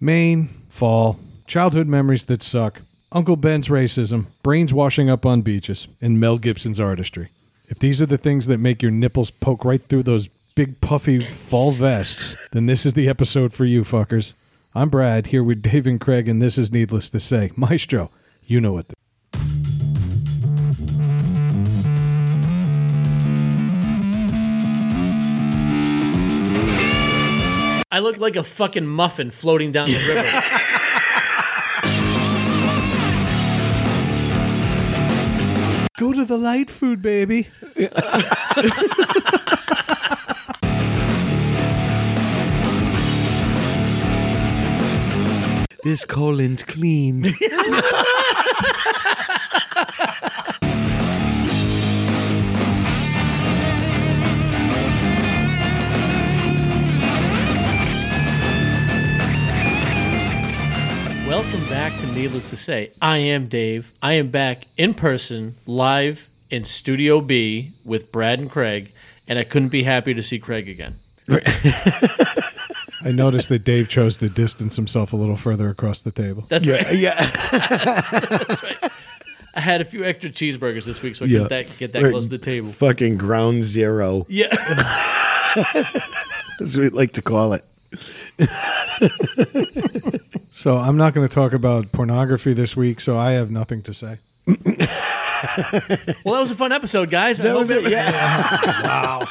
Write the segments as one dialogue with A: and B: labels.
A: Maine, fall, childhood memories that suck, Uncle Ben's racism, brains washing up on beaches, and Mel Gibson's artistry. If these are the things that make your nipples poke right through those big puffy fall vests, then this is the episode for you fuckers. I'm Brad here with Dave and Craig, and this is needless to say. Maestro, you know what. The-
B: I look like a fucking muffin floating down the river.
A: Go to the light food, baby.
C: This colon's clean.
B: Welcome back to Needless to Say. I am Dave. I am back in person, live in Studio B with Brad and Craig, and I couldn't be happy to see Craig again.
A: I noticed that Dave chose to distance himself a little further across the table.
B: That's right.
C: yeah.
B: I had a few extra cheeseburgers this week, so I
C: Yeah.
B: could that, get that
C: Right.
B: close to the table.
C: Fucking ground zero,
B: Yeah.
C: as we like to call it.
A: So I'm not going to talk about pornography this week, so I have nothing to say.
B: Well, that was a fun episode, guys. I
C: That
B: hope
C: was it.
B: every-
C: Yeah.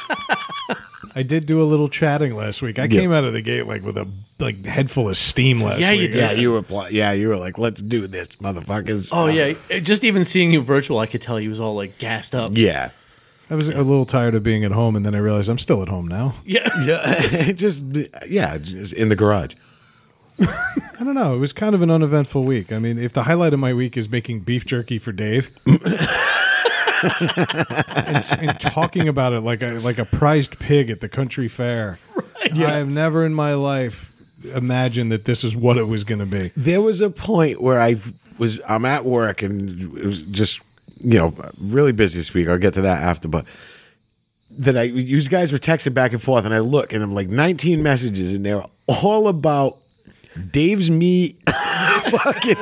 A: I did do a little chatting last week. I came out of the gate like with a like head full of steam last
B: Yeah,
A: week.
B: you
C: Yeah,
B: did.
C: you were pl- yeah, you were like, let's do this, motherfuckers.
B: Oh, yeah. Just even seeing you virtual, I could tell he was all like gassed up.
C: Yeah.
A: I was a little tired of being at home, and then I realized I'm still at home now.
B: Yeah.
C: Yeah. just yeah, just in the garage.
A: I don't know. It was kind of an uneventful week. I mean, if the highlight of my week is making beef jerky for Dave. and, and talking about it like a like a prized pig at the country fair. I have never in my life imagined that this is what it was going to be.
C: There was a point where I was I'm at work and it was just you know really busy this week. I'll get to that after, but that I you guys were texting back and forth, and I look and I'm like 19 messages, and they're all about Dave's meat, fucking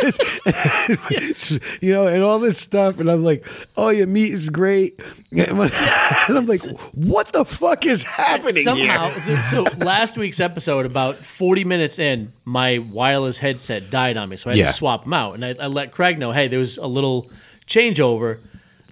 C: this, you know, and all this stuff, and I'm like, oh, your meat is great, and I'm like, what the fuck is happening
B: Somehow,
C: here?
B: so so last week's episode, about 40 minutes in, my wireless headset died on me. So I had
C: Yeah.
B: to swap them out. And I, I let Craig know, hey, there was a little changeover.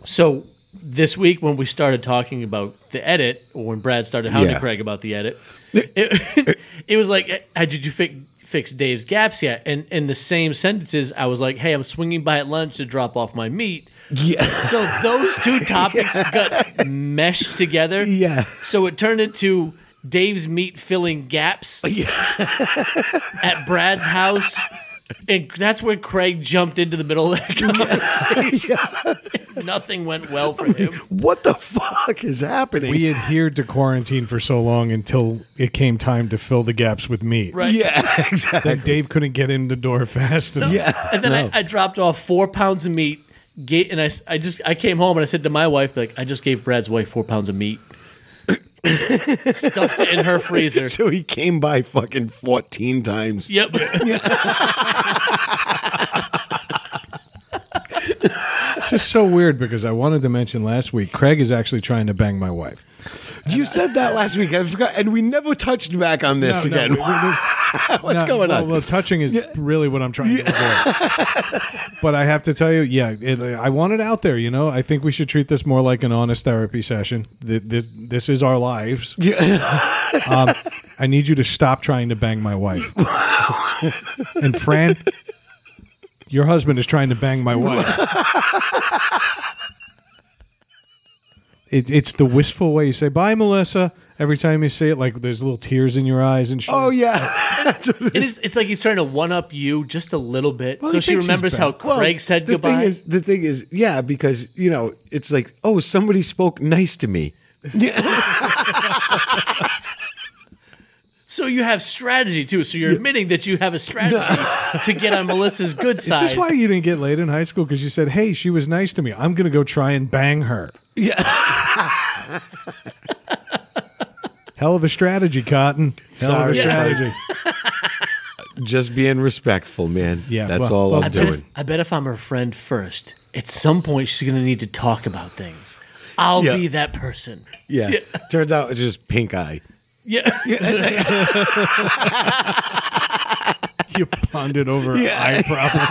B: So this week, when we started talking about the edit, or when Brad started hounding
C: Yeah.
B: Craig about the edit, it, it was like, hey, did you fix, fix Dave's gaps yet? And in the same sentences, I was like, hey, I'm swinging by at lunch to drop off my meat.
C: Yeah,
B: So those two topics got meshed together.
C: Yeah.
B: So it turned into Dave's meat filling gaps at Brad's house. And that's where Craig jumped into the middle of that conversation. Nothing went well for him.
C: what the fuck is happening?
A: We adhered to quarantine for so long until it came time to fill the gaps with meat.
B: Right.
C: yeah, exactly.
A: And Dave couldn't get in the door fast enough.
C: Yeah.
B: And then I, I dropped off four pounds of meat. Gate, and I, s- I just I came home and I said to my wife like I just gave Brad's wife four pounds of meat, stuffed it in her freezer.
C: So he came by fucking 14 times.
B: Yep.
A: It's just so weird because I wanted to mention last week, Craig is actually trying to bang my wife.
C: You said that last week. I forgot. And we never touched back on this
A: No, no,
C: again.
A: we- we- we-
C: What's
A: no,
C: going
A: well,
C: on?
A: Well, touching is really what I'm trying to avoid. but I have to tell you, yeah, it, uh, I want it out there. You know, I think we should treat this more like an honest therapy session. Th- This, this is our lives. um, I need you to stop trying to bang my wife. and Fran, your husband is trying to bang my wife. It, it's the wistful way you say bye, Melissa. Every time you say it, like there's little tears in your eyes and shit.
C: oh, yeah. That's what it
B: It is,
C: is.
B: it's like he's trying to one up you just a little bit,
C: Well,
B: so
C: he
B: she
C: thinks he's
B: remembers how
C: back.
B: Craig said
C: the
B: goodbye.
C: Thing is, the thing is, yeah, because, you know, it's like, oh, somebody spoke nice to me.
B: so you have strategy too. So you're admitting that you have a strategy to get on Melissa's good
A: Is
B: side.
A: this why you didn't get laid in high school? Because you said, "Hey, she was nice to me. I'm gonna go try and bang her." Yeah. Hell of a strategy, Cotton. Hell of a
C: Sorry,
A: strategy.
C: just being respectful, man.
A: Yeah,
C: that's
A: well-
C: all
A: well,
C: I'm
A: I
B: bet if,
C: doing.
B: I bet if I'm her friend first, at some point she's gonna need to talk about things. I'll
C: Yeah.
B: be that person.
C: Yeah. turns out it's just pink eye.
B: Yeah.
A: You pondered over eye problem.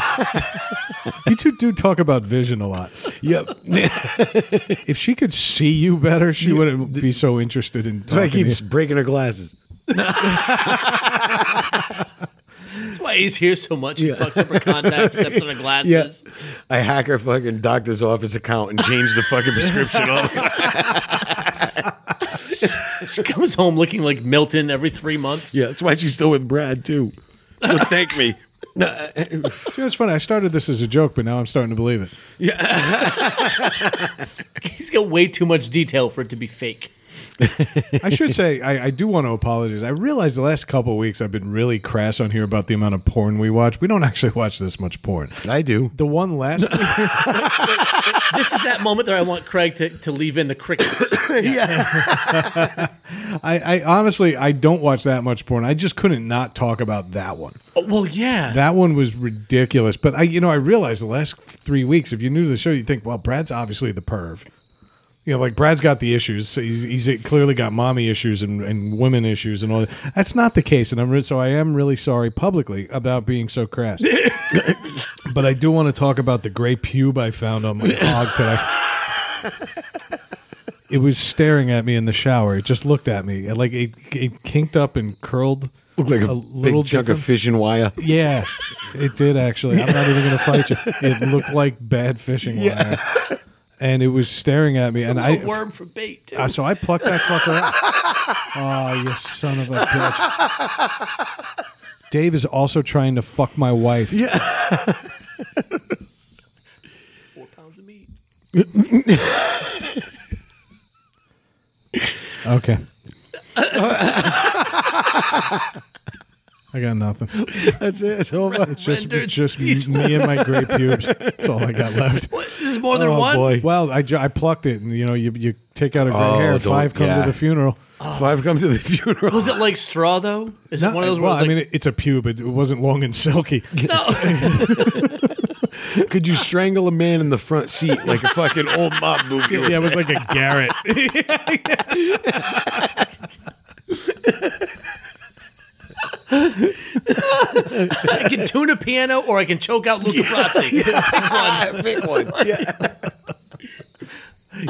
A: you two do talk about vision a lot.
C: Yep,
A: If she could see you better, she wouldn't be so interested in
C: I
A: talking. to you.
C: keeps breaking her glasses.
B: That's why he's here so much. He fucks up her contacts, steps on her glasses.
C: Yeah. I hack her fucking doctor's office account and change the fucking prescription all the time.
B: She comes home looking like Milton every three months.
C: Yeah, that's why she's still with Brad too. Well, thank me.
A: See, it's funny. I started this as a joke, but now I'm starting to believe it.
B: He's got way too much detail for it to be fake.
A: I should say I, I do want to apologize. I realize the last couple of weeks I've been really crass on here about the amount of porn we watch. We don't actually watch this much porn.
C: I do.
A: The one last week,
B: This is that moment that I want Craig to, to leave in the crickets.
A: I, I honestly I don't watch that much porn. I just couldn't not talk about that one.
B: Oh, well, yeah.
A: That one was ridiculous. But I, you know, I realized the last three weeks, if you're new to the show, you think, well, Brad's obviously the perv. You know, like Brad's got the issues. So he's, he's clearly got mommy issues and, and women issues and all that. That's not the case. And I'm re- so I am really sorry publicly about being so crass. but I do want to talk about the gray pube I found on my dog today. It was staring at me in the shower. It just looked at me. It, Like it, it kinked up and curled.
C: Look like a, Oh, big
A: little
C: chunk of fishing wire.
A: Yeah, it did actually. I'm not even going to fight you. It looked like bad fishing wire, and it was staring at me, and
B: A
A: I.
B: worm for bait. Too.
A: uh, so I plucked that fucker out. Oh, you son of a bitch! Dave is also trying to fuck my wife. Yeah.
B: Four pounds of meat.
A: Okay. I got nothing.
C: That's it. It's over.
A: It's just,
B: Rendered
A: it's just me and my gray pubes. That's all I got left.
B: What? There's more than
C: Oh
B: one.
C: boy.
A: Well, I, ju- I plucked it, and you know, you, you take out a gray
C: Oh,
A: hair,
C: don't-
A: five come
C: yeah.
A: to the funeral.
C: Five come to the funeral.
B: Was it like straw though? Is it
A: No,
B: one of those?
A: well,
B: ones
A: I
B: like,
A: mean, it- it's a pube. It, it wasn't long and silky.
B: no.
C: Could you strangle a man in the front seat like a fucking old mob movie?
A: yeah, it was like a garret.
B: I can tune a piano, or I can choke out Luca Brasi. Pick one.
C: Big one. Yeah.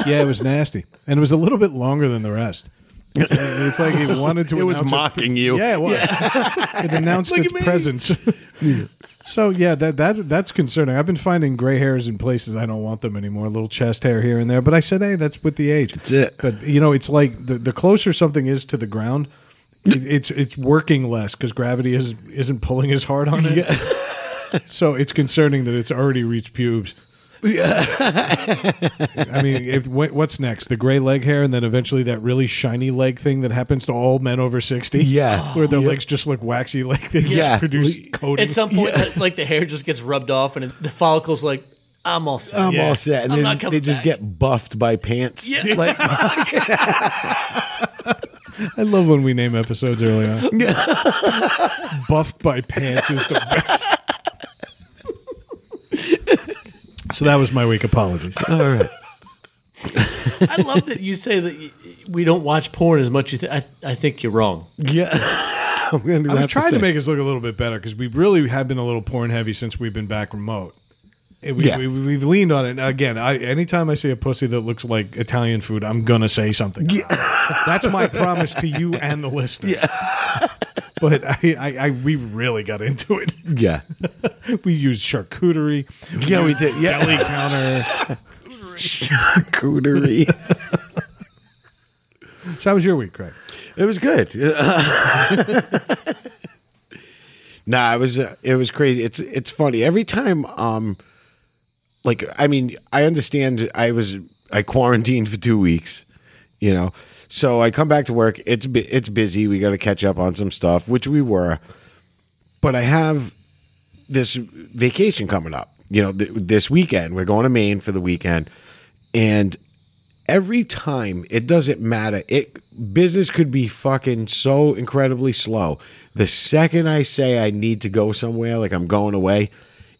A: yeah, it was nasty, and it was a little bit longer than the rest. It's, it's like it wanted to.
C: It was
A: announce
C: mocking you.
A: Yeah, it was. it announced
B: Look
A: its
B: at me.
A: presence. so yeah, that that that's concerning. I've been finding gray hairs in places I don't want them anymore. A little chest hair here and there, but I said, hey, that's with the age. That's
C: it.
A: But you know, it's like the the closer something is to the ground, it, it's it's working less because gravity is isn't pulling as hard on it. so it's concerning that it's already reached pubes. I mean, if, wh- what's next? The gray leg hair, and then eventually that really shiny leg thing that happens to all men over sixty.
C: Yeah.
A: where their legs just look waxy, like they
C: Yeah.
A: just produce coating.
B: At some point, like the hair just gets rubbed off, and the follicle's like, I'm all set.
C: I'm
A: Yeah.
C: all set. And
B: I'm not
C: then
B: coming
C: they just
B: back.
C: get buffed by pants.
B: Yeah.
C: Like,
A: I love when we name episodes early on. Buffed by pants is the best. so that was my week. Apologies.
C: all right.
B: I love that you say that y- we don't watch porn as much. As you th- I, I think you're wrong.
C: Yeah. I'm gonna
A: I was
C: have
A: trying to,
C: say-
A: make us look a little bit better because we really have been a little porn heavy since we've been back remote. And We,
C: Yeah.
A: we, we've leaned on it. And again, I, anytime I see a pussy that looks like Italian food, I'm going to say something. That's my promise to you and the listeners. but I, I, I, we really got into it.
C: Yeah.
A: We used charcuterie,
C: Yeah, we did. Yeah.
A: deli counter.
C: Charcuterie.
A: So, how was your week, Craig?
C: It was good. nah, it was uh, it was crazy. It's it's funny every time. Um, like I mean, I understand. I was I quarantined for two weeks, you know. So I come back to work. It's bu- it's busy. We got to catch up on some stuff, which we were. But I have this vacation coming up. You know, th- this weekend we're going to Maine for the weekend, and every time it doesn't matter it business could be fucking so incredibly slow the second i say i need to go somewhere like i'm going away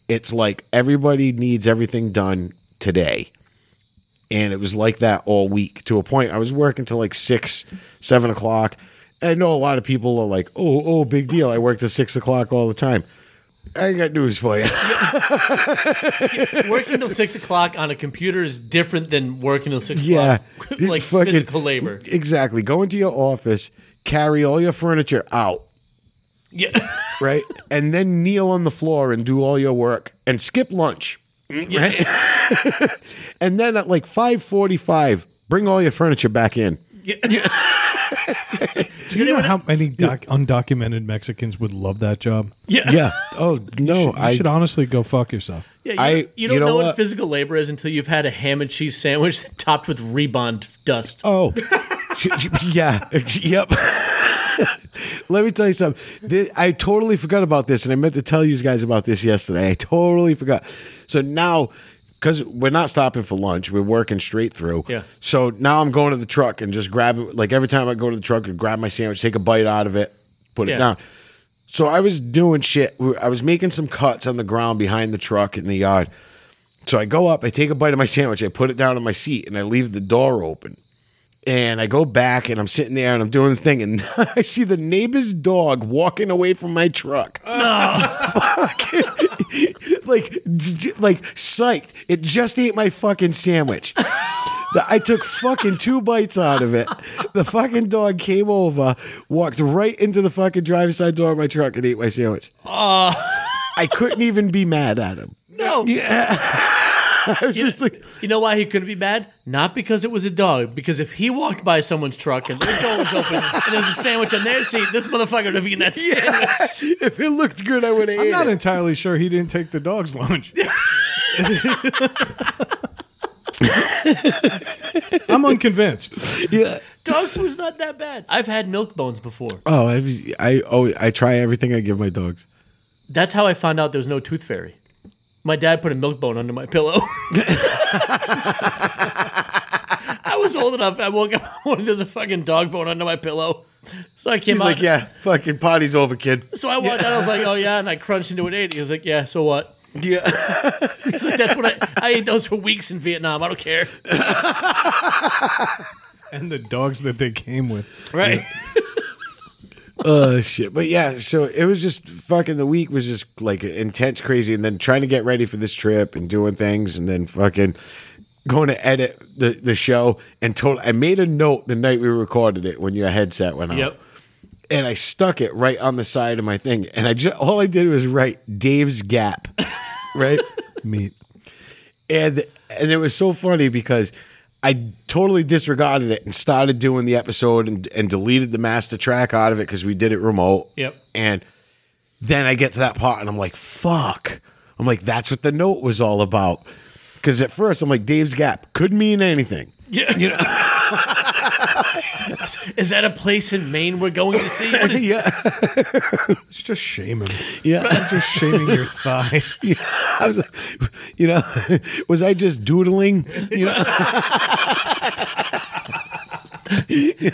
C: it's like everybody needs everything done today and it was like that all week to a point i was working till like six seven o'clock i know a lot of people are like oh oh big deal i work till six o'clock all the time i ain't got news for you
B: Working till six o'clock on a computer is different than working till six
C: Yeah.
B: o'clock.
C: It
B: like
C: fucking-
B: physical labor.
C: Exactly. Go into your office, carry all your furniture out,
B: Yeah.
C: right? and then kneel on the floor and do all your work and skip lunch. Right? and then at like 5:45, bring all your furniture back in.
A: Do you know how many doc- undocumented Mexicans would love that job?
B: Yeah.
C: Yeah. Oh, no.
A: You
C: I
A: should honestly go fuck yourself.
B: Yeah, you,
C: I-
B: don't- you
C: you
B: don't
C: know
B: know what?
C: what?
B: physical labor is until you've had a ham and cheese sandwich topped with rebond dust.
C: Oh, yeah. ex- Yep. Let me tell you something. Thi- I totally forgot about this, and I meant to tell you guys about this yesterday. I totally forgot. So now, because we're not stopping for lunch, we're working straight through.
B: Yeah.
C: So now I'm going to the truck and just grab it. Like every time I go to the truck and grab my sandwich, take a bite out of it, put
B: Yeah.
C: it down. So I was doing shit. I was making some cuts on the ground behind the truck in the yard. So I go up, I take a bite of my sandwich, I put it down on my seat, and I leave the door open. And I go back and I'm sitting there and I'm doing the thing, and I see the neighbor's dog walking away from my truck. No. Fuck. like, j- like, psyched. It just ate my fucking sandwich. The- I took fucking two bites out of it. The fucking dog came over, walked right into the fucking driver's side door of my truck and ate my sandwich.
B: Ah.
C: I couldn't even be mad at him.
B: No.
C: I was just like,
B: You know why he couldn't be mad? Not because it was a dog, because if he walked by someone's truck and their door was open and there's a sandwich on their seat, this motherfucker would have eaten that sandwich.
C: if it looked good, I would have
A: I'm
C: ate
A: not
C: it.
A: entirely sure he didn't take the dog's lunch. I'm unconvinced.
C: yeah.
B: Dog food's not that bad. I've had milk bones before.
C: Oh, I, I, oh, I try everything I give my dogs.
B: That's how I found out there was no tooth fairy. My dad put a milk bone under my pillow. I was old enough. I woke up and there's a fucking dog bone under my pillow. So I came
C: He's
B: out.
C: like, yeah, fucking party's over, kid.
B: So I walked out. I was like, oh yeah, and I crunched into an eighty. He was like, yeah, so what?
C: Yeah.
B: He's like, that's what I. I ate those for weeks in Vietnam. I don't care.
A: And the dogs that they came with.
B: Right.
C: Oh shit. But yeah, so it was just fucking the week was just like intense crazy and then trying to get ready for this trip and doing things and then fucking going to edit the, the show and told I made a note the night we recorded it when your headset went out.
B: Yep.
C: And I stuck it right on the side of my thing. And I just all I did was write Dave's gap. right?
A: Meat.
C: and and it was so funny because I totally disregarded it and started doing the episode and and deleted the master track out of it because we did it remote.
B: Yep.
C: And then I get to that part and I'm like, fuck. I'm like, that's what the note was all about. Because at first I'm like, Dave's Gap could mean anything.
B: Yeah. You know. Is that a place in Maine we're going to see? What is
C: Yes.
A: It's just shaming.
C: Yeah.
A: It's just shaming your thighs.
C: I was like, you know, was I just doodling? You know,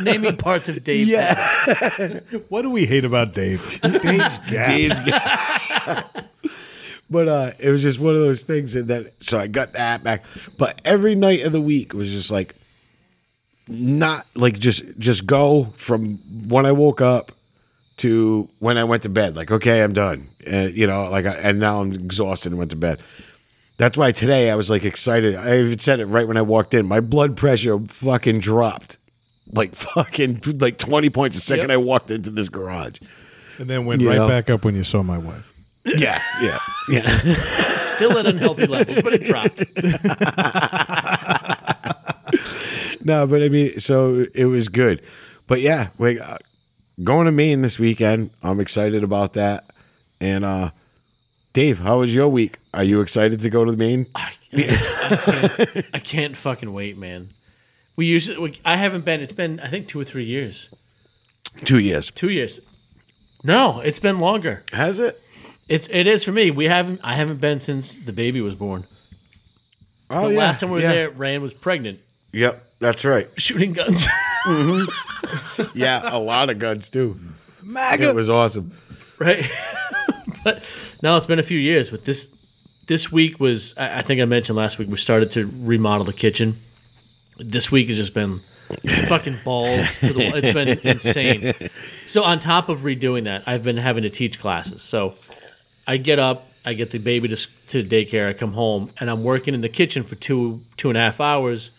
B: naming parts of Dave?
C: yeah.
A: What do we hate about Dave? Dave's gap.
C: Dave's but uh, it was just one of those things, and then so I got that back. But every night of the week was just like not like just just go from when I woke up to when I went to bed. Like okay, I'm done, and you know, like I, and now I'm exhausted and went to bed. That's why today I was like excited. I even said it right when I walked in. My blood pressure fucking dropped. Like fucking like 20 points a second
B: Yep.
C: I walked into this garage.
A: And then went
C: You
A: right
C: know.
A: back up when you saw my wife.
C: Yeah, yeah, yeah.
B: Still at unhealthy levels, but it dropped.
C: No, but I mean, so it was good. But yeah, we uh, going to Maine this weekend. I'm excited about that. And uh Dave, how was your week? Are you excited to go to Maine?
B: I can't fucking wait, man. We usually, we, I haven't been. It's been, I think, two or three years.
C: Two years.
B: Two years. No, it's been longer.
C: Has it?
B: It's it is for me. We haven't. I haven't been since the baby was born.
C: Oh,
B: The
C: yeah.
B: last time we were
C: Oh, yeah.
B: there, Rand was pregnant.
C: Yep. That's right.
B: shooting guns.
C: Yeah, a lot of guns too. It
A: MAGA.
C: was awesome.
B: right? but now it's been a few years. But this this week was I, I think I mentioned last week we started to remodel the kitchen. This week has just been fucking balls to the it's been insane. So on top of redoing that, I've been having to teach classes. So I get up, I get the baby to, s- to daycare, I come home, and I'm working in the kitchen for two two and a half hours.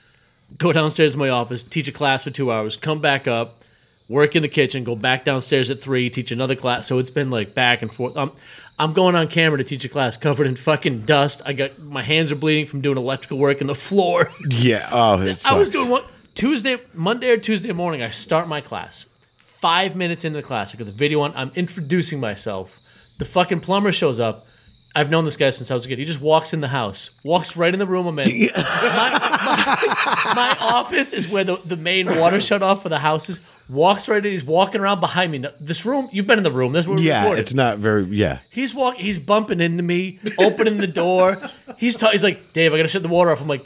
B: Go downstairs to my office, teach a class for two hours, come back up, work in the kitchen, go back downstairs at three, teach another class. So it's been like back and forth. I'm, I'm going on camera to teach a class covered in fucking dust. I got my hands are bleeding from doing electrical work in the floor.
C: Yeah. Oh, it
B: I was
C: sucks.
B: doing what Tuesday, Monday or Tuesday morning. I start my class. Five minutes into the class, I got the video on. I'm introducing myself. The fucking plumber shows up. I've known this guy since I was a kid. He just walks in the house, walks right in the room I'm in. My, my office is where the, the main water shut off for the house is. Walks right in. He's walking around behind me. The- This room, you've been in the room. This is where we
C: Yeah,
B: recorded.
C: it's not very. Yeah.
B: He's walk. He's bumping into me, opening the door. He's ta- he's like, Dave, I gotta shut the water off. I'm like,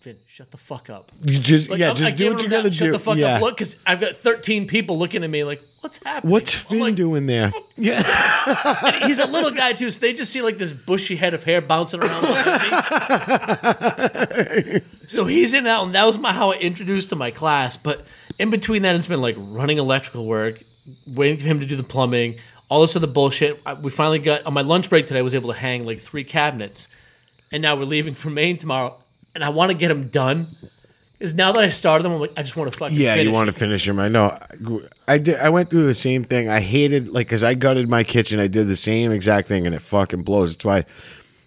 B: Finn, shut the fuck up.
C: You just
B: Like,
C: yeah,
B: I'm- I
C: just do
B: gave
C: what
B: him
C: you
B: that
C: gotta
B: Shut
C: do.
B: the fuck
C: yeah.
B: up. Look, because I've got 13 people looking at me like, what's happening?
C: What's
B: I'm
C: Finn
B: like-
C: doing there?
B: He's a little guy too, so they just see like this bushy head of hair bouncing around. behind me. so he's in and out, and that was my how I introduced to my class. But in between that, it's been like running electrical work, waiting for him to do the plumbing, all this other bullshit. I, we finally got on my lunch break today. I was able to hang like three cabinets, and now we're leaving for Maine tomorrow, and I want to get them done. Is now that I started them, I'm like, I just want to fucking
C: Yeah, you
B: finish.
C: want to finish him. I know. I did. I went through the same thing. I hated like because I gutted my kitchen. I did the same exact thing, and it fucking blows. That's why.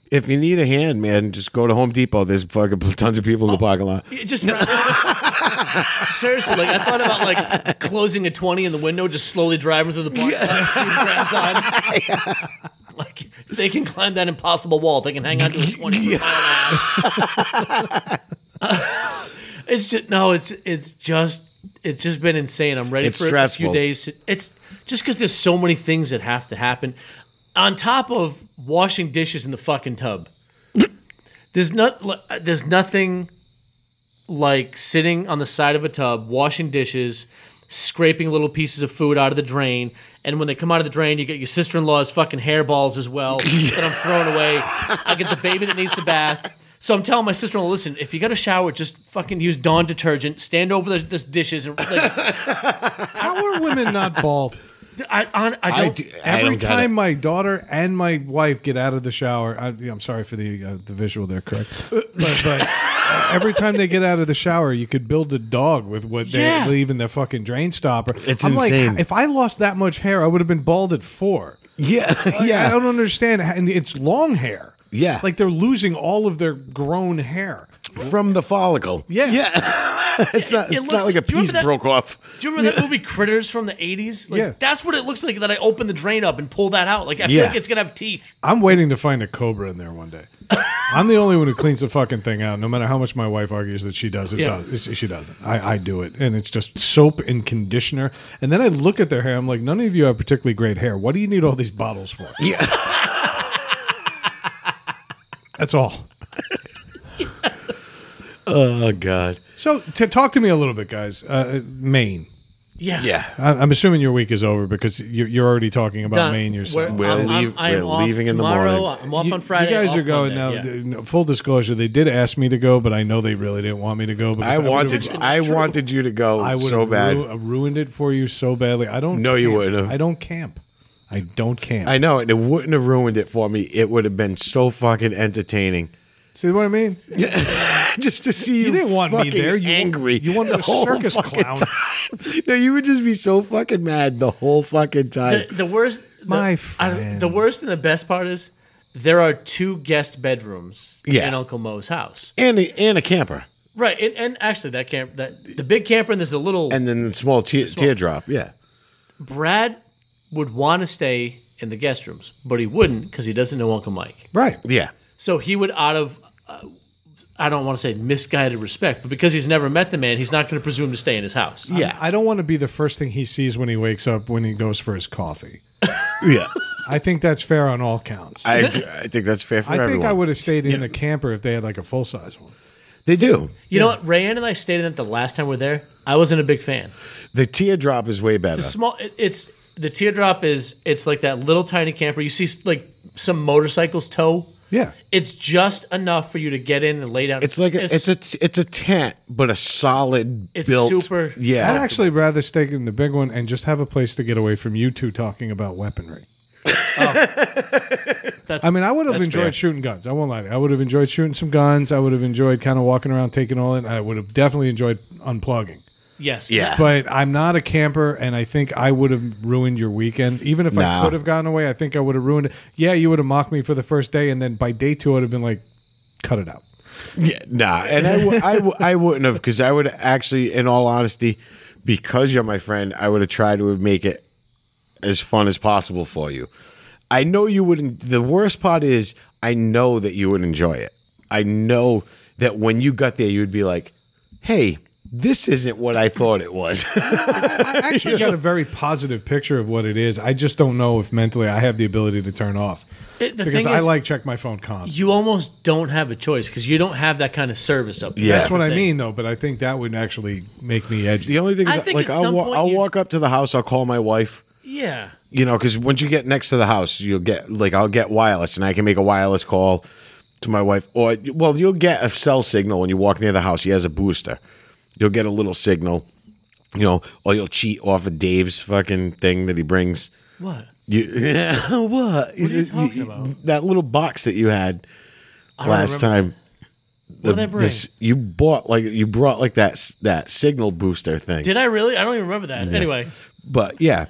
C: If you need a hand, man, just go to Home Depot. There's fucking tons of people in the parking lot.
B: It just seriously, like I thought about like closing a twenty in the window, just slowly driving through the park, like if they can climb that impossible wall, they can hang on to a twenty. for a mile and a half. it's just no, it's it's just it's just been insane. I'm ready
C: It's
B: for a- a
C: stressful.
B: few days. to- it's just because there's so many things that have to happen, on top of washing dishes in the fucking tub. There's not. li- There's nothing like sitting on the side of a tub, washing dishes, scraping little pieces of food out of the drain, and when they come out of the drain, you get your sister-in-law's fucking hairballs as well that I'm throwing away. I get the baby that needs the bath. So I'm telling my sister-in-law, listen, if you got a shower, just fucking use Dawn detergent. Stand over the this dishes and like,
A: How are women not bald?
B: I, on, I don't.
C: d- I
A: Every
C: don't get
A: time
C: it.
A: my daughter and my wife get out of the shower, I, I'm sorry for the uh, the visual there, correct? But, but every time they get out of the shower, you could build a dog with what they
B: Yeah.
A: leave in their fucking drain stopper.
C: It's
A: I'm
C: insane.
A: Like, if I lost that much hair, I would have been bald at four.
C: Yeah,
A: I
C: yeah,
A: don't understand. how- And it's long hair.
C: Yeah.
A: like they're losing all of their grown hair.
C: from the follicle.
A: Yeah.
C: yeah. it's not.
B: It- it
C: it's
B: looks-
C: not like a
B: do you remember
C: piece
B: that-
C: broke off.
B: Do you remember that movie Critters from the 80s? Like,
A: Yeah.
B: That's what it looks like that I open the drain up and pull that out. Like, I feel
C: Yeah.
B: like it's going to have teeth.
A: I'm waiting to find a cobra in there one day. I'm the only one who cleans the fucking thing out, no matter how much my wife argues that she doesn't.
B: Yeah.
A: Does. She- She doesn't. I, I do it. And it's just soap and conditioner. And then I look at their hair. I'm like, none of you have particularly great hair. What do you need all these bottles for?
C: Yeah.
A: That's all.
C: Oh God.
A: So to talk to me a little bit, guys, uh, Maine.
B: Yeah.
C: Yeah.
A: I, I'm assuming your week is over because you're, you're already talking about
B: Done.
A: Maine yourself.
B: We're,
C: We'll
B: I'm, I'm-
C: leave-
B: I am
C: we're
B: off
C: leaving in the
B: tomorrow.
C: morning.
B: I'm off
A: You-
B: on Friday.
A: You guys
B: off
A: are going
B: Monday,
A: now.
B: yeah.
A: d- no, Full disclosure, they did ask me to go, but I know they really didn't want me to go. Because
C: I
A: would've-
C: wanted. I wanted you to go
A: I would
C: so bad.
A: ruined it for you so badly. I don't.
C: No, you
A: camp.
C: wouldn't have.
A: I don't camp. I don't camp.
C: I know, and it wouldn't have ruined it for me. It would have been so fucking entertaining.
A: See what I mean?
C: just to see you,
A: You didn't want me
C: fucking
A: there. You-
C: angry.
A: you wanted
C: the
A: a
C: whole
A: circus
C: fucking
A: clown.
C: time. No, you would just be so fucking mad the whole fucking time.
B: the, the worst. The,
A: My
B: I don't- the
A: friends.
B: worst and the best part is there are two guest bedrooms
C: Yeah.
B: in Uncle Mo's house.
C: and a, and a camper,
B: Right, and, and actually that camp, that the big camper, and there's a little.
C: and then the small, te- teardrop. Yeah,
B: Brad would want to stay in the guest rooms, but he wouldn't because he doesn't know Uncle Mike.
A: Right.
C: yeah,
B: So he would out of. Uh, I don't want to say misguided respect, but because he's never met the man, he's not going to presume to stay in his house.
C: yeah,
A: I don't want to be the first thing he sees when he wakes up when he goes for his coffee.
C: yeah.
A: I think that's fair on all counts. I,
C: I, I think that's fair for
A: think
C: everyone.
A: I would have stayed in the camper if they had like a full size one.
C: They do.
B: You know what? Rayanne and I stated that the last time we are there. I wasn't a big fan.
C: The teardrop is way better.
B: Small. it- It's the teardrop is it's like that little tiny camper. You see like some motorcycles tow.
A: Yeah.
B: It's just enough for you to get in and lay down.
C: It's like a, it's, a it's a tent, but a solid
B: It's
C: built.
B: super-
C: Yeah,
A: I'd actually rather stay in the big one and just have a place to get away from you two talking about weaponry.
B: that's
A: I mean, I would have enjoyed
C: fair.
A: shooting guns. I won't lie. To you. I would have enjoyed shooting some guns. I would have enjoyed kind of walking around, taking all in. I would have definitely enjoyed unplugging.
B: yes
C: yeah.
A: But I'm not a camper, and I think I would have ruined your weekend. Even if I
C: Nah.
A: could have gotten away, I think I would have ruined it. Yeah, you would have mocked me for the first day, and then by day two, I would have been like, cut it out.
C: Yeah, nah, and I, w- I, w- I wouldn't have because I would actually, in all honesty, because you're my friend, I would have tried to make it as fun as possible for you. I know you wouldn't. The worst part is, I know that you would enjoy it. I know that when you got there, you'd be like, "Hey, this isn't what I thought it was."
A: I actually got a very positive picture of what it is. I just don't know if mentally I have the ability to turn off
B: It- the
A: because
B: thing
A: I
B: is-
A: like check my phone constantly.
B: You almost don't have a choice because you don't have that kind of service up there.
C: Yeah.
A: That's what I
B: thing.
A: mean, though. But I think that would actually make me edgy.
C: the only thing
B: I
C: is,
B: think
C: like,
B: at
C: I'll,
B: some
C: wa-
B: point
C: I'll
B: you-
C: walk up to the house. I'll call my wife.
B: Yeah.
C: you know, because once you get next to the house, you'll get like I'll get wireless, and I can make a wireless call to my wife. Or well, you'll get a cell signal when you walk near the house. He has a booster. You'll get a little signal, you know, or you'll cheat off of Dave's fucking thing that he brings.
B: What?
C: You yeah, what? Is
B: you
C: it-
B: talking about?
C: That little box that you had
B: don't
C: last time.
B: What did I bring?
C: you bought like you brought like that s- that signal booster thing.
B: Did I really? I don't even remember that. Anyway,
C: But yeah.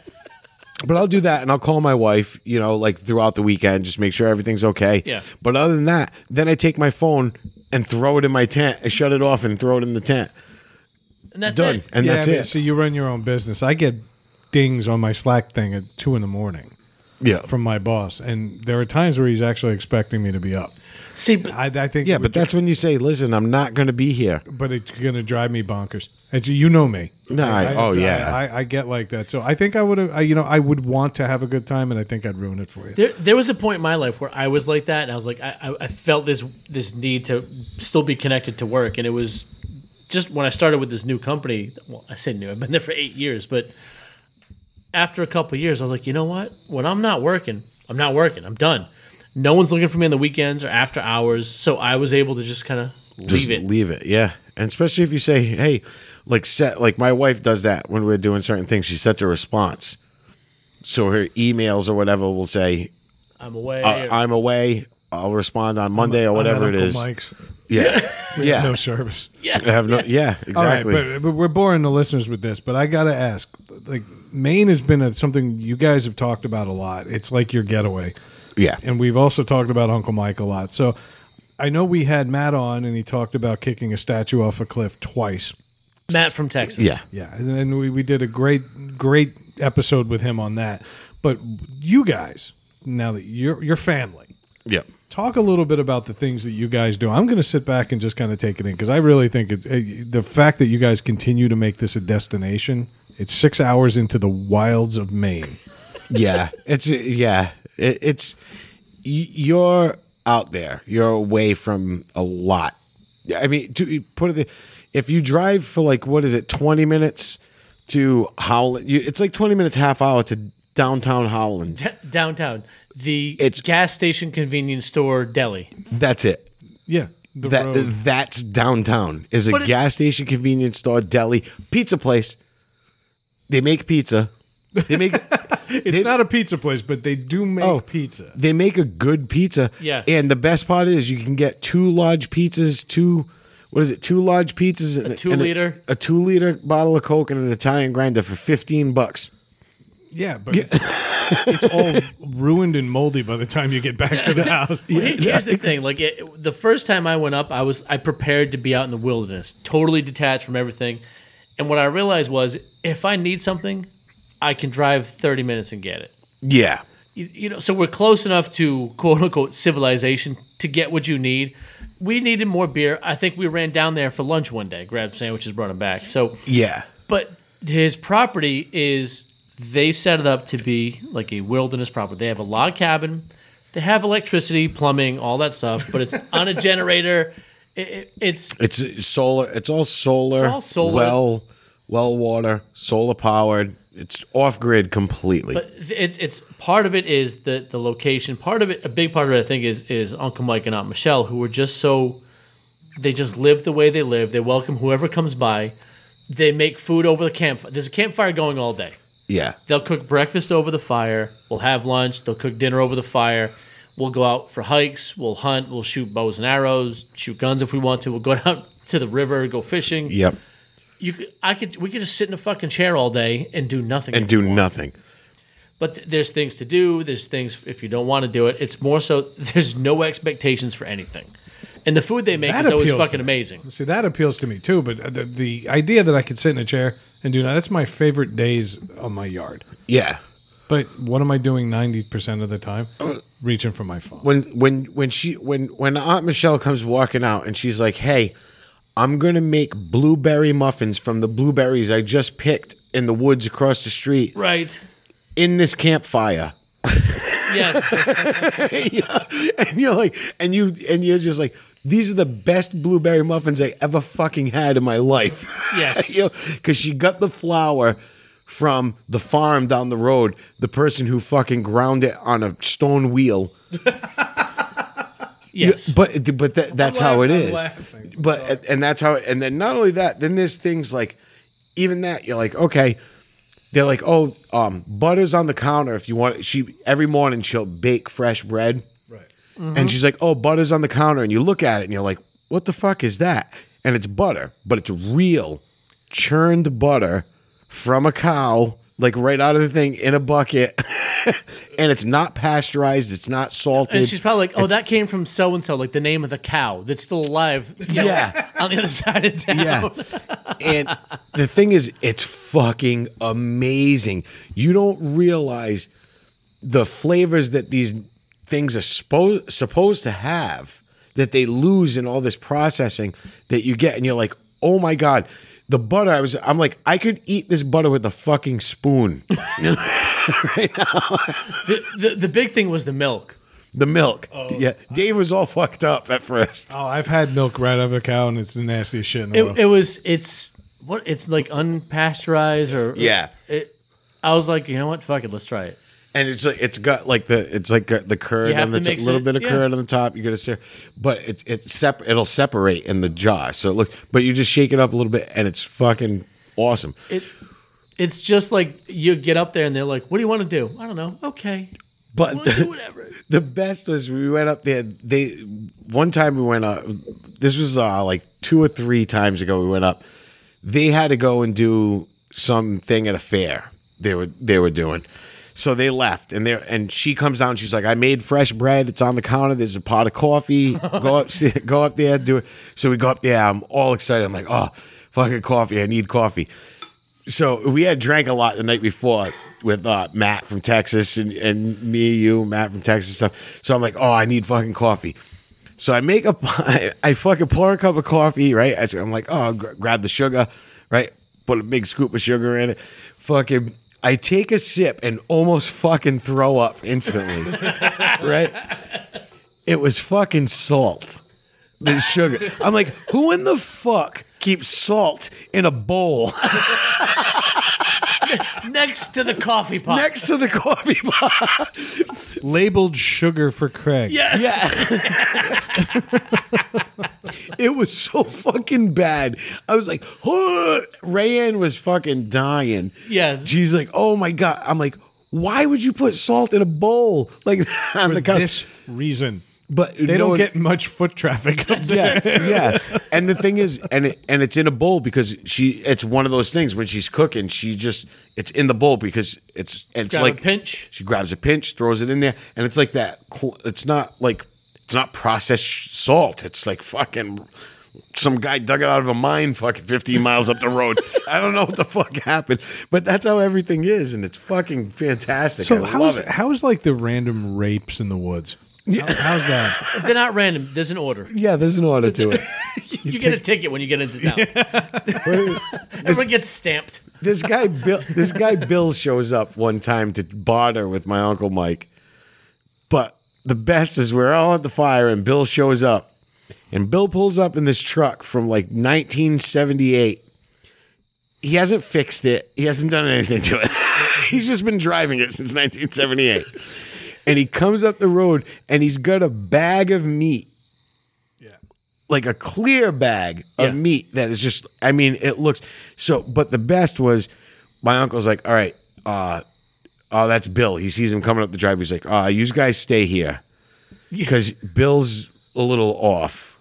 C: But I'll do that and I'll call my wife, you know, like throughout the weekend, just make sure everything's okay.
B: Yeah.
C: But other than that, then I take my phone and throw it in my tent, I shut it off and throw it in the tent.
B: and that's
C: Done.
B: it.
C: And
A: yeah,
C: that's
A: I mean,
C: it.
A: So you run your own business. I get dings on my Slack thing at two in the morning
C: yeah.
A: from my boss, and there are times where he's actually expecting me to be up.
B: See, but
A: I, I think,
C: yeah,
A: it
C: but
A: would-
C: that's when you say, listen, I'm not going to be here.
A: but it's gonna drive me bonkers. And you- you know me.
C: No, I- oh, yeah.
A: I, I get like that. So I think I would have, I- you know, I would want to have a good time, and I think I'd ruin it for you.
B: There, there was a point in my life where I was like that, and I was like, I, I, I felt this this need to still be connected to work, and it was just when I started with this new company. Well, I say new; I've been there for eight years, but after a couple of years, I was like, you know what? When I'm not working, I'm not working. I'm done. No one's looking for me on the weekends or after hours, so I was able to just kind of
C: Just
B: leave it.
C: Leave it. Yeah. And especially if you say, hey, like set, like my wife does that when we're doing certain things, she sets a response. So her emails or whatever will say,
B: I'm away.
C: I-
B: or-
C: I'm away. I'll respond on Monday or
A: I'm at
C: whatever it
A: Uncle
C: is.
A: Mike's.
C: Yeah. yeah.
A: No service.
C: I have no. Yeah, exactly.
A: All right, but, but we're boring the listeners with this, but I got to ask. Like, Maine has been a, something you guys have talked about a lot. It's like your getaway.
C: yeah,
A: And we've also talked about Uncle Mike a lot. So I know we had Matt on, and he talked about kicking a statue off a cliff twice.
B: Matt from Texas.
C: yeah.
A: Yeah, and, and we, we did a great great episode with him on that. But you guys, now that you're your family,
C: Yeah.
A: talk a little bit about the things that you guys do. I'm going to sit back and just kind of take it in because I really think it's, uh, the fact that you guys continue to make this a destination. It's six hours into the wilds of Maine.
C: Yeah. It's yeah. It, it's y- you're out there. You're away from a lot. I mean, to put it, the- if you drive for like what is it, twenty minutes to Howland, you, it's like twenty minutes, half hour to downtown Howland.
B: T- downtown, the
C: It's-
B: gas station, convenience store, deli.
C: That's it.
A: Yeah, the
C: That
A: road.
C: that's downtown. Is a
B: But it's-
C: gas station, convenience store, deli, pizza place. They make pizza. They make
A: It's
C: they-
A: not a pizza place, but they do make
C: Oh.
A: pizza.
C: they make a good pizza.
B: Yes.
C: And the best part is you can get two large pizzas, two what is it? Two large pizzas and a
B: two
C: and a-
B: liter.
C: a, two liter bottle of Coke and an Italian grinder for fifteen bucks.
A: Yeah, but It's, it's all ruined and moldy by the time you get back to the house.
B: Here- Here's the thing: like it, the first time I went up, I was I prepared to be out in the wilderness, totally detached from everything. And what I realized was, if I need something, I can drive 30 minutes and get it.
C: Yeah.
B: You, you know, so we're close enough to quote unquote civilization to get what you need. We needed more beer. I think we ran down there for lunch one day, grabbed sandwiches, brought them back. So
C: Yeah.
B: But his property is they set it up to be like a wilderness property. They have a log cabin, they have electricity, plumbing, all that stuff, but it's on a generator. It, it, it's
C: It's solar. It's all solar.
B: It's all solar.
C: Well, well water, solar powered. It's off grid completely.
B: but it's it's part of it is the the location. Part of it, a big part of it, I think, is is Uncle Mike and Aunt Michelle, who were just so they just live the way they live. They welcome whoever comes by. They make food over the campfire. There's a campfire going all day.
C: yeah.
B: They'll cook breakfast over the fire. We'll have lunch. They'll cook dinner over the fire. We'll go out for hikes. We'll hunt. We'll shoot bows and arrows. Shoot guns if we want to. We'll go down to the river. Go fishing.
C: Yep.
B: You, could, I could, we could just sit in a fucking chair all day and do nothing.
C: And do nothing.
B: but th- there's things to do. There's things if you don't want to do it. It's more so there's no expectations for anything, and the food they make
A: That
B: is always
A: appeals to
B: fucking
A: me.
B: amazing.
A: See, that appeals to me too. But the, the idea that I could sit in a chair and do that—that's my favorite days on my yard.
C: Yeah.
A: But what am I doing ninety percent of the time? Reaching for my phone.
C: when when when she when when Aunt Michelle comes walking out and she's like, "Hey, I'm gonna make blueberry muffins from the blueberries I just picked in the woods across the street
B: Right?
C: in this campfire."
B: Yes.
C: And you're like, and you and you're just like, "These are the best blueberry muffins I ever fucking had in my life."
B: Yes.
C: because she got the flour from the farm down the road. The person who fucking ground it on a stone wheel.
B: yes.
C: But but that, that's how it
A: laugh- I'm
C: is.
A: laughing.
C: But and that's how. And then not only that, then there's things like even that you're like okay, they're like oh um, butter's on the counter if you want. She every morning she'll bake fresh bread,
A: Right.
C: and she's like oh butter's on the counter, and you look at it and you're like what the fuck is that? And it's butter, but it's real churned butter from a cow. Like right out of the thing in a bucket, and it's not pasteurized. It's not salted.
B: and she's probably like, "Oh, that came from so and so, like the name of the cow that's still alive." you know,
C: Yeah.
B: on the other side of town.
C: Yeah. and the thing is, it's fucking amazing. You don't realize the flavors that these things are spo- supposed to have that they lose in all this processing that you get. And you're like, oh my God. The butter, I was, I'm like, I could eat this butter with a fucking spoon.
B: The, the the big thing was the milk.
C: The milk. yeah. Dave was all fucked up at first.
A: Oh, I've had milk right out of a cow, and it's the nastiest shit in the
B: It,
A: world.
B: it was it's what it's like unpasteurized or
C: Yeah.
B: It, I was like, you know what? Fuck it, let's try it.
C: and it's like it's got like the it's like got the curd
B: You have
C: on the
B: to
C: top,
B: mix
C: little
B: it,
C: bit of
B: yeah.
C: curd on the top. You got to stir, but it's it's sep it'll separate in the jar. So it looks, but you just shake it up a little bit, and it's fucking awesome.
B: It it's just like you get up there and they're like, "What do you want to do?" I don't know. Okay,
C: But
B: we'll
C: the-
B: do whatever.
C: the best was we went up there. They one time we went up. This was uh, like two or three times ago. We went up. They had to go and do something at a fair. They were they were doing. So they left, and there and she comes down. She's like, "I made fresh bread. It's on the counter. There's a pot of coffee. Go up, go up there, do it." So we go up there. I'm all excited. I'm like, "Oh, fucking coffee! I need coffee." so we had drank a lot the night before with uh, Matt from Texas and, and me, you, Matt from Texas stuff. So I'm like, oh, I need fucking coffee. So I make a, I, I fucking pour a cup of coffee, right? I s- I'm like, oh, gr- grab the sugar, right? Put a big scoop of sugar in it. Fucking, I take a sip and almost fucking throw up instantly, right? It was fucking salt than sugar. I'm like, who in the fuck keeps salt in a bowl?
B: Next to the coffee pot.
C: next to the coffee pot.
A: Labeled sugar for Craig.
B: yeah.
C: Yeah. it was so fucking bad. I was like, "Huh." Rayanne was fucking dying.
B: Yes.
C: She's like, oh my God. I'm like, why would you put salt in a bowl? Like on the
A: For
C: counter?
A: this reason,
C: But
A: they
C: no
A: don't
C: one-
A: get much foot traffic. Up there.
C: yeah, yeah. And the thing is, and it, and it's in a bowl because she. It's one of those things when she's cooking, she just it's in the bowl because it's it's
B: Grab a
C: like
B: pinch.
C: She grabs a pinch, throws it in there, and it's like that. cl- It's not like it's not processed salt. It's like fucking. Some guy dug it out of a mine fucking 15 miles up the road. I don't know what the fuck happened, but that's how everything is, and it's fucking fantastic.
A: So
C: I
A: how's
C: love it.
A: how's like the random rapes in the woods? Yeah. how's that?
B: They're not random. There's an order.
C: Yeah, there's an order to it.
B: You, get a ticket when you get into town. Everyone gets stamped.
C: this guy Bill this guy Bill shows up one time to barter with my uncle Mike. But the best is we're all at the fire and Bill shows up And Bill pulls up in this truck from like 1978. He hasn't fixed it. He hasn't done anything to it. he's just been driving it since 1978. and he comes up the road and he's got a bag of meat.
A: Yeah.
C: Like a clear bag
B: Yeah.
C: of meat that is just I mean, it looks so but the best was my uncle's like, "All right, uh oh, that's Bill." He sees him coming up the driveway. He's like, "Uh, you guys stay here." Because Bill's a little off.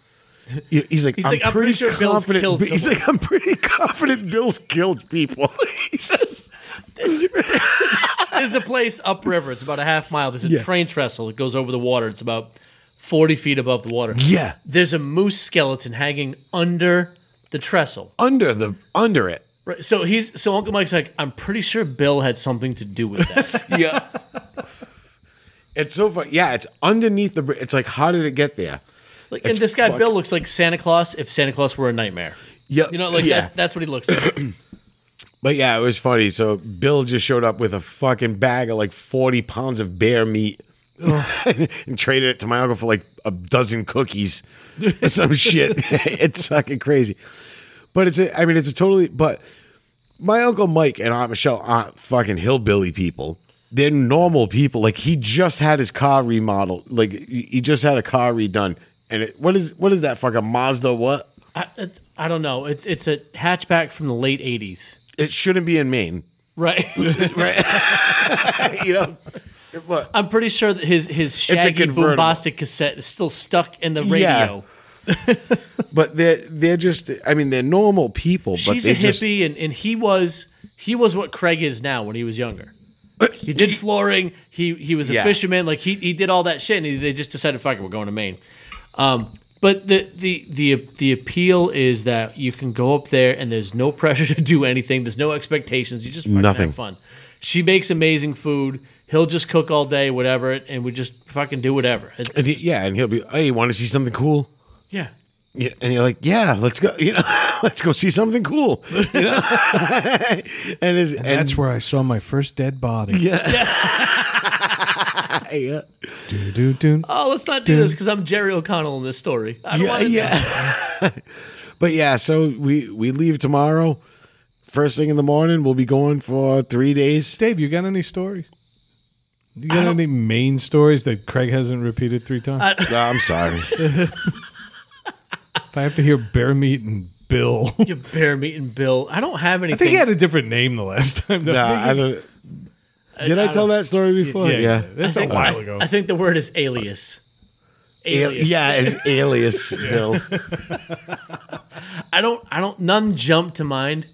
C: He- He's like,
B: He's
C: I'm,
B: like,
C: pretty sure
B: Bill's
C: confident.
B: killed
C: He's
B: someone."
C: like, I'm pretty confident Bill's killed people. he says,
B: There's a place upriver. It's about a half mile. There's a
C: Yeah.
B: train trestle that goes over the water. It's about 40 feet above the water.
C: Yeah.
B: There's a moose skeleton hanging under the trestle.
C: under the under it.
B: Right. So he's so Uncle Mike's like, I'm pretty sure Bill had something to do with that.
C: Yeah. It's so fun. Yeah, it's underneath the. br- It's like, how did it get there?
B: Like, and this guy
C: fuck-
B: Bill looks like Santa Claus if Santa Claus were a nightmare.
C: Yeah,
B: You know, like
C: yeah.
B: that's that's what he looks like.
C: But yeah, it was funny. So Bill just showed up with a fucking bag of like forty pounds of bear meat, and traded it to my uncle for like a dozen cookies or some shit. it's fucking crazy. But it's a, I mean, it's a totally. But my uncle Mike and Aunt Michelle aren't fucking hillbilly people. They're normal people. Like he just had his car remodeled. Like he he just had a car redone. And it, what is what is that fucking Mazda? What?
B: I, it's- I don't know. It's it's a hatchback from the late '80s,
C: It shouldn't be in Maine,
B: right?
C: right? you know. But
B: I'm pretty sure that his his
C: a
B: shaggy
C: convertible.
B: bombastic cassette is still stuck in the radio.
C: Yeah. but they're they're just I mean they're normal people.
B: She's
C: but
B: a
C: they just,
B: hippie, and, and he was he was what Craig is now when he was younger. He did flooring. He he was a
C: Yeah.
B: fisherman. Like he he did all that shit, and he, they just decided, fuck it, we're going to Maine. Um, but the the the the appeal is that you can go up there, and there's no pressure to do anything. There's no expectations. You just fucking
C: Nothing.
B: have fun. She makes amazing food. He'll just cook all day, whatever, and we just fucking do whatever. It's-
C: and he, yeah, and he'll be hey, you want to see something cool?
B: yeah.
C: Yeah, and you're like, yeah, let's go. You know, let's go see something cool. You know? and it's, and,
A: That's where I saw my first dead body.
C: yeah,
A: Doo-doo-doo.
B: Oh, let's not do this because I'm Jerry O'Connell in this story. I don't
C: yeah,
B: want to.
C: yeah. but yeah, so we we leave tomorrow. First thing in the morning, we'll be going for three days.
A: Dave, you got any stories? You got any main stories that Craig hasn't repeated three times?
C: No, I'm sorry.
A: if I have to hear bear meat and Bill, I
B: You bear meat and Bill. I don't have anything.
A: think he had a different name the last time. though.
C: No, I don't. Did I, tell that story before?
A: yeah, yeah,
C: Yeah,
A: that's a while ago.
B: I think the word is alias.
C: yeah,
B: Alias.
C: as alias Bill.
B: I don't. I don't. None jump to mind,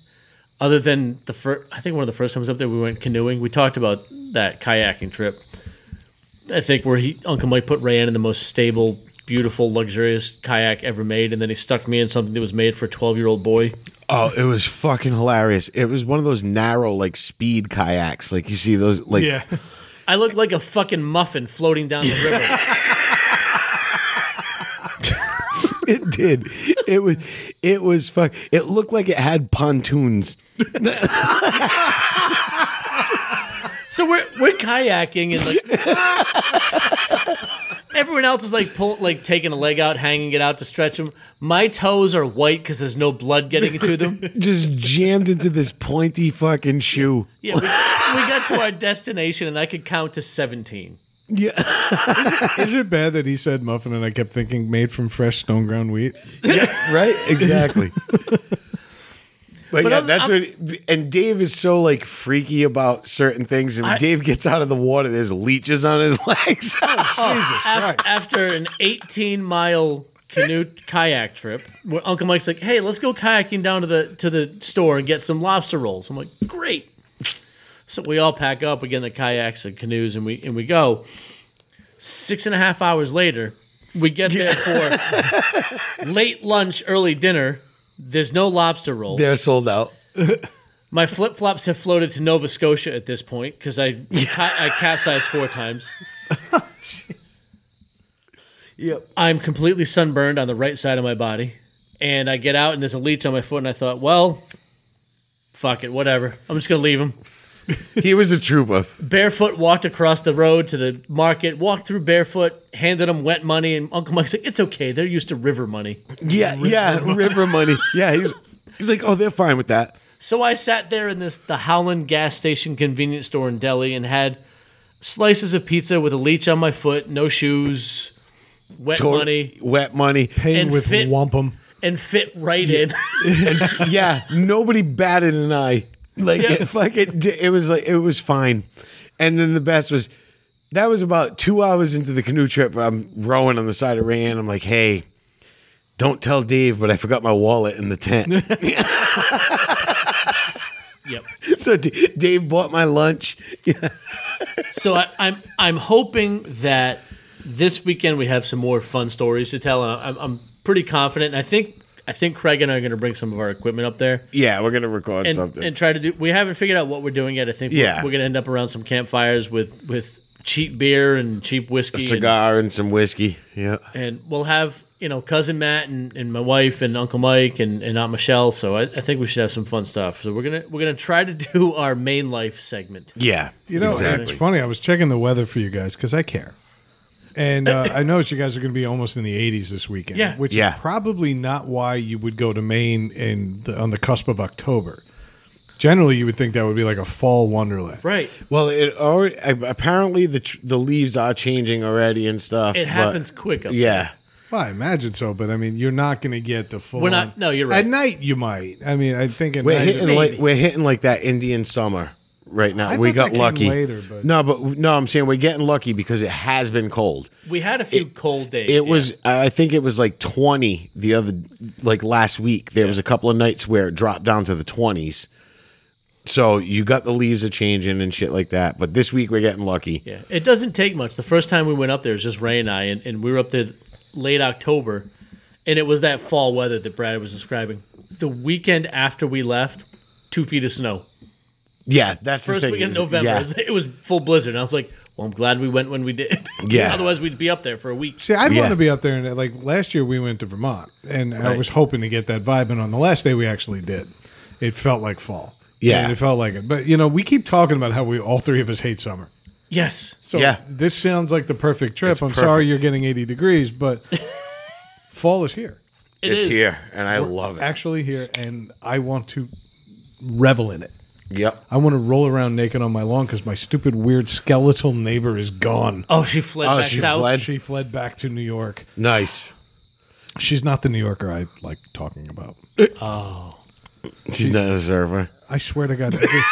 B: other than the first. I think one of the first times up there we went canoeing. We talked about that kayaking trip. I think where he Uncle Mike put Rayanne in the most stable, beautiful, luxurious kayak ever made, and then he stuck me in something that was made for a twelve-year-old boy.
C: Oh, it was fucking hilarious. It was one of those narrow, like speed kayaks. Like you see those, like
A: yeah,
B: I looked like a fucking muffin floating down the river.
C: it did. It was, it was fuck. It looked like it had pontoons.
B: So we're we're kayaking and like everyone else is like pull, like taking a leg out, hanging it out to stretch them. My toes are white because there's no blood getting into them.
C: Just jammed into this pointy fucking shoe.
B: Yeah, we, we got to our destination and I could count to seventeen.
C: Yeah,
A: is it bad that he said muffin and I kept thinking made from fresh stone ground wheat?
C: right. Exactly. But, yeah,
B: I'm-
C: that's what. And Dave is so like freaky about certain things. And when
B: I-
C: Dave gets out of the water, there's leeches on his legs.
B: Oh, Af- after an 18 mile canoe kayak trip where uncle mike's like hey let's go kayaking down to the to the store and get some lobster rolls i'm like great so we all pack up we get in the kayaks and canoes and we and we go six and a half hours later we get there for late lunch early dinner there's no lobster roll
C: They're sold out.
B: my flip flops have floated to Nova Scotia at this point because I I capsized four times.
C: Yep.
B: I'm completely sunburned on the right side of my body, and I get out and there's a leech on my foot, and I thought, well, fuck it, whatever. I'm just gonna leave him.
C: He was a trooper.
B: Barefoot walked across the road to the market, walked through barefoot, handed him wet money, and Uncle Mike's like, "It's okay, they're used to river money."
C: Yeah, yeah, river money. Yeah, he's he's like, oh, they're fine with that.
B: So I sat there in this the Howland gas station convenience store in Delhi and had slices of pizza with a leech on my foot, no shoes, wet
C: Tor-
B: money,
C: wet money.
A: Paying
B: And
A: with
B: fit-
A: wampum.
B: and fit right in.
C: yeah, nobody batted an eye. Like
B: Yeah.
C: it, fuck it, di- it was like it was fine. And then the best was that was about two hours into the canoe trip. I'm rowing on the side of Rayan. I'm like, hey, don't tell Dave, but I forgot my wallet in the tent.
B: yep.
C: so D- Dave bought my lunch.
B: So I, I'm I'm hoping that this weekend we have some more fun stories to tell, and I'm, I'm pretty confident. And I think I think Craig and I are going to bring some of our equipment up there
C: Yeah, we're gonna record
B: and,
C: something.
B: and try to do. We haven't figured out what we're doing yet. I think
C: Yeah.
B: we're, we're going to end up around some campfires with with cheap beer and cheap whiskey, and-
C: Cigar and some whiskey. Yeah.
B: and, we'll have you know cousin Matt and, and my wife and Uncle Mike and, and Aunt Michelle. So I, I think we should have some fun stuff. So we're gonna we're gonna try to do our main life segment.
C: Yeah.
A: You know,
C: exactly.
A: it's funny. I was checking the weather for you guys because I care. And uh, I noticed you guys are going to be almost in the 80s this weekend,
B: Yeah.
A: which
C: Yeah.
A: is probably not why you would go to Maine in the, on the cusp of October. Generally, you would think that would be like a fall wonderland.
B: Right.
C: Well, it already, apparently the tr- the leaves are changing already and stuff.
B: It
C: but-
B: happens quick. Up
C: Yeah.
A: Well, I imagine so, but I mean, you're not going to get the full.
B: We're not- no, you're right.
A: At night, you might. I mean, I think at
C: We're
A: night-
C: hitting
B: maybe.
C: like we're hitting like that Indian summer right now.
A: I
C: we
A: thought that
C: got
A: came
C: lucky.
A: later, but-
C: No, but no, I'm saying we're getting lucky because it has been cold.
B: We had a few cold days.
C: It
B: yeah.
C: was I think it was like 20 the other like last week. There was a couple of nights where it dropped down to the 20s. So you got the leaves are changing and shit like that. But this week we're getting lucky.
B: Yeah, it doesn't take much. The first time we went up there, it was just Ray and I, and, and we were up there late October, and it was that fall weather that Brad was describing. The weekend after we left, two feet of snow.
C: Yeah, that's the
B: First
C: thing.
B: weekend
C: is-
B: in November,
C: yeah.
B: it, was, it was full blizzard. And I was like, well, I'm glad we went when we did.
C: Yeah.
B: Otherwise, we'd be up there for a week.
A: See, I'd
C: Yeah.
A: want to be up there. And like last year, we went to Vermont, and I
B: Right.
A: was hoping to get that vibe. And on the last day, we actually did. It felt like fall.
C: Yeah.
A: and it felt like it. But you know, we keep talking about how we all three of us hate summer.
B: Yes.
A: So
C: Yeah.
A: this sounds like the perfect trip. I'm sorry
C: perfect.
A: you're getting 80 degrees, but fall is here,
B: it
C: it's
B: is.
C: here and I love it.
A: actually here, and I want to revel in it.
C: Yep.
A: I want to roll around naked on my lawn because my stupid, weird skeletal neighbor is gone.
B: Oh, she fled
C: Oh,
B: back
C: she
B: south.
C: fled.
A: She fled back to New York.
C: Nice.
A: She's not the New Yorker I like talking about.
C: She's not a server.
A: I swear to God. every-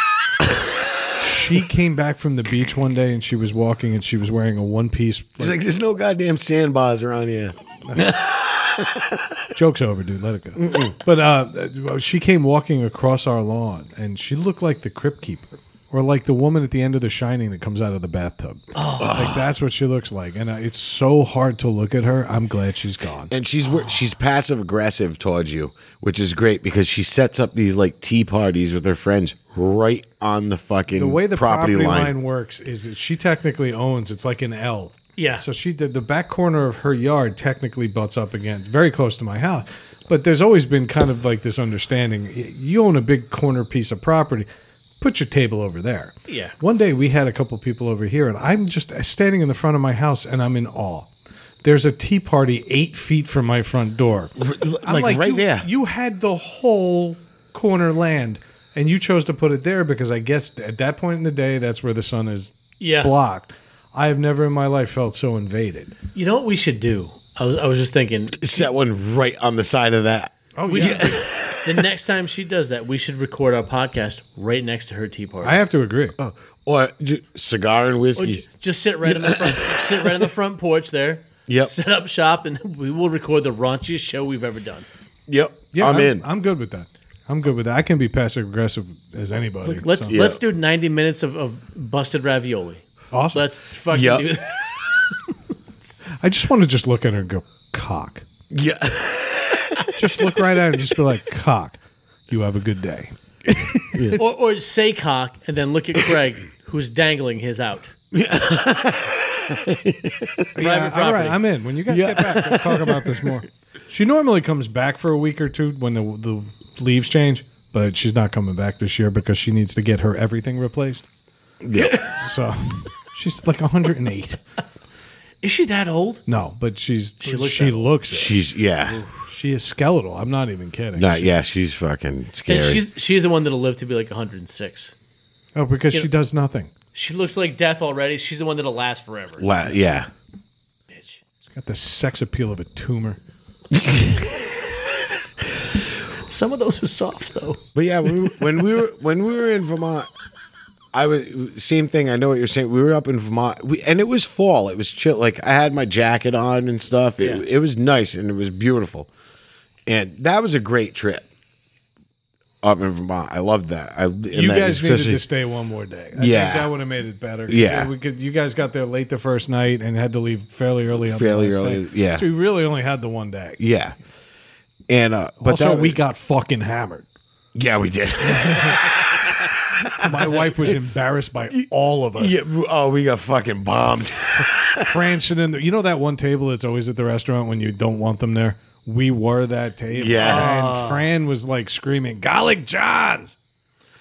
A: she came back from the beach one day and she was walking and she was wearing a one piece.
C: She's like, there's no goddamn sandbars around here.
A: Joke's over, dude. Let it go. But uh, she came walking across our lawn and she looked like the crypt keeper. Or like the woman at the end of The Shining that comes out of the bathtub.
C: Oh.
A: Like that's what she looks like, and uh, it's so hard to look at her. I'm glad she's gone.
C: and she's wor- she's passive aggressive towards you, which is great because she sets up these like tea parties with her friends right on the fucking
A: the way the
C: property, line.
A: works is that she technically owns it's like an L.
B: Yeah.
A: So she did the back corner of her yard technically butts up against very close to my house. But there's always been kind of like this understanding you own a big corner piece of property. Put your table over there.
B: Yeah.
A: One day we had a couple people over here, and I'm just standing in the front of my house and I'm in awe. There's a tea party eight feet from my front door. I'm
C: like, right
A: you,
C: there.
A: You had the whole corner land, and you chose to put it there because I guess at that point in the day, that's where the sun is
B: Yeah.
A: blocked. I have never in my life felt so invaded.
B: You know what we should do? I was, I was just thinking
C: Set one right on the side of that.
A: Oh
B: We should- the next time she does that, we should record our podcast right next to her tea party.
A: I have to agree.
C: Oh, Or ju- cigar and
B: Or
C: whiskey.
B: ju- just sit right in the front, sit right in the front porch there.
C: Yep.
B: Set up shop, and we will record the raunchiest show we've ever done.
C: Yep. I'm, in.
A: I'm good with that. I'm good with that. I can be passive aggressive as anybody.
B: Let's
A: so-
B: let's do ninety minutes of, of busted ravioli.
A: awesome.
B: Let's fucking
C: Yep.
B: do that.
A: I just want to just look at her and go cock.
C: yeah.
A: Just look right at her and just be like cock. You have a good day.
B: Or, or say cock, and then look at Craig, who's dangling his out. Private property.
A: All right, I'm in. When you guys get back, let's talk about this more. She normally comes back for a week or two when the the leaves change. but she's not coming back this year because she needs to get her everything replaced.
C: Yeah.
A: So she's like 108.
B: Is she that old?
A: No, but she's she
B: looks
A: looks she,
B: that
C: she's yeah.
A: is skeletal. I'm not even kidding.
C: Not yeah, she's fucking scary.
B: And she's she's the one that'll live to be like 106.
A: oh, because she does nothing.
B: She looks like death already. She's the one that'll last forever.
C: La- yeah.
B: Bitch.
A: She's got the sex appeal of a tumor.
B: Some of those are soft though.
C: But yeah, we, when we were when we were in Vermont, I was same thing. I know what you're saying. We were up in Vermont, we, and it was fall. It was chill. Like I had my jacket on and stuff. It,
B: Yeah.
C: it was nice and it was beautiful, and that was a great trip. Up in Vermont, I loved that. I and
A: you
C: that
A: guys needed
C: especially-
A: to stay one more day. I
C: Yeah.
A: think that would have made it better. 'cause
C: Yeah.
A: we could. You guys got there late the first night and had to leave fairly early. On
C: Fairly
A: the last
C: early,
A: day.
C: yeah.
A: So we really only had the one day.
C: Yeah, and uh, but
A: also,
C: that
A: we got fucking hammered.
C: yeah we did.
A: My wife was embarrassed by all of us.
C: yeah, oh, we got fucking bombed.
A: prancing in the, you know that one table that's always at the restaurant when you don't want them there we were that table
C: Yeah.
A: and fran was like screaming garlic johns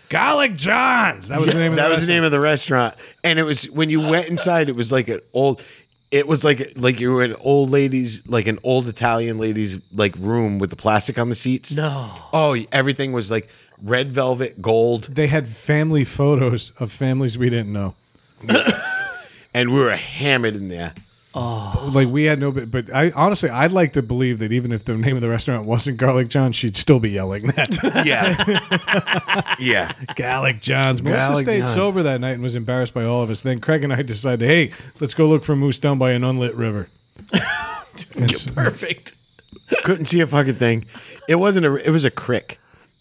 A: garlic johns that was the name of
C: that
A: the
C: was the name
A: restaurant.
C: of the restaurant and it was when you went inside it was like an old it was like like you were an old lady's like an old italian lady's like room with the plastic on the seats
B: No.
C: oh everything was like red velvet gold
A: they had family photos of families we didn't know
C: and we were hammered in there
A: like we had no but but i honestly i'd like to believe that even if the name of the restaurant wasn't garlic johns she'd still be yelling that
C: yeah yeah
A: garlic johns melissa
C: Garlic
A: stayed
C: John.
A: sober that night and was embarrassed by all of us then craig and i decided hey let's go look for moose down by an unlit river And so-
B: Perfect.
C: couldn't see a fucking thing it wasn't a it was a crick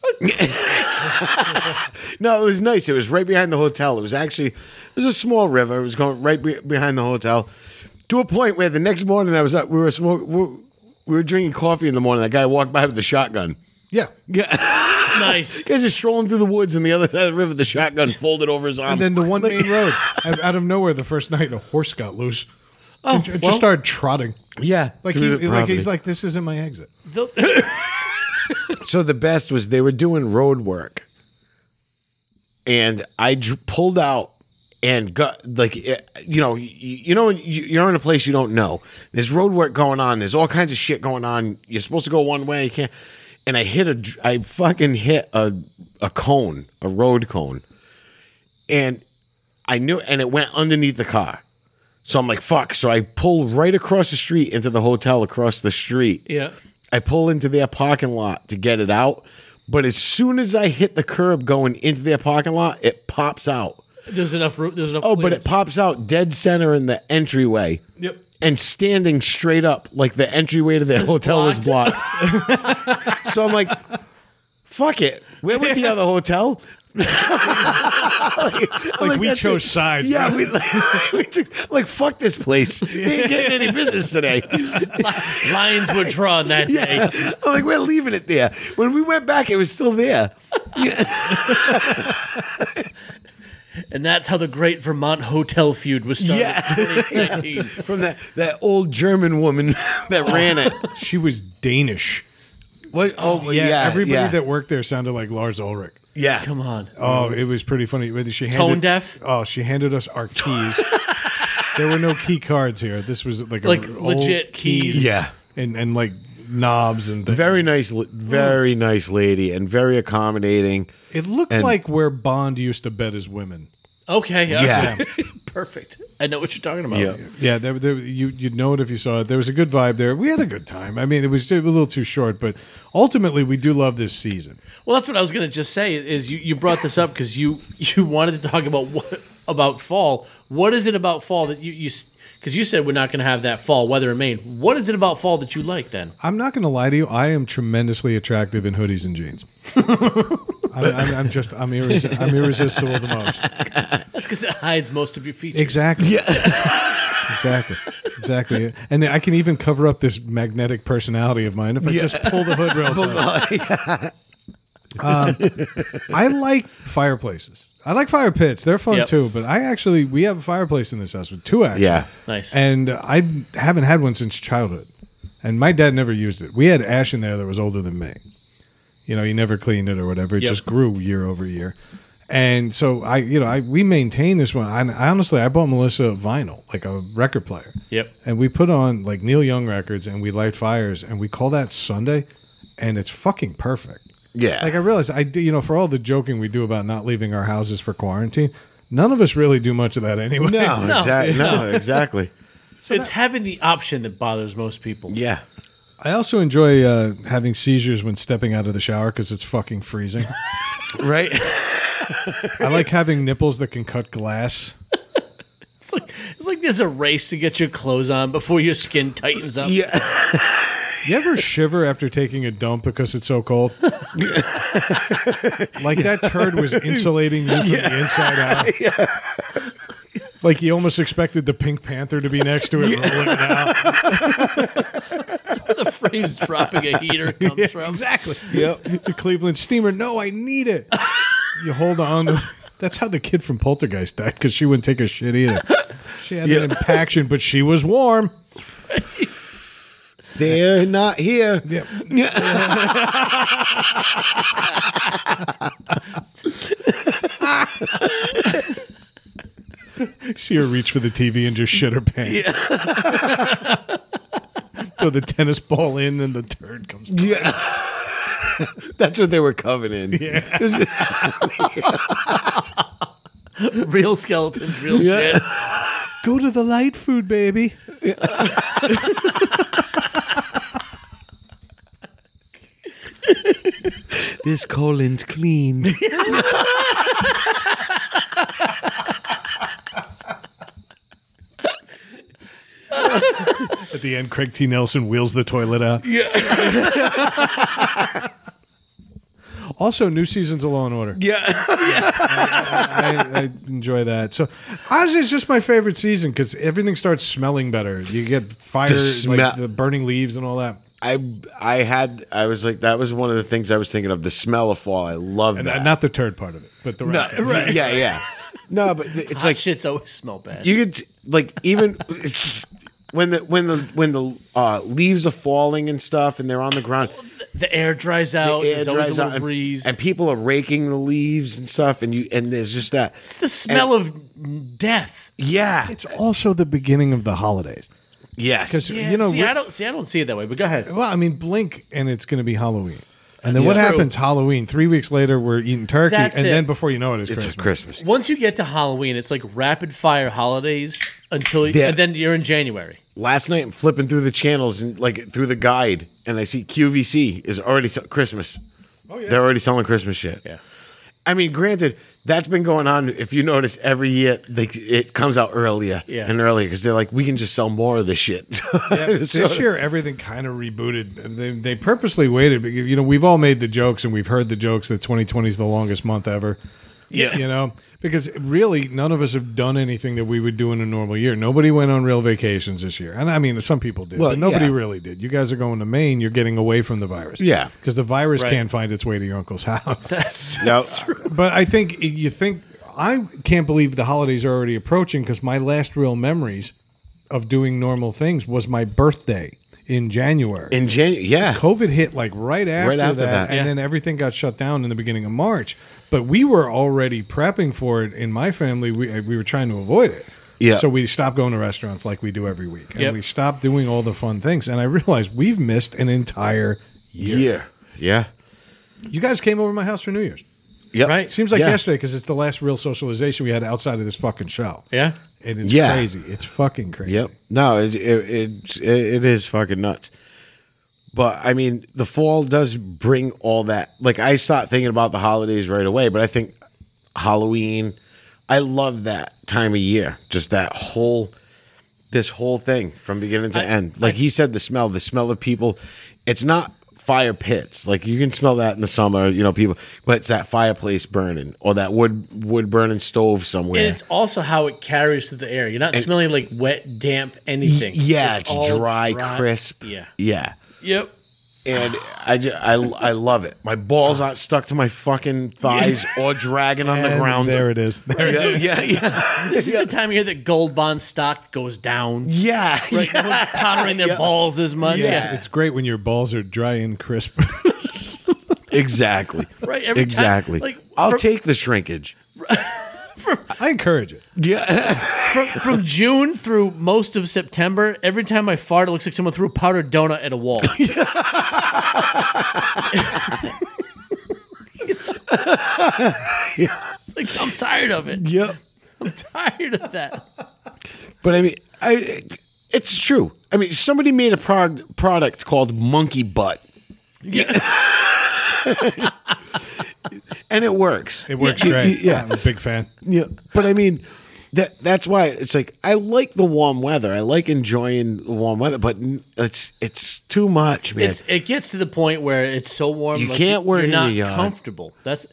C: no it was nice it was right behind the hotel it was actually it was a small river it was going right be- behind the hotel to a point where the next morning i was up we were smoking we were- we were drinking coffee in the morning that guy walked by with a shotgun
A: yeah
B: Nice.
C: guys just strolling through the woods on the other side of the river the shotgun folded over his arm
A: And then the one main road, out out of nowhere, the first night, a horse got loose. Oh, and ju-
B: well.
A: just started trotting.
C: yeah
A: Like,
C: through
A: he,
C: the
A: like
C: property.
A: he's like, this isn't my exit.
B: The-
C: So the best was they were doing road work, and I dr- pulled out and got like it- you know you, you know when you- you're in a place you don't know. There's road work going on. There's all kinds of shit going on. You're supposed to go one way. You can't. And I hit a dr- I fucking hit a a cone, a road cone, and I knew and it went underneath the car. So I'm like fuck. So I pull right across the street into the hotel across the street.
B: yeah.
C: I pull into their parking lot to get it out, but as soon as I hit the curb going into their parking lot, it pops out.
B: There's enough room. There's enough.
C: Oh, but
B: clearance.
C: it pops out dead center in the entryway.
A: Yep.
C: And standing straight up, like the entryway to their hotel is blocked. so I'm like, fuck it. We're with the other hotel. like,
A: we
C: that's
A: chose sides,
C: Yeah, we, like, we took, like, fuck this place. They ain't getting any business today.
B: lines were drawn that day.
C: Yeah. I'm like, we're leaving it there. When we went back, it was still there.
B: And that's how the great Vermont hotel feud was started.
C: Yeah.
B: in 2019.
C: From that, that old German woman that ran it.
A: She was Danish.
C: What? Oh,
A: Yeah, everybody
C: yeah.
A: that worked there sounded like Lars Ulrich.
C: Yeah.
B: Come on.
A: Oh, it was pretty funny. Whether She handed,
B: Um, Tone deaf?
A: Oh, she handed us our keys. there were no key cards here. This was like a
B: Like
A: r-
B: legit
A: old
B: keys.
C: Yeah.
A: and and like knobs and things.
C: Very nice, l- very nice lady, and very accommodating.
A: It looked
C: and-
A: like where Bond used to bet his women.
B: Okay. Yeah.
C: Yeah.
B: Perfect. I know what you're talking about.
C: Yeah.
A: Yeah, there, there, you you'd know it if you saw it. There was a good vibe there. We had a good time. I mean, it was a little too short, but ultimately, we do love this season.
B: Well, that's what I was going to just say is you, you brought this up because you, you wanted to talk about what about fall. What is it about fall that you you because you said we're not going to have that fall weather in Maine. What is it about fall that you like then?
A: I'm not going to lie to you. I am tremendously attractive in hoodies and jeans. I'm, I'm, I'm just I'm, irresi- I'm irresistible the most.
B: That's because it hides most of your features.
A: Exactly. Yeah. exactly. Exactly. And then I can even cover up this magnetic personality of mine if I just pull the hood real tight. I like fireplaces. I like fire pits. They're fun
B: Yep.
A: too. But I actually we have a fireplace in this house with two actually.
C: Yeah.
B: Nice.
A: And I haven't had one since childhood. And my dad never used it. We had ash in there that was older than me. you know, you never cleaned it or whatever. It
B: Yep.
A: just grew year over year. And so I, you know, I we maintain this one. I, I honestly, I bought Melissa a vinyl, like a record player.
B: Yep.
A: And we put on like Neil Young records and we light fires and we call that Sunday, and it's fucking perfect.
C: Yeah.
A: Like I realize I, do- you know, for all the joking we do about not leaving our houses for quarantine, none of us really do much of that anyway.
C: no,
B: No.
C: exactly. No, exactly.
B: it's having the option that bothers most people.
C: Yeah.
A: I also enjoy uh, having seizures when stepping out of the shower because it's fucking freezing.
C: Right.
A: I like having nipples that can cut glass.
B: It's like it's like there's a race to get your clothes on before your skin tightens up.
C: yeah.
A: You ever shiver after taking a dump because it's so cold? like that turd was insulating you from the inside out. Like you almost expected the Pink Panther to be next to it rolling it out.
B: the phrase dropping a heater comes from. Exactly.
C: Yep.
A: The Cleveland steamer. No, I need it. You hold on. to- That's how the kid from Poltergeist died because she wouldn't take a shit either. She had
C: Yeah.
A: an impaction, but she was warm.
C: They're not here.
A: Yeah. See her reach for the TV and just shit her pants. Throw the tennis ball in and the turd comes.
C: Yeah. That's what they were covered in. It was-
B: Real skeletons, real
C: Yeah.
B: shit.
A: Go to the light food, baby.
C: this colon's clean.
A: At the end, Craig T. Nelson wheels the toilet out. Yeah. also, new seasons of Law and Order.
C: Yeah.
A: I, I enjoy that. So ours is just my favorite season because everything starts smelling better. You get fire,
C: The smell-
A: like the burning leaves and all that.
C: I I had I was like that was one of the things I was thinking of the smell of fall. I love
A: And
C: that.
A: not the turd part of it, but the rest. of it.
C: right. Yeah, yeah. No, but th- it's
B: Like
C: like
B: shit's always smell bad.
C: you could like even when the when the when the uh, leaves are falling and stuff and they're on the ground.
B: the air dries out. Oh,
C: air
B: there's always
C: dries
B: a
C: out
B: little
C: and-
B: breeze.
C: and people are raking the leaves and stuff and you and there's just that
B: it's the smell of death.
C: yeah
A: It's also the beginning of the holidays.
C: yes
A: You know,
B: see,
A: we-
B: I don't see. I don't see it that way. But go ahead.
A: Well, I mean, blink and it's going to be Halloween. And then what
B: True.
A: happens? Halloween. Three weeks later, we're eating turkey,
B: That's
A: and
B: it.
A: then before you know it, it's,
C: it's
A: Christmas.
C: Christmas
B: Once you get to Halloween, it's like rapid fire holidays until
C: Yeah.
B: and then you're in January.
C: last night I'm flipping through the channels and like through the guide and I see QVC is already sell- Christmas oh yeah they're already selling Christmas shit
B: Yeah.
C: I mean, granted, that's been going on. If you notice, every year they, it comes out earlier
B: Yeah.
C: and earlier because they're like, we can just sell more of this shit.
A: Yeah,
C: So-
A: this year everything kind of rebooted. They, they purposely waited. Because, you know, we've all made the jokes and we've heard the jokes that 2020 is the longest month ever.
B: Yeah.
A: you know, because really none of us have done anything that we would do in a normal year. Nobody went on real vacations this year, and I mean some people did,
C: Well,
A: but nobody
C: yeah.
A: really did. You guys are going to Maine. You're getting away from the virus.
C: Yeah.
A: because the virus
B: Right.
A: can't find its way to your uncle's house.
B: That's
C: No,
A: But I think you think I can't believe the holidays are already approaching because my last real memories of doing normal things was my birthday in January.
C: in January, yeah.
A: COVID hit like right after,
C: after
A: that,
C: that.
A: and
B: Yeah.
A: then everything got shut down in the beginning of March. But we were already prepping for it in my family. We we were trying to avoid it.
C: Yeah.
A: So we stopped going to restaurants like we do every week, and
B: Yep.
A: we stopped doing all the fun things. And I realized we've missed an entire year.
C: Year. Yeah.
A: You guys came over to my house for New Year's.
C: Yep.
B: Right.
A: Seems like
C: Yeah.
A: yesterday because it's the last real socialization we had outside of this fucking show.
B: Yeah.
A: And it's
C: Yeah.
A: crazy. It's fucking crazy.
C: Yep. No, it, it, it's- it, it is fucking nuts. But I mean, the fall does bring all that. Like, I start thinking about the holidays right away, but I think Halloween, I love that time of year. Just that whole, this whole thing from beginning to end. Like he said, the smell, the smell of people. It's not fire pits. Like you can smell that in the summer, you know, people, but it's that fireplace burning or that wood, wood burning stove somewhere.
B: And it's also how it carries through the air. You're not smelling like wet, damp anything.
C: Yeah, it's,
B: all
C: dry, crisp.
B: Yeah.
C: Yeah.
B: Yep.
C: and I, ju- I, I love it. My balls aren't stuck to my fucking thighs or dragging on the
A: And
C: ground.
A: There it is. There it is.
C: Yeah, yeah, yeah,
B: This is the time of year that gold bond stock goes down.
C: yeah.
B: Right? No one's powdering their balls as much.
C: Yeah.
B: Yeah.
A: It's great when your balls are dry and crisp.
C: Exactly.
B: Right, every time,
C: exactly.
B: like,
C: I'll
B: from-
C: take the shrinkage.
A: I encourage it.
C: Yeah.
B: From, from June through most of September, every time I fart, it looks like someone threw a powdered donut at a wall. It's like, I'm tired of it.
C: yep.
B: I'm tired of that.
C: But I mean, I it's true. I mean, somebody made a prog- product called Monkey Butt,
B: Yeah.
C: and it works.
A: It works
C: Yeah.
A: great.
C: Yeah.
A: I'm a big fan.
C: Yeah, but I mean, that that's why it's like I like the warm weather. I like enjoying the warm weather, but n- it's it's too much, man.
B: It's, it gets to the point where it's so warm.
C: You can't wear it
B: you're
C: in
B: not
C: your yard.
B: comfortable. That's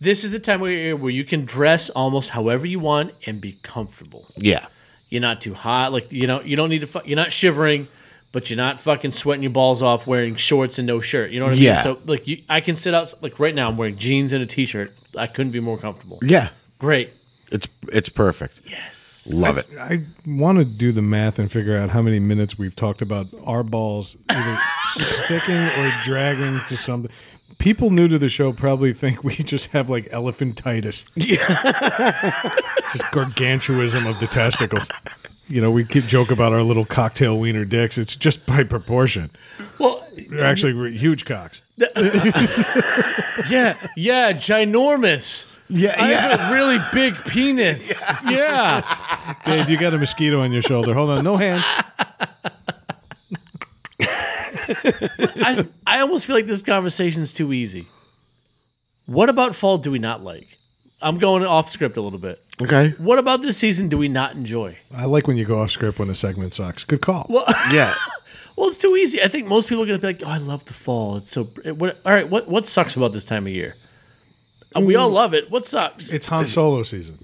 B: this is the time where you're- where you can dress almost however you want and be comfortable.
C: yeah,
B: You're not too hot. Like you know, you don't need to. Fu- you're not shivering, but you're not fucking sweating your balls off wearing shorts and no shirt. You know what I
C: Yeah.
B: mean? So like, you, I can sit out. Like right now, I'm wearing jeans and a t-shirt. I couldn't be more comfortable.
C: yeah.
B: Great.
C: It's it's perfect.
B: Yes.
C: Love it.
A: I want to do the math and figure out how many minutes we've talked about our balls either sticking or dragging to something. People new to the show probably think we just have like elephantitis. Yeah. just gargantuism of the testicles. You know, we keep joke about our little cocktail wiener dicks. It's just by proportion.
B: Well,
A: They're actually re- huge cocks.
B: yeah, yeah, ginormous.
C: Yeah,
B: I
C: yeah.
B: have a really big penis. yeah.
A: Dave, you got a mosquito on your shoulder. Hold on, no hands.
B: I, I almost feel like this conversation is too easy. What about fall do we not like? I'm going off script a little bit.
C: Okay.
B: What about this season do we not enjoy?
A: I like when you go off script when a segment sucks. Good call.
B: Well,
C: Yeah.
B: well, it's too easy. I think most people are going to be like, "Oh, I love the fall. It's so." It, what, all right, what what sucks about this time of year? Uh, We
C: Mm.
B: all love it. What sucks?
A: It's Han Solo season,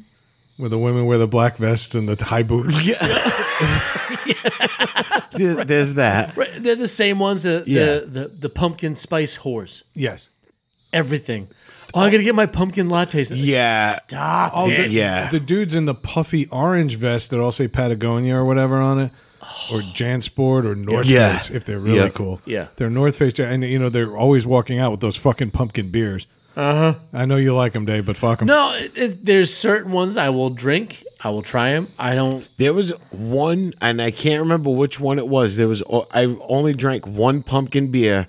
A: where the women wear the black vests and the high boots.
C: There- There's that.
B: Right, they're the same ones. The,
C: Yeah.
B: the the the pumpkin spice whores.
A: Yes.
B: Everything. Oh, I got to get my pumpkin lattes.
C: Yeah.
B: Stop.
A: Oh, the,
C: Yeah.
A: The dudes in the puffy orange vest that all say Patagonia or whatever on it, or JanSport or North
C: Oh. Yeah.
A: Face, if they're really
C: Yeah.
A: cool.
B: Yeah.
A: They're North Face, and you know they're always walking out with those fucking pumpkin beers.
C: Uh-huh.
A: Uh huh. I know you like them, Dave, but fuck them.
B: No, it, it, there's certain ones I will drink. I will try them. I don't.
C: There was one, and I can't remember which one it was. There was o- I only drank one pumpkin beer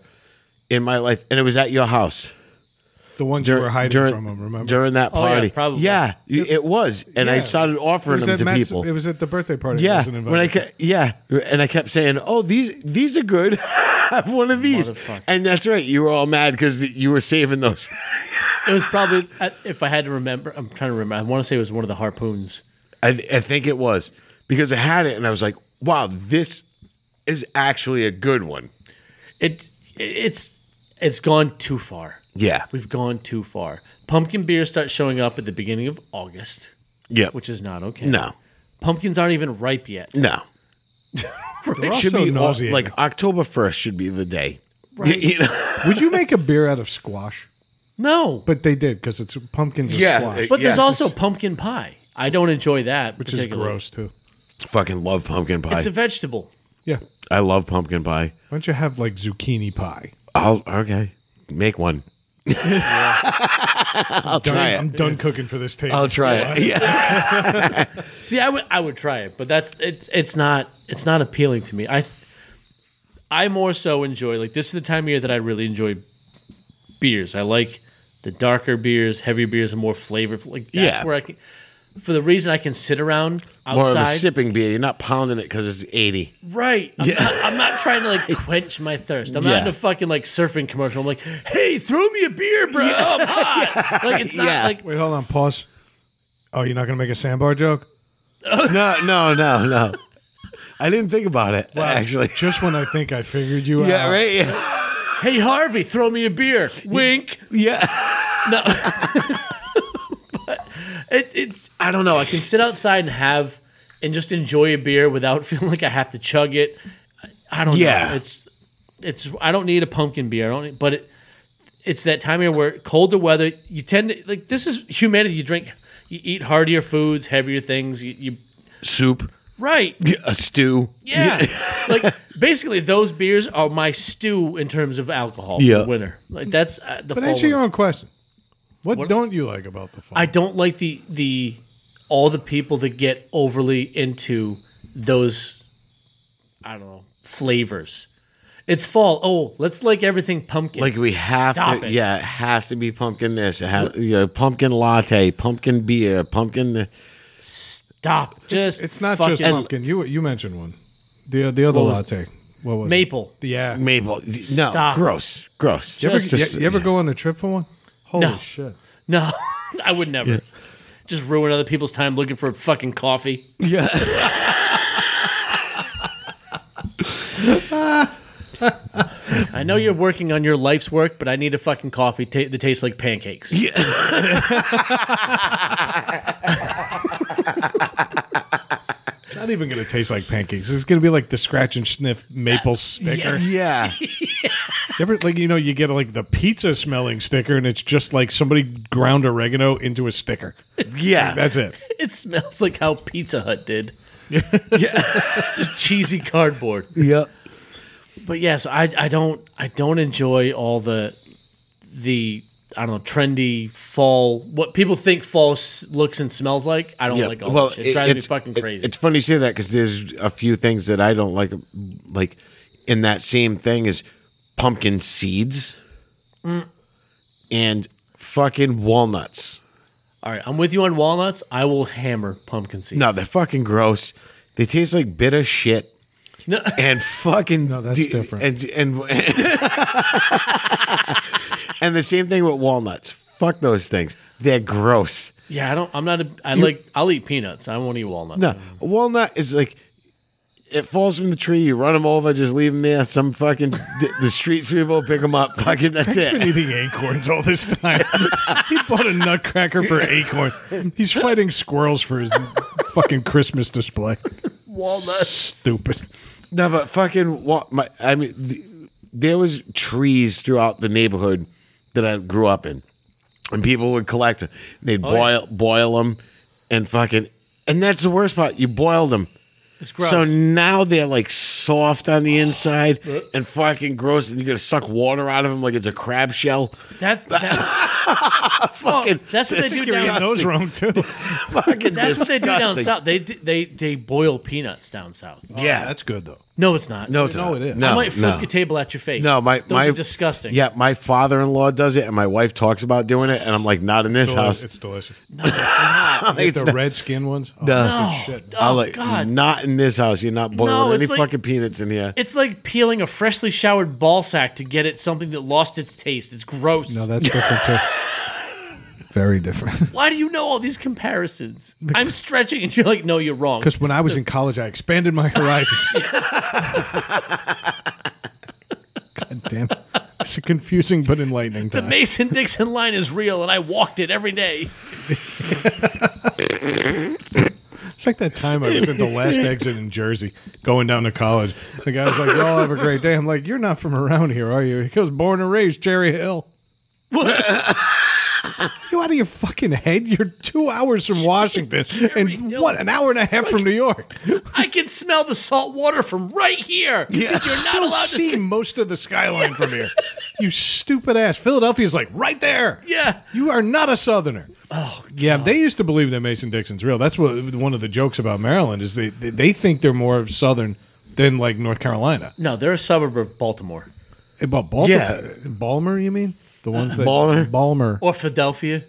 C: in my life, and it was at your house.
A: The ones
C: Dur-
A: you were hiding
C: during,
A: from them, remember?
C: during that
B: Oh, yeah,
C: party?
B: probably.
C: Yeah, y- it was, and I
A: Yeah.
C: started
A: it
C: offering
A: was
C: them
A: at
C: to
A: Matt's-
C: people.
A: It was at the birthday party. I
C: yeah,
A: wasn't
C: when I
A: invited.
C: ke- yeah, and I kept saying, "Oh, these these are good. Have one of these."
B: Motherfucker.
C: And that's right, you were all mad because you were saving those.
B: It was probably I- if I had to remember. I'm trying to remember. I want to say it was one of the harpoons.
C: I, th- I think it was because I had it, and I was like, "Wow, this is actually a good one."
B: It it's it's gone too far.
C: Yeah,
B: We've gone too far. Pumpkin beers start showing up at the beginning of August,
C: yeah.
B: which is not okay.
C: no,
B: pumpkins aren't even ripe yet.
C: no.
A: They're
C: Should
A: also
C: be au-
A: nauseating.
C: like October first should be the day. You know?
A: Would you make a beer out of squash?
B: No, but,
A: But they did because it's pumpkins and
C: Yeah,
A: squash,
C: it-
B: there's
C: yeah.
B: also pumpkin pie. I don't enjoy that,
A: which is gross too.
C: Fucking love pumpkin pie.
B: It's a vegetable.
A: Yeah.
C: I love pumpkin pie.
A: Why don't you have like zucchini pie?
C: I'll okay. Make one. I'll try
A: I'm
C: it.
A: done cooking for this table.
C: I'll try it. Yeah.
B: See, I would I would try it, but that's it's it's not it's not appealing to me. I I more so enjoy like this is the time of year that I really enjoy beers. I like the darker beers, heavier beers, and more flavorful. Like that's
C: Yeah.
B: where I can for the reason I can sit around
C: More of a
B: outside.
C: sipping beer. You're not pounding it because it's 80.
B: Right. I'm, not, I'm not trying to like quench my thirst. I'm
C: Yeah.
B: not in a fucking like surfing commercial. I'm like, hey, throw me a beer, bro. I'm hot. Like it's not
C: Yeah.
B: like
A: Wait, hold on. Pause. Oh, you're not going to make a sandbar joke?
C: No, no, no, no. I didn't think about it, actually.
A: Just when I think I figured you
C: Yeah,
A: out.
C: right? Yeah.
B: hey Harvey, throw me a beer. Wink.
C: yeah.
B: No. but it, it's I don't know. I can sit outside and have and just enjoy a beer without feeling like I have to chug it. I, I don't
C: Yeah.
B: know. It's it's I don't need a pumpkin beer. I don't need, but it it's that time of year where colder weather you tend to like this is humanity you drink you eat heartier foods, heavier things, you, you
C: Soup.
B: Right.
C: a stew.
B: Yeah. like basically, those beers are my stew in terms of alcohol. for
C: Yeah.
B: Winter. Like that's uh, the.
A: But
B: fall
A: answer your
B: winter.
A: own question. What, don't you like about the fall?
B: I don't like the the all the people that get overly into those. I don't know flavors. It's fall. Oh, let's like everything pumpkin.
C: Like we have
B: Stop
C: to,
B: it.
C: yeah. It has to be pumpkin. This, it has, you know, pumpkin latte, pumpkin beer, pumpkin. th-
B: Stop. Just
A: it's not
B: fucking
A: just pumpkin. You you mentioned one. The uh, the other
B: was-
A: latte. What was it?
B: maple.
A: Yeah.
C: Maple. No,
B: Stop.
C: gross, gross.
A: You ever,
B: Just-
A: you- you ever go on a trip for one? Holy
B: No.
A: shit!
B: No, I would never. Just ruin other people's time looking for fucking coffee.
C: yeah.
B: I know you're working on your life's work, but I need a fucking coffee ta- that tastes like pancakes.
A: It's not even gonna taste like pancakes. It's gonna be like the scratch and sniff maple sticker.
C: yeah.
A: You ever like you know you get like the pizza smelling sticker and it's just like somebody ground oregano into a sticker.
C: Yeah.
A: That's it.
B: It smells like how Pizza Hut did. Just cheesy cardboard.
C: yeah.
B: But yes, I, I don't I don't enjoy all the the I don't know trendy fall what people think fall s- looks and smells like. I don't
C: Yeah.
B: like all
C: well,
B: that shit. It drives me
C: it's-
B: fucking
C: it-
B: crazy.
C: it's funny you say that because there's a few things that I don't like. Like in that same thing is pumpkin seeds and fucking walnuts.
B: all right, I'm with you on walnuts. I will hammer pumpkin seeds.
C: No, they're fucking gross. They taste like bitter shit.
B: No.
C: And fucking no,
A: that's different.
C: And and and the same thing with walnuts. Fuck those things. They're gross.
B: Yeah, I don't. I'm not. A, I like. I'll eat peanuts. I won't eat walnuts.
C: No, a walnut is like it falls from the tree. You run them over, just leave them there. Some fucking the, the street sweeper will pick them up. Fucking that's
A: Been
C: it.
A: eating acorns all this time. he bought a nutcracker for acorn. He's fighting squirrels for his fucking Christmas display.
B: Walnuts.
A: Stupid.
C: No, but fucking wa- my, I mean, th- there was trees throughout the neighborhood that I grew up in, and people would collect them. They'd
B: Oh,
C: boil boil them, and fucking, and that's the worst part. You boiled them.
B: It's gross.
C: So now they're like soft on the inside and fucking gross, and you're gonna suck water out of them like it's a crab shell.
B: that's that's
C: Fucking,
B: Oh, that's what they do
A: Got
B: down.
A: those wrong too.
C: Fucking
B: That's what they do down
C: disgusting.
B: south. They do- they they boil peanuts down south.
C: Yeah,
A: that's good though.
B: No, it's not.
C: no, it's
A: No,
C: not.
A: it is.
C: No,
B: I might flip
C: no.
B: your table at your face.
C: No, my
B: those
C: my
B: are disgusting.
C: Yeah, my father-in-law does it, and my wife talks about doing it, and I'm like, not in this
A: Deli-
C: house.
A: It's delicious.
C: It's
A: the
C: not-
A: red skin ones. Oh,
C: No.
A: good shit.
B: Oh
C: I'm like,
B: God,
C: not in this house. You're not boiling
B: No, it's
C: any
B: like-
C: fucking peanuts in here.
B: it's like peeling a freshly showered ball sack to get at something that lost its taste. It's gross.
A: No, that's different too. Very different.
B: Why do you know all these comparisons? I'm stretching, and you're like, no, you're wrong.
A: Because when I was in college, I expanded my horizons. God damn. It's a confusing but enlightening
B: the
A: time.
B: Mason Dixon line is real, and I walked it every day.
A: It's like that time I was at the last exit in Jersey going down to college. The guy was like, Y'all have a great day. I'm like, You're not from around here, are you? He goes, Born and raised Cherry Hill. you out of your fucking head? You're two hours from Washington and
B: Hill.
A: what, an hour and a half from New York.
B: I can smell the salt water from right here. Yeah. You're not
A: still
B: allowed to
A: see
B: see.
A: most of the skyline from here. You stupid ass. Philadelphia's like right there.
B: Yeah.
A: You are not a Southerner. Oh, yeah. They used to believe that Mason Dixon's real. That's what one of the jokes about Maryland is. They they, they think they're more of Southern than like North Carolina.
B: No, they're a suburb of Baltimore
A: About Baltimore,
C: Yeah. Uh,
A: Balmer, you mean the ones that
C: Balmer?
A: Balmer,
B: or Philadelphia.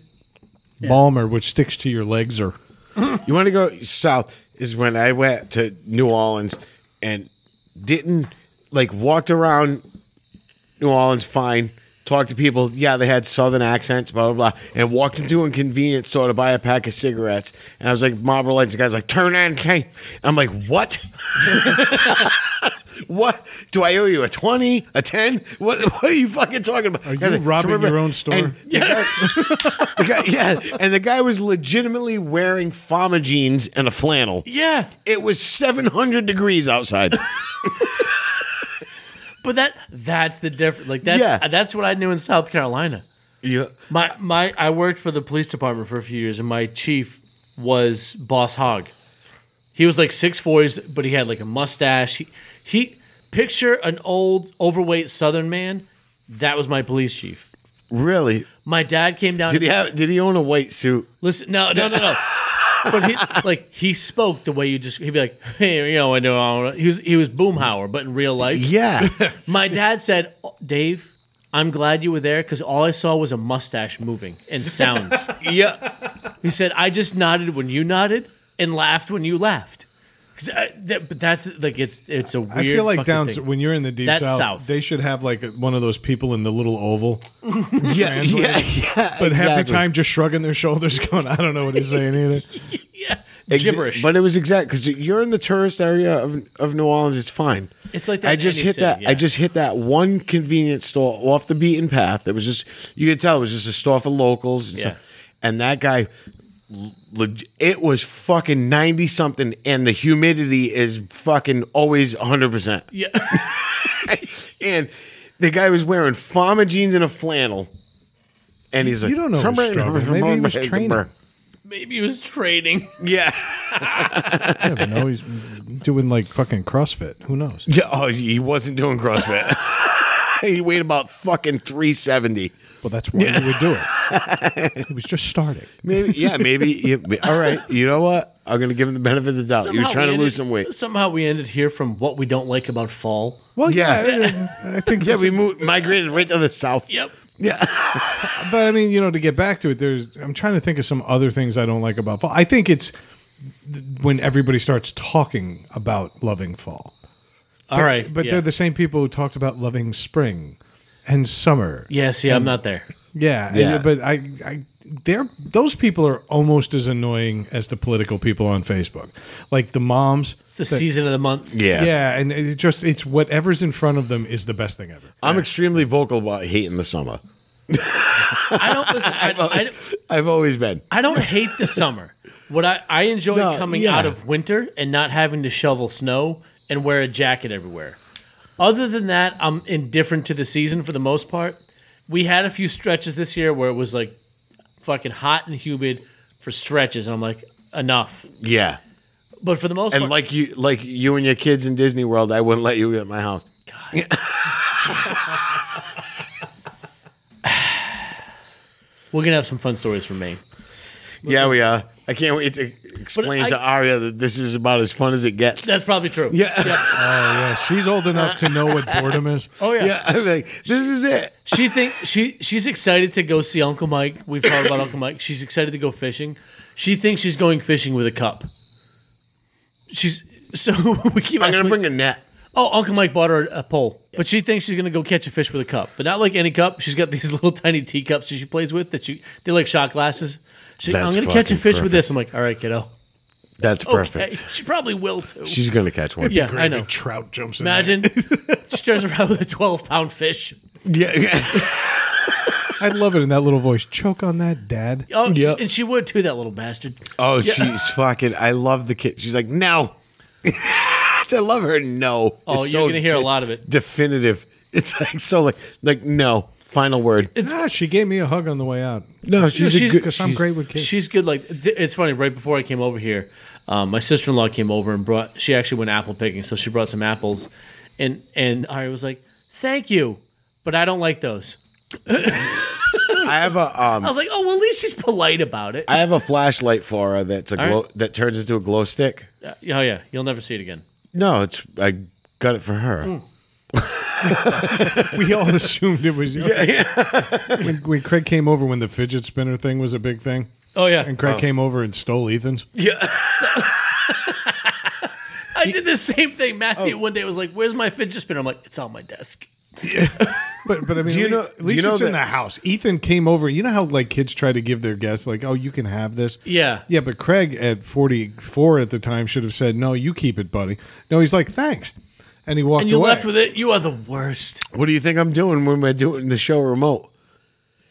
A: Balmer, which sticks to your legs or
C: You want to go south is when I went to New Orleans and didn't like walked around New Orleans fine. Talked to people, yeah, they had southern accents, blah blah blah, and walked into a convenience store to buy a pack of cigarettes. And I was like, Marlboro Lights. The guy's like, turn and tank. I'm like, what? what do I owe you? A twenty? A ten? What? What are you fucking talking about? Are
A: you robbing your own store?
C: yeah. The guy, yeah, and the guy was legitimately wearing farmer jeans and a flannel.
B: Yeah,
C: It was 700 degrees outside.
B: but that that's the difference. Like that's
C: Yeah.
B: that's what I knew in South Carolina.
C: yeah.
B: My my I worked for the police department for a few years, and my chief was Boss Hog, He was like six fours, but he had like a mustache. He, he picture an old, overweight Southern man. That was my police chief.
C: Really?
B: My dad came down.
C: Did he have? Did he own a white suit?
B: Listen, no, no, no, no. but he, like he spoke the way you just he'd be like, hey, you know, I know, I don't know." he was he was Boomhauer, but in real life.
C: Yeah.
B: My dad said, "Oh, Dave, I'm glad you were there because all I saw was a mustache moving and sounds.
C: yeah.
B: he said, I just nodded when you nodded and laughed when you laughed. 'Cause I- that- but that's like it's it's a weird.
A: I feel like
B: fucking
A: down
B: thing.
A: when you're in the deep
B: That's
A: south,
B: south.
A: they should have like one of those people in the little oval,
C: Yeah. Yeah. Yeah.
A: but half the
C: exactly.
A: time just shrugging their shoulders, going, "I don't know what he's saying either."
B: yeah,
C: Exa-
B: gibberish.
C: But it was exact because you're in the tourist area of, of New Orleans. It's fine.
B: It's like that
C: I
B: in
C: just
B: any
C: hit
B: city,
C: that.
B: yeah.
C: I just hit that one convenience store off the beaten path. It was just you could tell it was just a store for locals. And,
B: Yeah.
C: stuff. and that guy, leg- it was fucking ninety something, and the humidity is fucking always hundred percent.
B: yeah,
C: And the guy was wearing farmer jeans and a flannel. And he's like,
A: you don't know his struggle. Maybe he was training.
B: maybe he was training.
C: Yeah.
A: I never know. He's doing like fucking CrossFit. Who knows?
C: Yeah, oh, he wasn't doing CrossFit. he weighed about fucking 370.
A: Well, that's why he would do it. He was just starting.
C: Maybe, yeah, maybe. yeah, all right, you know what? I'm going to give him the benefit of the doubt. he was
B: Somehow
C: trying
B: we
C: to
B: ended-
C: lose some weight.
B: Somehow we ended here from what we don't like about fall.
A: Well,
C: Yeah.
A: yeah, I- I think.
C: Yeah, we moved, migrated right to the south.
B: Yep.
C: Yeah.
A: But I mean, you know, to get back to it, there's. I'm trying to think of some other things I don't like about fall. I think it's th- when everybody starts talking about loving fall.
B: All right,
A: But
B: yeah.
A: they're the same people who talked about loving spring and summer.
B: yeah. See,
C: Mm.
B: I'm not there.
A: Yeah,
C: Yeah.
A: But I, I, they're those people are almost as annoying as the political people on Facebook, like the moms.
B: It's the season of the month.
A: Yeah, and it just it's whatever's in front of them is the best thing ever.
C: I'm extremely vocal about hating the summer.
B: I don't listen. I, I,
C: I've always been.
B: I don't hate the summer. What I, I enjoy
C: No,
B: coming
C: yeah.
B: out of winter and not having to shovel snow and wear a jacket everywhere. Other than that, I'm indifferent to the season for the most part. We had a few stretches this year where it was like fucking hot and humid for stretches, and I'm like, enough.
C: Yeah.
B: But for the most
C: And
B: part,
C: like you, like you and your kids in Disney World, I wouldn't let you at my house.
B: we're gonna have some fun stories from Maine.
C: Yeah, we are. I can't wait to explain
B: I-
C: to Aria that this is about as fun as it gets.
B: That's probably true. Yeah.
A: Oh yeah, she's old enough to know what boredom is.
B: Oh yeah.
C: yeah, I'm like, this is it.
B: She think she she's excited to go see Uncle Mike. We've talked about Uncle Mike. She's excited to go fishing. She thinks she's going fishing with a cup. She's so we keep
C: I'm going
B: asking.
C: to bring a net.
B: oh, Uncle Mike bought her a pole, but she thinks she's gonna go catch a fish with a cup, but not like any cup. She's got these little tiny teacups that she plays with that she they're like shot glasses. She's like, I'm gonna
C: That's
B: catch a
C: fucking
B: fish with this.
C: perfect.
B: I'm like, all right, kiddo.
C: That's perfect.
B: Okay. She probably will too.
C: She's gonna catch one.
B: yeah, I know.
A: Big trout jumps in.
B: Imagine she turns around with a 12 pound fish.
C: yeah,
A: I love it in that little voice. Choke on that, Dad.
B: Oh,
C: Yep.
B: and she would too. That little bastard.
C: Oh, she's fucking. I love the kid. She's like, no. I love her. No.
B: Oh, you're gonna hear a lot of it.
C: Definitive. It's like so like like no. Final word.
A: Ah, she gave me a hug on the way out
C: No, she's,
B: she's-
C: a good.
A: because I'm
C: she's-
A: great with kids.
B: She's good. Like th- it's funny. Right before I came over here, um, my sister in law came over and brought. She actually went apple picking, so she brought some apples, and and Ari was like, "Thank you, but I don't like those."
C: I have a
B: I
C: um.
B: was like, "Oh, well, at least she's polite about it."
C: I have a flashlight for her that's a
B: right.
C: glow that turns into a glow stick.
B: Uh, oh yeah, you'll never see it again.
C: No, it's I got it for her.
B: Hmm.
A: we all assumed it was you. when, when Craig came over, when the fidget spinner thing was a big thing,
B: Oh yeah,
A: and Craig came over and stole Ethan's.
B: I did the same thing.
A: Oh.
B: Matthew one day was like, "Where's my fidget spinner?" I'm like, "It's on my desk."
A: But but I mean,
C: you
A: at
C: know-
A: least,
C: do
A: at least
C: you know
A: it's in
C: that-
A: the house. Ethan came over. You know how like kids try to give their guests like, oh, you can have this.
B: Yeah.
A: Yeah, but Craig at 44 at the time should have said, no, you keep it, buddy. No, he's like, thanks. And he walked
B: And you
A: away.
B: left with it. You are the worst.
C: What do you think I'm doing when we're doing the show remote?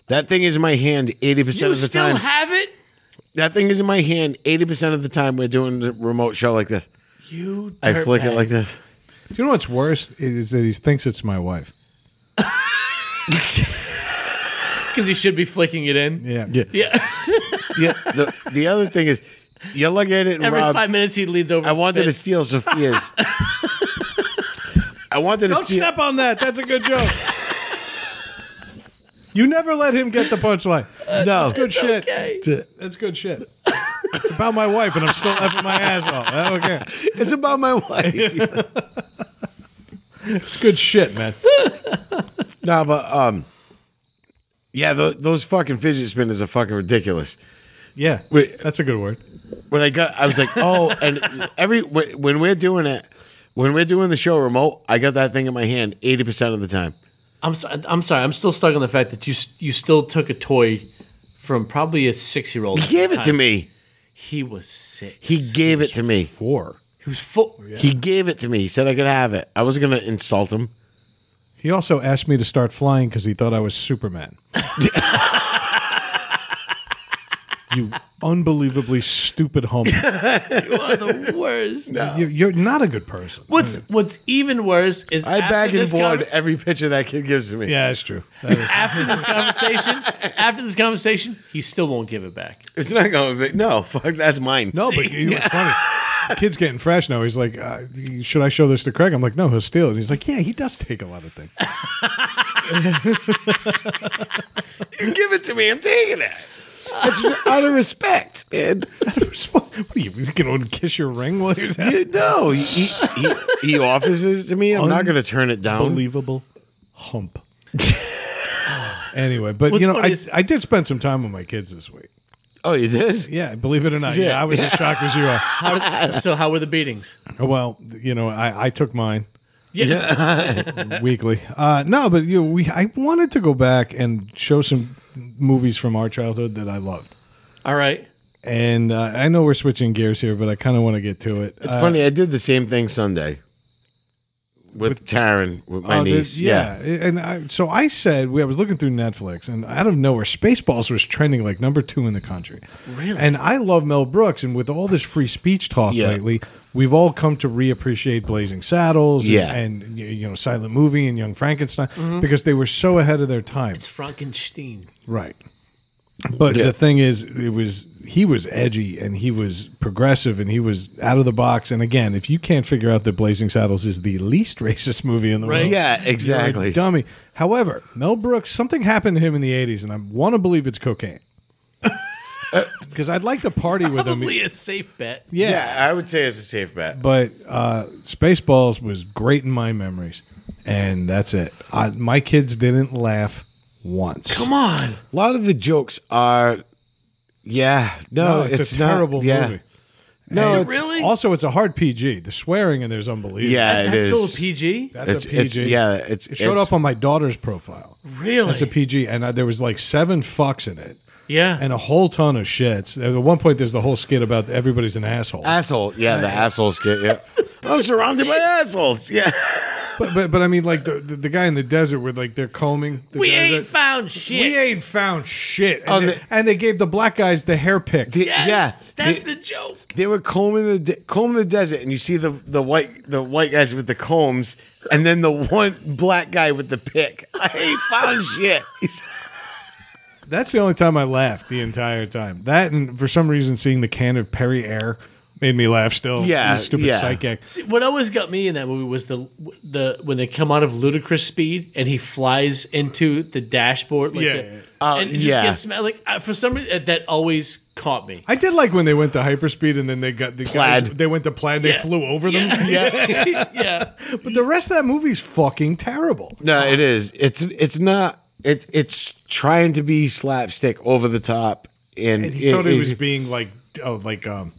C: That thing is in my hand eighty percent
B: You
C: of the
B: still
C: time.
B: have it.
C: that thing is in my hand eighty percent of the time we're doing a remote show like this.
B: You.
C: I flick it
B: dirtbag.
C: like this.
A: Do you know what's worse? Is that he thinks it's my wife.
B: because he should be flicking it in.
A: Yeah.
C: Yeah.
B: Yeah.
C: The, the other thing is you look at it and
B: Every
C: Rob,
B: five minutes he leads over.
C: I
B: and
C: wanted to
B: spits.
C: steal Sophia's. I wanted to
A: Don't
C: steal.
A: step on that. That's a good joke. you never let him get the punchline.
C: no,
A: Good shit.
B: Okay.
C: T-
A: That's good shit. It's about my wife, and I'm still laughing my ass off. I don't care.
C: it's about my wife.
A: It's good shit, man.
C: no, but um, yeah, tho- those fucking fidget spinners are fucking ridiculous.
A: Yeah,
C: Wait.
A: that's a good word.
C: when I got, I was like, oh, and every when when we're doing it, when we're doing the show remote, I got that thing in my hand eighty percent of the time.
B: I'm so, I'm sorry. I'm still stuck on the fact that you s- you still took a toy from probably a six year old.
C: He gave it to me.
B: He was six.
C: He gave it to me.
A: Four.
B: He was full.
C: He gave it to me. He said I could have it. I wasn't gonna insult him.
A: He also asked me to start flying because he thought I was Superman. you unbelievably stupid hump.
B: You are the worst.
A: You're, you're not a good person.
B: What's what's even worse is
C: I
B: after
C: bag and
B: this
C: board
B: conver-
C: every picture that kid gives to me.
A: Yeah, that's true. That is-
B: after this conversation, after this conversation, he still won't give it back.
C: It's not going. to be No, fuck, that's mine.
A: no, but he was funny. Kid's getting fresh now. He's like, uh, should I show this to Craig? I'm like, no, he'll steal it. And he's like, yeah, he does take a lot of things.
C: you give it to me. I'm taking it. It's out of respect, man.
A: what are you, he's going to kiss your ring while he's at
C: You- No, he, he, he offers it to me. I'm not gonna turn it down.
A: unbelievable hump. anyway, but
B: What's
A: you know,
B: funny
A: I,
B: is-
A: I did spend some time with my kids this week.
C: oh, you did?
A: Yeah, believe it or not, yeah,
C: Yeah.
A: I was as shocked as you are.
B: How did- so how were the beatings?
A: Well, you know, I, I took mine
B: Yeah.
A: weekly. Uh, no, but you know, we I wanted to go back and show some movies from our childhood that I loved.
B: All right.
A: And uh, I know we're switching gears here, but I kind of want to get to it.
C: It's funny. I did the same thing Sunday with, Taryn, with my
A: Oh,
C: niece.
A: there's-
C: Yeah.
A: and I, so I said we, I was looking through Netflix, and out of nowhere, Spaceballs was trending like number two in the country.
B: Really?
A: And I love Mel Brooks, and with all this free speech talk
C: Yeah.
A: lately, we've all come to reappreciate Blazing Saddles, and-
C: Yeah. Mm-hmm.
A: and, y- you know Silent Movie and Young Frankenstein because they were so ahead of their time,
B: It's Frankenstein.
A: right? But
C: Yeah.
A: the thing is, it was he was edgy and he was progressive and he was out of the box. And again, if you can't figure out that Blazing Saddles is the least racist movie in the
B: Right.
A: world,
C: Yeah,
A: you're a
C: exactly.
A: dummy. However, Mel Brooks, something happened to him in the 80s, and I want to believe it's cocaine. Because I'd like to party with him.
B: Probably a safe bet.
A: Yeah.
C: Yeah, I would say it's a safe bet.
A: But uh, Spaceballs was great in my memories, and that's it. I, my kids didn't laugh once.
B: Come on.
C: A lot of the jokes are, yeah, no,
A: No, Oh, it's, a
C: not-
A: terrible
C: yeah.
A: movie.
C: No,
B: Is it
C: it's,
B: really?
A: Also, it's a hard PG. The swearing in there is unbelievable.
C: Yeah, it
B: That's
C: is.
B: still a PG.
A: That's
C: It's,
A: a
C: it's,
A: PG.
C: yeah, it's
A: It showed
C: it's-
A: up on my daughter's profile
B: Really?
A: as a PG, and I, there was like seven fucks in it.
B: yeah.
A: and uh, a whole ton of shits. At one point, there's the whole skit about everybody's an asshole.
C: asshole. Yeah, the assholes get. Yeah, I'm surrounded by assholes. Yeah,
A: But but, but I mean, like the, the the guy in the desert with like they're combing. The
B: we
A: guys
B: ain't
A: are-
B: found shit.
A: we ain't found shit. And,
C: Oh,
A: they,
C: the-
A: and they gave the black guys the hair pick.
B: yes.
C: yeah.
B: That's
C: they,
B: the joke.
C: they were combing the de- combing the desert, and you see the the white the white guys with the combs, and then the one black guy with the pick. I ain't found shit. He's-
A: That's the only time I laughed the entire time. That and for some reason, seeing the can of Perry Air made me laugh. Still,
C: Yeah,
A: You stupid
C: yeah.
A: psychic.
B: See, what always got me in that movie was the the when they come out of ludicrous speed and he flies into the dashboard, like
A: Yeah,
B: the-
A: yeah.
C: Oh,
B: and it just
C: yeah.
B: gets smacked. Like I- for some reason, that always caught me.
A: I did like when they went to hyperspeed and then they got the
C: Plaid.
A: Guys, they went to plaid. They
B: Yeah.
A: flew over them.
B: Yeah, yeah.
A: But the rest of that movie's fucking terrible.
C: No, it is. It's it's not. It's it's trying to be slapstick over the top, and,
A: And he thought
C: it-
A: he was being like, oh, like, um,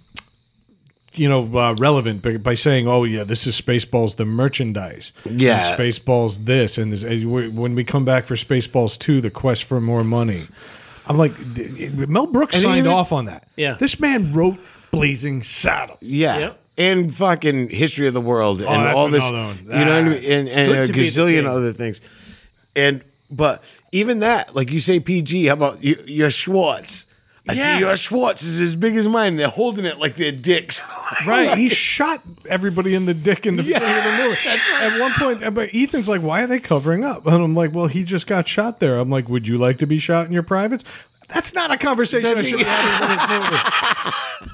A: you know, uh, relevant by, by saying, "Oh yeah, this is Spaceballs the merchandise."
C: Yeah.
A: and Spaceballs this, and this, and we- when we come back for Spaceballs two, the quest for more money. I'm like, th- it- Mel Brooks
C: And
A: signed
C: even-
A: off on that.
B: Yeah.
A: this man wrote Blazing Saddles.
C: Yeah.
B: Yep. Oh,
C: And fucking history of the world and
A: that's
C: all this,
A: another one.
C: you know, what I mean?
A: Ah.
C: and, and
B: good
C: a
B: to be the
C: gazillion
B: king.
C: other things, and but even that, like you say, PG. How about you, your Schwartz? I
B: Yeah.
C: see your Schwartz is as big as mine. and They're holding it like they're dicks.
A: Right, he shot everybody in the dick in the beginning of the movie. At one point, but Ethan's like, "Why are they covering up?" And I'm like, "Well, he just got shot there." I'm like, "Would you like to be shot in your privates?" That's not a conversation I should be having in this movie.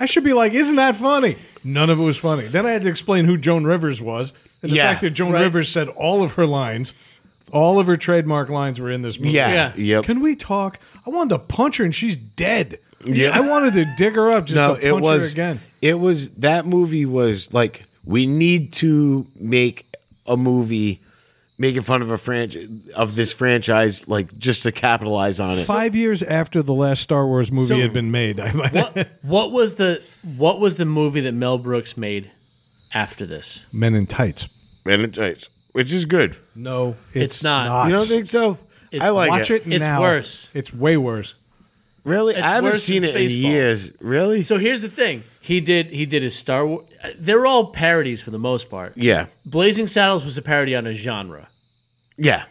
A: I should be like, isn't that funny? None of it was funny. Then I had to explain who Joan Rivers was. And the
C: Yeah,
A: fact that Joan Rivers said all of her lines, all of her trademark lines were in this movie.
C: Yeah.
B: Yeah.
C: Yep.
A: Can we talk? I wanted to punch her and she's dead.
C: Yeah.
A: I wanted to dig her up just
C: no,
A: to
C: it
A: punch her
C: was
A: again.
C: It was that movie was like we need to make a movie making fun of a franchise of this franchise like just to capitalize on it.
A: Five years after the last Star Wars movie
B: So-
A: had been made, I might
B: What, what was the what was the movie that Mel Brooks made after this?
A: Men in Tights.
C: And it's it's- which is good.
A: No,
B: It's not.
C: You don't think so? I like
A: Watch it,
B: It's
A: now.
B: worse.
A: It's way worse.
C: Really? I haven't
B: worse
C: seen
B: than
C: it in
B: Spaceballs.
C: years. Really?
B: So here's the thing. He did he did his Star Wars. They're all parodies for the most part.
C: yeah.
B: Blazing Saddles was a parody on a genre,
C: Yeah.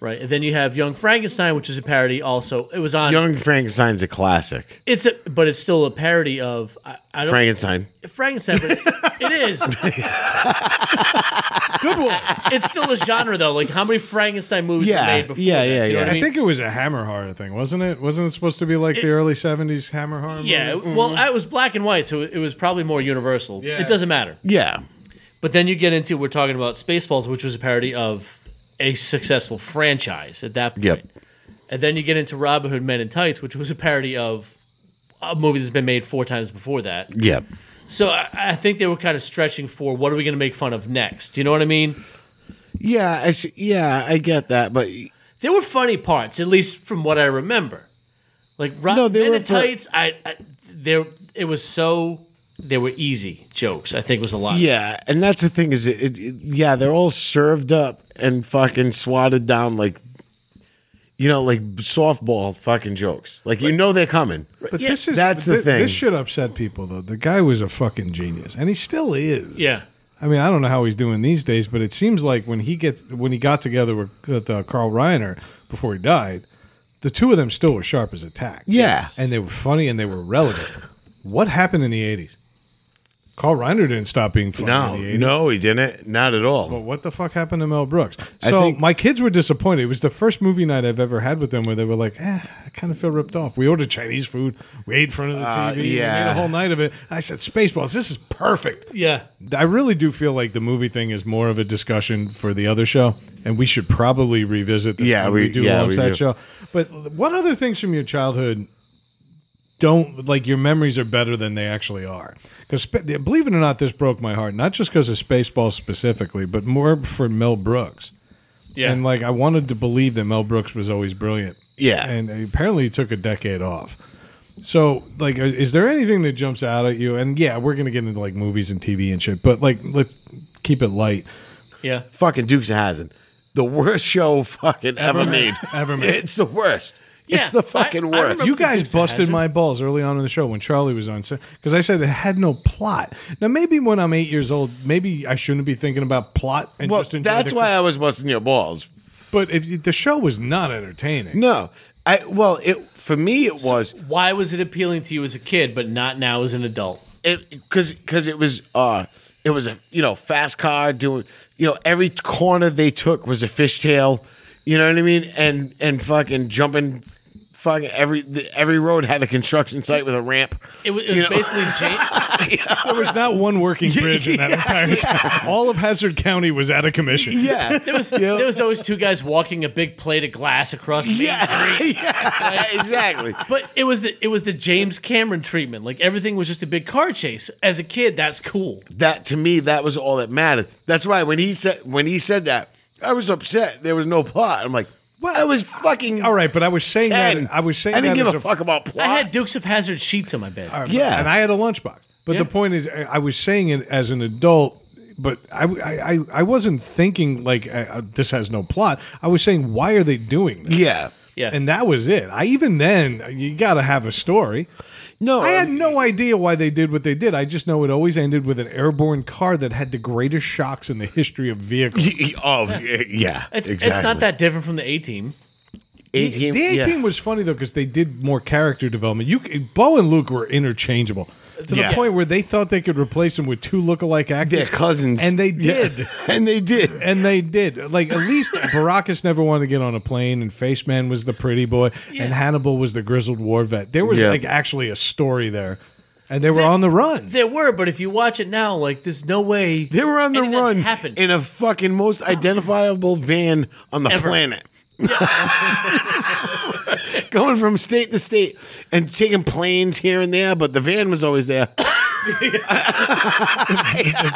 B: right? And then you have Young Frankenstein, which is a parody also. It was on.
C: Young Frankenstein's a classic.
B: it's a, but it's still a parody of I, I don't
C: Frankenstein.
B: Frankenstein. But it's, it is. Good one. It's still a genre though. Like how many Frankenstein movies were
C: Yeah,
B: made before?
C: yeah,
B: that?
C: yeah,
B: Do you know
C: yeah.
B: What I,
C: I
A: I
B: mean?
A: think it was a hammer horror thing, wasn't it? Wasn't it supposed to be like the early seventies hammer horror?
B: Yeah,
C: Mm-hmm.
A: movie?
B: well, I was black and white, so it was probably more universal.
A: Yeah.
B: It doesn't matter.
C: Yeah.
B: But then you get into we're talking about Spaceballs, which was a parody of a successful franchise at that point.
C: Yep.
B: And then you get into Robin Hood Men in Tights, which was a parody of a movie that's been made four times before that.
C: Yep.
B: So I, I think they were kind of stretching for what are we going to make fun of next? Do you know what I mean?
C: Yeah, I see, yeah, I get that, but
B: There were funny parts, at least from what I remember. Like Rob,
C: No, they
B: Men
C: were
B: in
C: for-
B: Tights, I, I there it was so they were easy jokes. I think was a lot.
C: Yeah, and that's the thing is, it, it, it- yeah, they're all served up and fucking swatted down like, you know, like softball fucking jokes. Like you know they're coming.
A: But
B: Yeah.
A: this is
C: That's the
A: thi-
C: thing.
A: This should upset people though. The guy was a fucking genius, and he still is.
B: Yeah.
A: I mean, I don't know how he's doing these days, but it seems like when he gets when he got together with, with uh, Carl Reiner before he died, the two of them still were sharp as a tack.
C: Yeah.
A: and they were funny and they were relevant. what happened in the eighties? Carl Reiner didn't stop being funny.
C: No,
A: in the 80s.
C: no, he didn't. Not at all.
A: But what the fuck happened to Mel Brooks?
C: I
A: So
C: think-
A: my kids were disappointed. It was the first movie night I've ever had with them where they were like, eh, I kind of feel ripped off. We ordered Chinese food. We ate in front of the
C: Uh,
A: TV. we made
C: yeah.
A: a whole night of it. I said, Spaceballs, this is perfect.
B: Yeah.
A: I really do feel like the movie thing is more of a discussion for the other show, and we should probably revisit this
C: Yeah,
A: when
C: we-
A: we do
C: yeah,
A: launch
C: we
A: that
C: do.
A: show. But what other things from your childhood don't like your memories are better than they actually are? Because believe it or not, this broke my heart. Not just because of Spaceballs specifically, but more for Mel Brooks.
B: Yeah.
A: And like I wanted to believe that Mel Brooks was always brilliant.
C: Yeah.
A: And apparently he took a decade off. So like uh, is there anything that jumps out at you? And yeah, we're going to get into like movies and TV and shit, but like let's keep it light.
B: yeah.
C: Fucking Dukes of Hazzard, the worst show fucking ever,
A: Ever made.
C: made.
A: Ever made.
C: It's the worst.
B: Yeah,
C: it's the
B: I-
C: fucking
B: I
C: worst.
B: remember-
A: You guys
B: Dukes of
A: busted
B: Hazzard.
A: my balls early on in the show when Charlie was on because I said it had no plot. Now maybe when I'm 8 years old, maybe I shouldn't be thinking about plot and
C: well,
A: just enjoy
C: that's
A: the-
C: why I was busting your balls.
A: But if you- the show was not entertaining.
C: No, I well, it for me it was
B: Why was it appealing to you as a kid, but not now as an adult?
C: it because because it was uh it was a you know fast car doing you know every corner they took was a fishtail you know what i mean and and fucking jumping fucking every the, every road had a construction site with a ramp
B: It was, it was
C: You know-
B: basically James.
A: There was not one working bridge in that entire time. All of Hazard County was out of commission.
C: yeah
B: There was there was always two guys walking a big plate of glass across. Main Street.
C: yeah, yeah exactly
B: But it was the it was the James Cameron treatment. Like everything was just a big car chase. As a kid, that's cool.
C: that to me that was all that mattered that's why when he said when he said that i was upset there was no plot i'm like well i was fucking
A: All right, but I was saying
C: 10.
A: that I was saying
C: i didn't
A: that as
C: give a, fuck about plot
B: I had Dukes of Hazard sheets on my bed.
C: Yeah.
A: and I had a lunchbox. But
B: Yeah.
A: the point is, I I was saying it as an adult, but I I, I, I wasn't thinking like uh, uh, this has no plot. I was saying why are they doing this?
C: yeah
B: Yeah,
A: And that was it. I even then you got to have a story.
C: no
A: I had
C: Um,
A: no idea why they did what they did. I just know it always ended with an airborne car that had the greatest shocks in the history of vehicles.
C: Y- y- Oh, y- yeah.
B: it's
C: exactly.
B: it's not that different from the A Team.
C: 18.
A: The A
C: yeah.
A: team was funny though because they did more character development. You, c- Bo and Luke were interchangeable to
C: Yeah.
A: the point where they thought they could replace him with two lookalike
C: They're
A: actors,
C: cousins.
A: and they
C: Yeah.
A: did.
C: and they did.
A: And they did. Like at least Baracus never wanted to get on a plane, and Face Man was the pretty boy, and Hannibal was the grizzled war vet. There was
C: Yeah.
A: like actually a story there. and they were on the run.
B: There were, but if you watch it now, like there's no way
C: They were on the
B: Anything
C: run
B: happened.
C: in a fucking most identifiable van on the
B: Ever.
C: planet. Going from state to state and taking planes here and there, but the van was always there.
A: The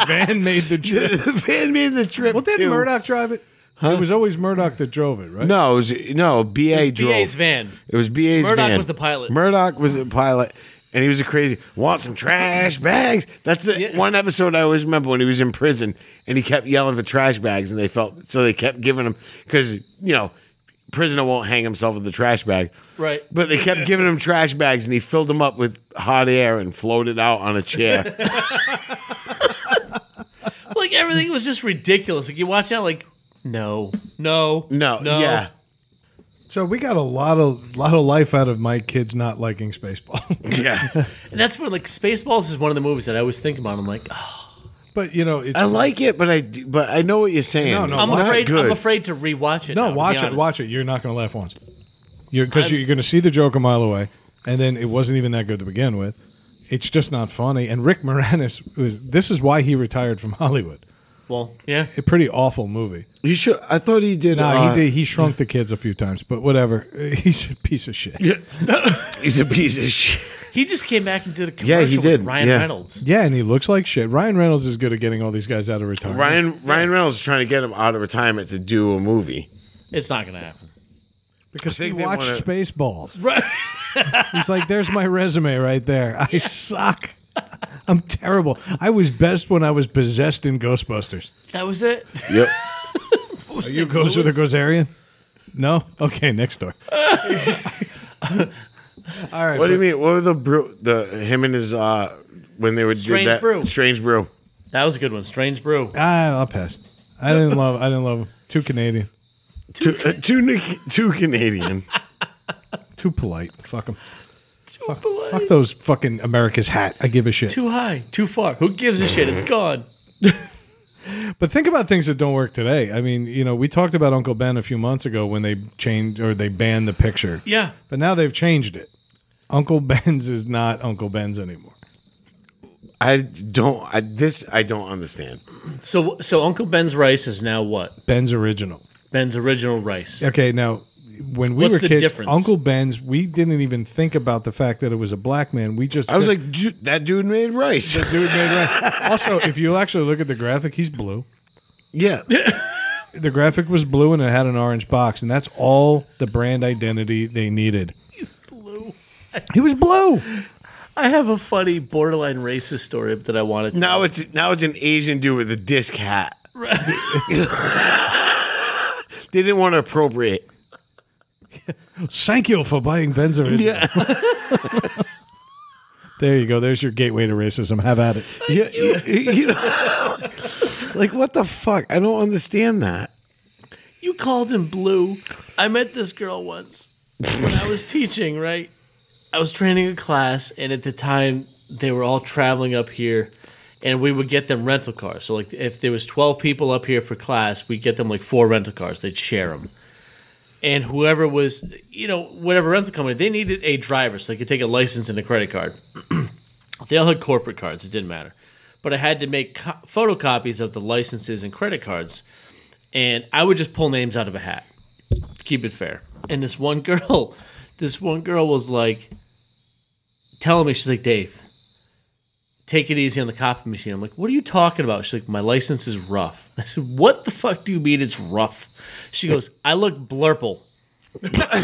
A: van made the trip.
C: the van made the trip.
A: Well, did
C: to-
A: Murdoch drive it? It was always Murdoch that drove it, right?
C: No, it was, no. BA drove.
B: BA's van.
C: It was BA's
B: Murdoch
C: van.
B: was the pilot.
C: Murdoch was the pilot, and he was a crazy. Want some trash bags? That's it.
B: Yeah.
C: one episode I always remember when he was in prison, and he kept yelling for trash bags, and they felt so they kept giving him because you know prisoner won't hang himself with the trash bag,
B: Right.
C: But they kept giving him trash bags, and he filled them up with hot air and floated out on a chair.
B: like everything was just ridiculous. Like you watch that, like no, no,
C: No,
B: no,
C: yeah.
A: So we got a lot of lot of life out of my kids not liking Spaceball.
C: Yeah,
B: And that's when like Spaceballs is one of the movies that I always think about. I'm like, oh,
A: but you know, it's
C: I like it, but I do- but I know what you're saying.
A: No, no,
C: It's
B: I'm
A: Not
B: afraid.
C: good.
B: I'm afraid to rewatch it. now,
A: no
B: to be
A: watch it,
B: honest.
A: watch it. You're not going to laugh once. You're because you're going to see the joke a mile away, and then it wasn't even that good to begin with. It's just not funny. And Rick Moranis was. This is why he retired from Hollywood.
B: Well, yeah.
A: A pretty awful movie.
C: You should. I thought he did.
A: No,
C: uh,
A: he did. He shrunk the kids a few times, but whatever. He's a piece of shit.
C: He's a piece of shit.
B: He just came back and did a commercial
C: Yeah, he did,
B: with Ryan
C: yeah.
B: Reynolds.
A: Yeah, and he looks like shit. Ryan Reynolds is good at getting all these guys out of retirement.
C: Ryan Ryan Reynolds is trying to get him out of retirement to do a movie.
B: It's not gonna happen.
A: because
C: I
A: he
C: think they
A: watched
C: wanna-
A: Spaceballs. He's like, "There's my resume right there. I suck. I'm terrible. I was best when I was possessed in Ghostbusters."
B: That was it.
C: Yep.
B: Are
A: You goes with a Gozerian? No. Okay, next door. all right.
C: what do you mean? What were the brew? The him and his uh when they were
B: Strange
C: did that
B: Brew.
C: strange brew.
B: That was a good one. Strange Brew.
A: Ah, I'll pass. I didn't love. I didn't love him. Too Canadian.
C: Two uh, two, Nic- two Canadian.
A: Too polite. Fuck him.
B: Too, polite.
A: Fuck those fucking America's hat. I give a shit.
B: Too high. Too far. Who gives a shit? It's gone.
A: But think about things that don't work today. I mean, you know, we talked about Uncle Ben a few months ago when they changed or they banned the picture.
B: Yeah.
A: But now they've changed it. Uncle Ben's is not Uncle Ben's anymore.
C: I don't. I, this I don't understand.
B: So so Uncle Ben's rice is now what?
A: Ben's original.
B: Ben's original rice.
A: Okay, now when we
B: What's
A: were
B: the
A: kids,
B: difference?
A: Uncle Ben's, we didn't even think about the fact that it was a black man. We just
C: I was like, "Dude, that dude made rice.
A: dude made right. Also, if you actually look at the graphic, he's blue.
C: yeah.
A: The graphic was blue and it had an orange box, and that's all the brand identity they needed.
B: Blue.
A: He was blue.
B: I have a funny borderline racist story that I wanted.
C: Now it's now it's an Asian dude with a disc hat. they didn't want to appropriate.
A: Thank you for buying Ben's original.
C: Yeah.
A: There you go. There's your gateway to racism. Have at it.
C: Yeah, you, you know, like what the fuck? I don't understand that.
B: You called him blue. I met this girl once when I was teaching, right? I was training a class, and at the time, they were all traveling up here, and we would get them rental cars. So, like, if there was 12 people up here for class, we'd get them like four rental cars. They'd share them. And whoever was, you know, whatever rental company, they needed a driver so they could take a license and a credit card. they all had corporate cards, it didn't matter. But I had to make co- photocopies of the licenses and credit cards and I would just pull names out of a hat. to Keep it fair. And this one girl, this one girl was like telling me, she's like, Dave, take it easy on the copy machine. I'm like, what are you talking about? She's like, my license is rough. I said, what the fuck do you mean it's rough? She goes, I look blurple.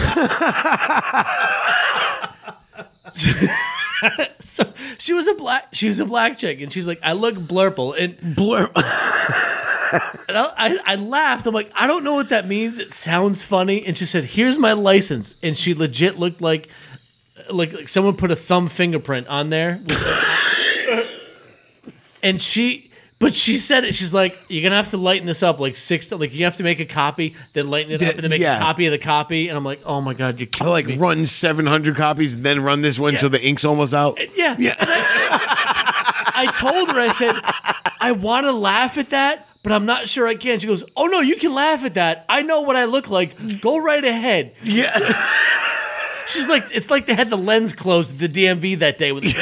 B: so she was a black she was a black chick and she's like I look blurple and
C: Blur.
B: and I, I, I laughed. I'm like, I don't know what that means. It sounds funny. And she said, "Here's my license." And she legit looked like, uh, like, like someone put a thumb fingerprint on there. and she, but she said it. She's like, "You're gonna have to lighten this up like six. Like you have to make a copy, then lighten it up, and then make
C: yeah.
B: a copy of the copy." And I'm like, "Oh my god, you're
C: I
B: killing
C: like
B: me."
C: run 700 copies and then run this one so the ink's almost out.
B: Yeah. And I, I told her, I said, I want to laugh at that, but I'm not sure I can. She goes, Oh, no, you can laugh at that. I know what I look like. Go right ahead.
C: Yeah.
B: She's like, it's like they had the lens closed at the DMV that day. With the,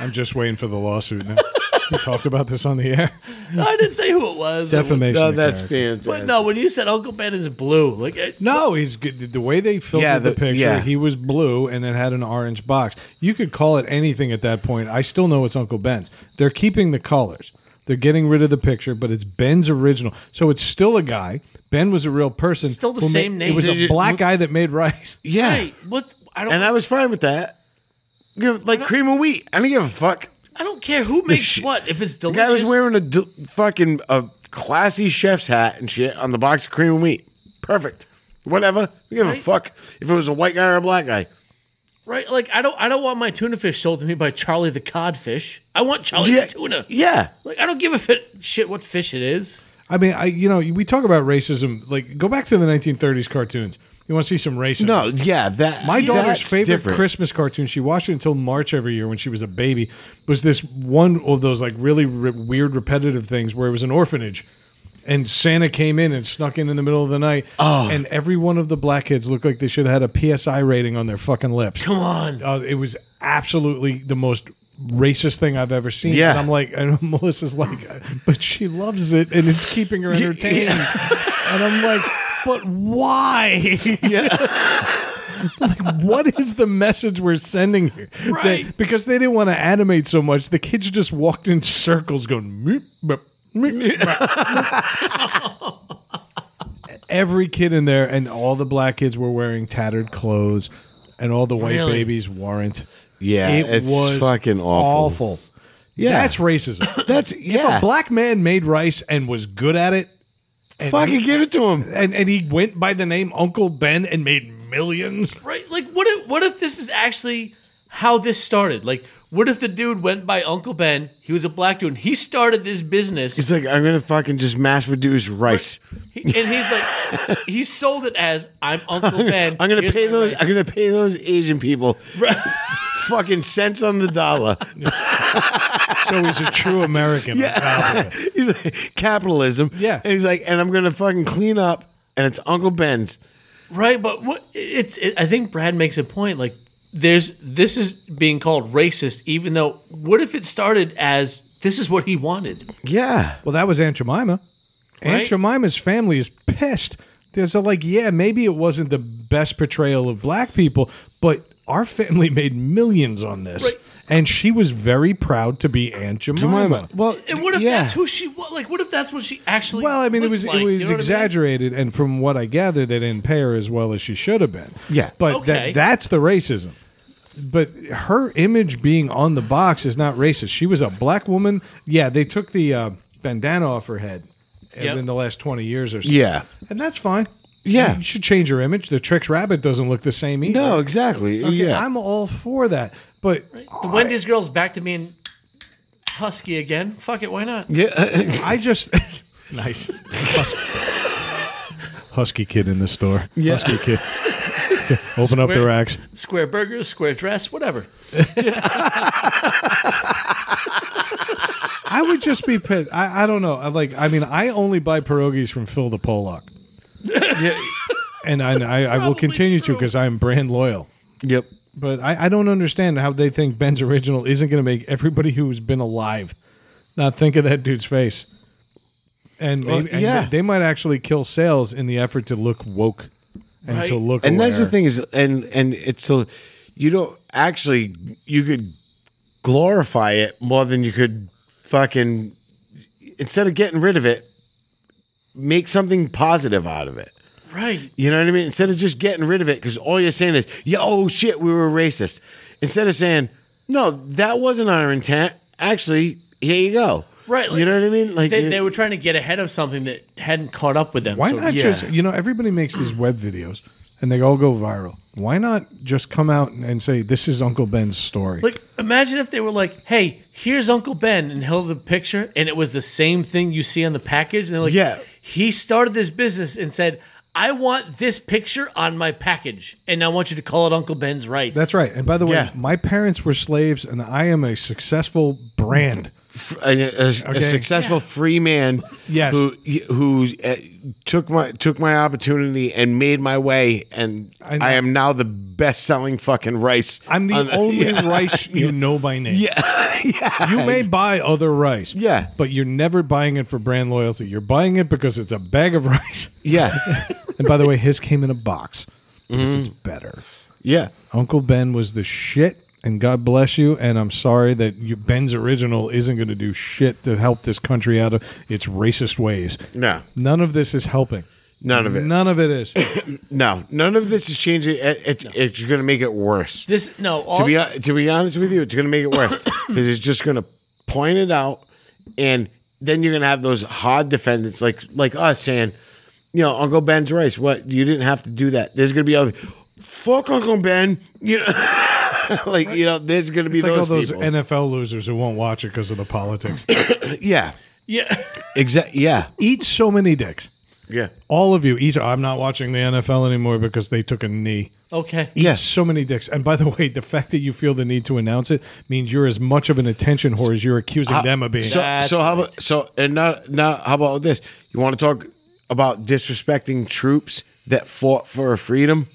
A: I'm just waiting for the lawsuit now. we talked about this on the air.
B: I didn't say who it was.
A: Defamation.
C: No,
A: of
C: that's
A: character.
C: fantastic.
B: But no, when you said Uncle Ben is blue, like eh,
A: No, he's good. The way they filtered
C: Yeah,
A: the,
C: the-
A: picture,
C: yeah.
A: he was blue and it had an orange box. You could call it anything at that point. I still know it's Uncle Ben's. They're keeping the colors. They're getting rid of the picture, but it's Ben's original. So it's still a guy. Ben was a real person.
B: Still the
A: who ma-
B: same name.
A: It was
B: Did
A: a
C: you-
A: black guy that made rice.
C: yeah,
B: hey, what? I don't.
C: and I was fine with that. Give- Like cream of wheat. I didn't give a fuck.
B: I don't care who makes
C: shit-
B: what. If it's
C: The
B: delicious,
C: guy was wearing a d- fucking a classy chef's hat and shit on the box of cream of wheat. Perfect. Whatever. I give a fuck if it was a white guy or a black guy.
B: right? Like I don't. I don't want my tuna fish sold to me by Charlie the codfish. I want Charlie the
C: Yeah,
B: Oh, tuna.
C: Yeah.
B: Like I don't give a fit, shit what fish it is.
A: I mean, I you know, we talk about racism. Like, go back to the 1930s cartoons. You want to see some racism?
C: No. Yeah. That
A: My daughter's
C: that's
A: favorite
C: different.
A: Christmas cartoon, she watched it until March every year when she was a baby, was this one of those like really re- weird repetitive things where it was an orphanage and Santa came in and snuck in in the middle of the night. Oh. And every one of the black kids looked like they should have had a PSI rating on their fucking lips.
B: Come on.
A: Uh, it was absolutely the most racist thing I've ever seen.
C: Yeah.
A: And I'm like, and Melissa's like, but she loves it and it's keeping her entertained. And I'm like, but why? like, what is the message we're sending here? They-
B: Right.
A: because they didn't want to animate so much, the kids just walked in circles going, meep, meep, meep, meep." every kid in there, and all the black kids were wearing tattered clothes, and all the white
B: Really?
A: babies weren't.
C: Yeah,
A: it
C: it's
A: was
C: fucking awful.
A: Awful. Yeah, that's racism.
C: That's
A: If
C: yeah.
A: a black man made rice and was good at it, and
C: fucking give it to him.
A: and, and he went by the name Uncle Ben and made millions.
B: Right? Like what if what if this is actually how this started? Like what if the dude went by Uncle Ben? He was a black dude. And he started this business
C: He's like, I'm gonna fucking just mass produce rice.
B: he- and he's like he sold it as I'm Uncle Ben.
C: I'm gonna
B: Here's
C: pay
B: my
C: those.
B: rights."
C: I'm gonna pay those Asian people fucking cents on the dollar.
A: So he's a true American. yeah.
C: he's like, capitalism.
A: Yeah.
C: and he's like, and I'm gonna fucking clean up. And it's Uncle Ben's.
B: Right, but what it's it, I think Brad makes a point like there's this is being called racist even though what if it started as this is what he wanted?
C: Yeah,
A: Well, that was Aunt Jemima.
B: Right?
A: Aunt Jemima's family is pissed. They're so like, yeah, maybe it wasn't the best portrayal of black people, but our family made millions on this.
B: Right.
A: And she was very proud to be Aunt Jemima.
C: Well,
B: And what if
C: yeah.
B: that's who she was? Like, what if that's what she actually?
A: Well, I mean, it
B: looked
A: was
B: like?
A: it
B: You
A: was
B: know what I mean?
A: exaggerated, and from what I gather, they didn't pay her as well as she should have been.
C: Yeah.
A: but
B: Okay.
A: that that's the racism. But her image being on the box is not racist. She was a black woman. Yeah, they took the uh, bandana off her head
B: Yep.
A: in the last twenty years or so.
C: Yeah.
A: and that's fine.
C: Yeah.
A: you should change your image. The Trix Rabbit doesn't look the same either.
C: No, exactly.
A: Okay,
C: yeah.
A: I'm all for that. But
B: The Wendy's girl's back to being husky again. Fuck it, why not?
C: yeah.
A: I just nice husky kid in the store. Husky kid. Open up the
B: Square-
A: racks.
B: Square burgers, square dress, whatever.
A: I would just be pissed. I, I don't know. I like. I mean, I only buy pierogies from Phil the Pollock, and I I, I will
B: Probably
A: continue to
B: true.
A: because I am brand loyal.
C: yep.
A: But I, I don't understand how they think Ben's original isn't going to make everybody who's been alive not think of that dude's face. And,
C: Well,
A: maybe, and
C: yeah.
A: they, they might actually kill sales in the effort to look woke and to
B: Right.
A: look.
C: and that's the
A: aware.
C: thing is and and it's so you don't actually you could glorify it more than you could fucking instead of getting rid of it make something positive out of it
B: Right.
C: you know what i mean instead of just getting rid of it because all you're saying is yeah oh shit we were racist instead of saying no that wasn't our intent actually here you go
B: Right, like,
C: you know what i mean like
B: They, they were trying to get ahead of something that hadn't caught up with them.
A: Why
B: so-
A: not
C: yeah.
A: just you know everybody makes these web videos and they all go viral. Why not just come out and- and say this is Uncle Ben's story?
B: Like, imagine if they were like, "Hey, here's Uncle Ben," and held the picture, and it was the same thing you see on the package. And they're like,
C: Yeah.
B: he started this business and said." I want this picture on my package, and I want you to call it Uncle Ben's rice.
A: That's right. And by the way,
C: Yeah.
A: my parents were slaves and I am a successful brand.
C: f- a, a- a
A: Okay.
C: successful free man
A: Yes.
C: who who uh, took my took my opportunity and made my way, and
A: I
C: I,
A: know.
C: am now the best selling fucking rice.
A: I'm the
C: on
A: only rice you know by name.
C: yeah, yeah.
A: You may buy other rice.
C: Yeah.
A: But you're never buying it for brand loyalty. You're buying it because it's a bag of rice.
C: yeah,
A: And by the way, his came in a box because
C: Mm-hmm.
A: it's better.
C: yeah.
A: Uncle Ben was the shit, and God bless you. And I'm sorry that you, Ben's original isn't going to do shit to help this country out of its racist ways.
C: No,
A: None of this is helping.
C: none of it. No,
A: None of it is.
C: none of this is changing. It, it's it's going to make it worse.
B: This no. All,
C: to be to be honest with you, it's going to make it worse because it's just going to point it out, and then you're going to have those hard defendants like like us saying, you know, Uncle Ben's rice. What you didn't have to do that. There's going to be other fuck Uncle Ben. You know, like you know, there's going to be
A: It's like all
C: those,
A: those
C: people.
A: NFL losers who won't watch it because of the politics.
C: yeah,
B: yeah.
C: exactly. Yeah,
A: Eat so many dicks.
C: yeah,
A: All of you eat. I'm not watching the NFL anymore because they took a knee.
B: Okay.
A: Eat
C: Yeah.
A: So many dicks. And by the way, the fact that you feel the need to announce it means you're as much of an attention whore as you're accusing them of being.
C: Uh, So
B: That's
C: so how
B: right.
C: about so and now now how about this? You want to talk about disrespecting troops that fought for our freedom?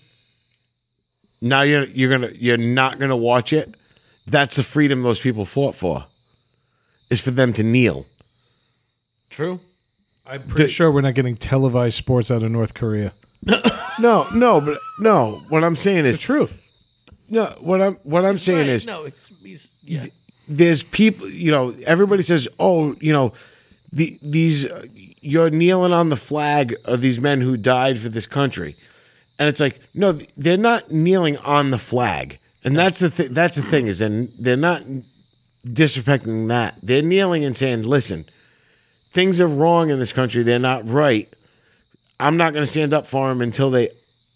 C: Now you're you're gonna you're not gonna watch it. That's the freedom those people fought for. Is for them to kneel.
B: True.
A: I'm pretty sure we're not getting televised sports out of North Korea.
C: No, no, but no. What I'm saying is
A: Truth.
C: no. What I'm what I'm saying
B: Right,
C: is
B: no. It's, he's, yeah.
C: there's people you know everybody says oh you know the these uh, you're kneeling on the flag of these men who died for this country and it's like no th- they're not kneeling on the flag and that's the th- that's the thing is then they're not disrespecting that they're kneeling and saying listen things are wrong in this country they're not right i'm not going to stand up for them until they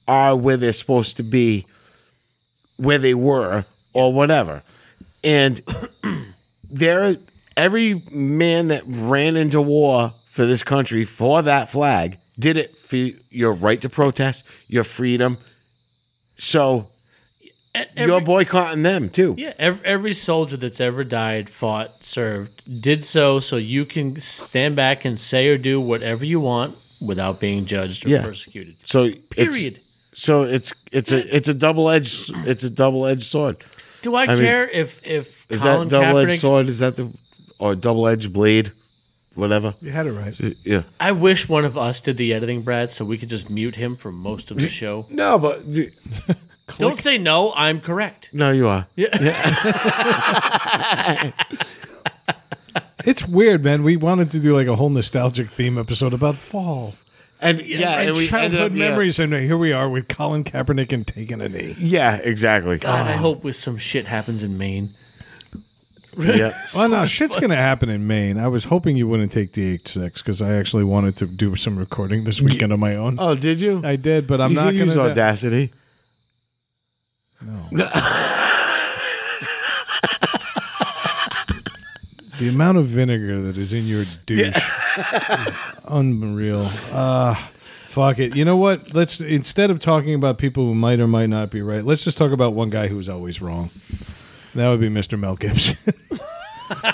C: are where they're supposed to be where they were or whatever. And there, every man that ran into war for this country for that flag did it for your right to protest, your freedom. So
B: E-
C: you're
B: every-
C: boycotting them too.
B: Yeah, every, every soldier that's ever died, fought, served, did so so you can stand back and say or do whatever you want without being judged or
C: Yeah.
B: persecuted.
C: So it's-
B: Period.
C: so it's it's a it's a double edged it's a double edged sword.
B: Do I,
C: mean,
B: care if if
C: Is
B: Colin
C: that double edged
B: Kaepernick?
C: sword? Is that the or double edged blade? Whatever.
A: You had it right.
C: Yeah.
B: I wish one of us did the editing, Brad, so we could just mute him for most of the show.
C: No, but
B: Don't say no. I'm correct.
C: no, you are.
A: It's weird, man. We wanted to do like a whole nostalgic theme episode about fall
C: And yeah,
A: and,
C: and, we ended
A: childhood
C: up, yeah.
A: memories, and here we are with Colin Kaepernick and taking a knee.
C: Yeah, exactly.
B: God, I hope with some shit happens in Maine.
C: Yeah.
A: Well, no, shit's going to happen in Maine. I was hoping you wouldn't take DH6 because I actually wanted to do some recording this weekend on my own.
C: Oh, did you?
A: I did, but I'm
C: you
A: not
C: can
A: going to
C: use Audacity.
A: The amount of vinegar that is in your douche is unreal. Uh, fuck it. You know what? Let's instead of talking about people who might or might not be right, let's just talk about one guy who's always wrong. That would be Mr. Mel Gibson.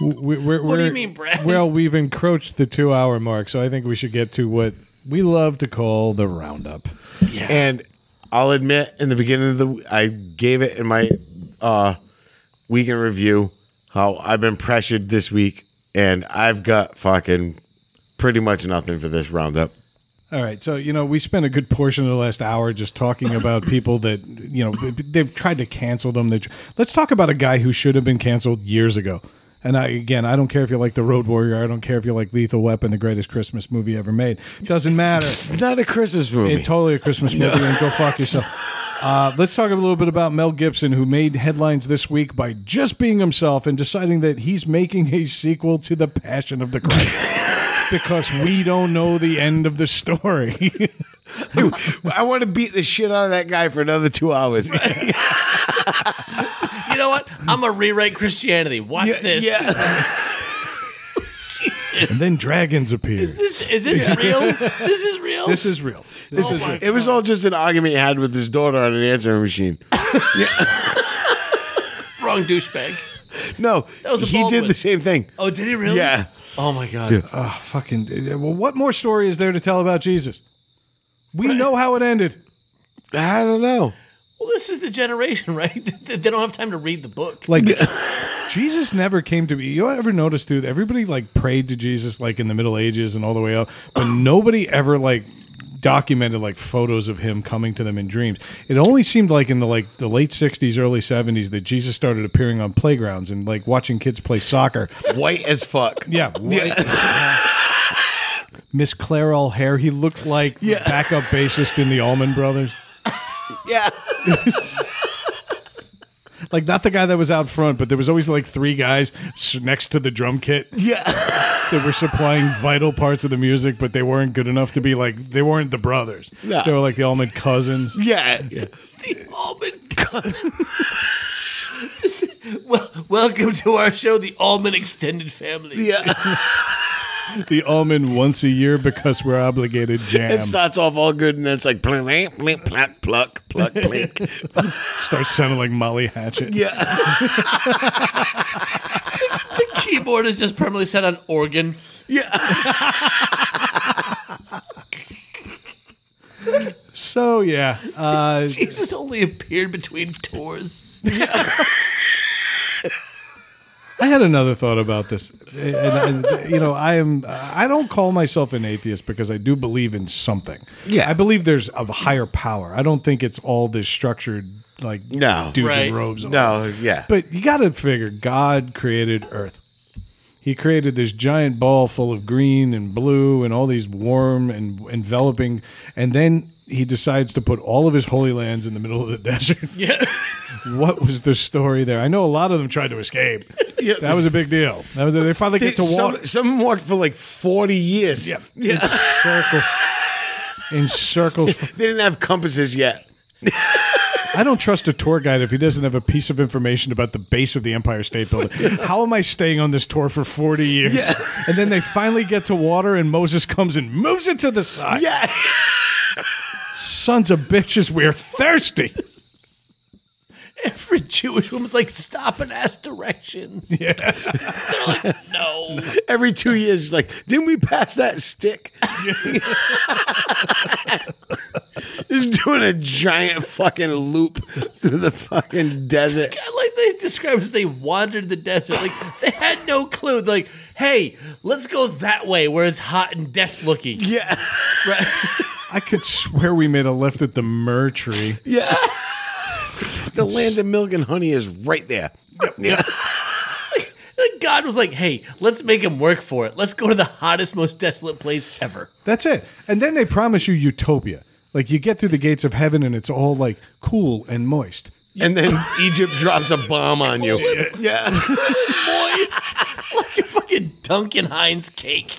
A: We- we're-
B: What do you
A: we're-
B: mean, Brad?
A: Well, we've encroached the two-hour mark, so I think we should get to what we love to call the roundup.
C: And I'll admit, in the beginning of the, I gave it in my uh, weekend review how I've been pressured this week, and I've got fucking pretty much nothing for this roundup.
A: All right, so you know we spent a good portion of the last hour just talking about people that you know they've tried to cancel them. They tr- Let's talk about a guy who should have been canceled years ago. And I, again, I don't care if you like The Road Warrior. I don't care if you like Lethal Weapon, the greatest Christmas movie ever made. Doesn't matter.
C: Not a Christmas movie.
A: It's totally a Christmas movie, and go fuck yourself. Uh, let's talk a little bit about Mel Gibson, who made headlines this week by just being himself and deciding that he's making a sequel to The Passion of the Christ because we don't know the end of the story.
C: I want to beat the shit out of that guy for another two hours.
B: You know what? I'm gonna rewrite Christianity. Watch this.
C: yeah.
B: Jesus.
A: And then dragons appear.
B: This is this real? This is real.
A: This is real. This
B: Oh
A: is
B: my
A: real.
C: It was all just an argument he had with his daughter on an answering machine.
B: wrong douchebag.
C: No,
B: That was a
C: he
B: bald
C: did
B: one.
C: the same thing.
B: Oh, did he really?
C: Yeah.
B: Oh my god.
C: Dude.
A: Oh, fucking. Well, what more story is there to tell about Jesus? We know how it ended.
C: I don't know.
B: Well, this is the generation, right? they don't have time to read the book.
A: Like, Jesus never came to be. You ever notice, dude? Everybody like prayed to Jesus like in the Middle Ages and all the way up, but nobody ever like documented like photos of him coming to them in dreams. It only seemed like in the like the late '60s, early '70s that Jesus started appearing on playgrounds and like watching kids play soccer.
C: White as fuck.
A: Yeah. what- Miss Claire O'Hare, he looked like the backup bassist in the Allman Brothers.
C: Yeah.
A: Like not the guy that was out front, but there was always like three guys s- next to the drum kit
C: Yeah.
A: that were supplying vital parts of the music, but they weren't good enough to be like they weren't the brothers.
C: No.
A: They were like the Allman Cousins.
C: Yeah.
B: The almond well, welcome to our show, the almond extended family.
C: Yeah.
A: The Allman once a year because we're obligated jam.
C: It starts off all good and then it's like plink, plink, pluck, pluck, pluck, plink.
A: Starts sounding like Molly Hatchet.
C: Yeah.
B: The keyboard is just permanently set on organ.
C: Yeah.
A: So yeah. Uh,
B: Jesus only appeared between tours.
A: I had another thought about this, and, and, you know, I am. I don't call myself an atheist because I do believe in something.
C: Yeah.
A: I believe there's a higher power. I don't think it's all this structured like
C: No.
A: dudes
B: Right.
A: in robes. and all
C: No, yeah.
A: But you got to figure God created Earth. He created this giant ball full of green and blue and all these warm and enveloping, and then he decides to put all of his holy lands in the middle of the desert.
B: Yeah.
A: what was the story there? I know a lot of them tried to escape.
C: Yeah.
A: That was a big deal. That was they finally get to walk.
C: Some, some walked for like 40 years.
A: yeah, in circles. In circles.
C: They didn't have compasses yet.
A: I don't trust a tour guide if he doesn't have a piece of information about the base of the Empire State Building. How am I staying on this tour for 40 years? And then they finally get to water and Moses comes and moves it to the side.
C: Yeah.
A: Sons of bitches, we're thirsty.
B: Every Jewish woman's like, stop and ask directions. Yeah. They're like, no.
C: Every two years, it's like, didn't we pass that stick? Just doing a giant fucking loop through the fucking desert.
B: I like they describe as they wandered the desert. Like they had no clue. Like, hey, let's go that way where it's hot and death looking.
C: Yeah.
A: I could swear we made a left at the myrrh tree.
C: Yeah. the land of milk and honey is right there. Yeah.
B: Like God was like, hey, let's make him work for it. Let's go to the hottest, most desolate place ever.
A: That's it. And then they promise you utopia. Like you get through the gates of heaven and it's all like cool and moist.
C: And then Egypt drops a bomb on you. Yeah.
B: Moist, like a fucking Duncan Hines cake.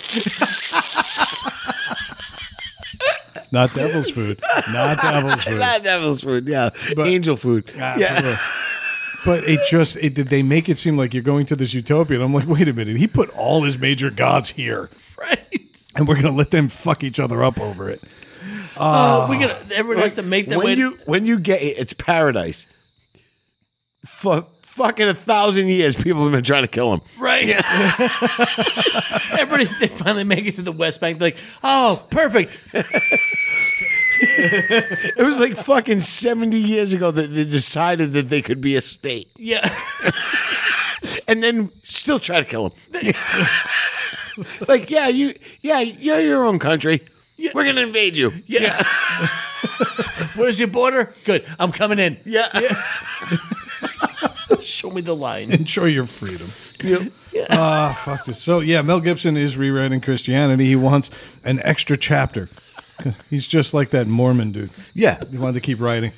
A: Not devil's food. Not devil's food.
C: Not devil's food. Yeah.
A: But-
C: Angel food.
A: Absolutely. But it just it, they make it seem like you're going to this utopia, and I'm like, wait a minute, he put all his major gods here,
B: Right.
A: and we're gonna let them fuck each other up over it.
B: Oh, we gotta everyone has to make that
C: Ah. when
B: way.
C: you when you get it, it's paradise. For fucking a thousand years, people have been trying to kill him.
B: right. Everybody they finally make it to the West Bank, they're like, oh, perfect.
C: It was like fucking seventy years ago that they decided that they could be a state,
B: Yeah.
C: and then still try to kill him. like, yeah, you, yeah, you're your own country. We're gonna invade you.
B: Yeah. Where's your border? Good. I'm coming in.
C: Yeah, yeah.
B: Show me the line.
A: Enjoy your freedom. Ah, fuck this. So yeah, Mel Gibson is rewriting Christianity. He wants an extra chapter. 'Cause He's just like that Mormon dude. He wanted to keep writing.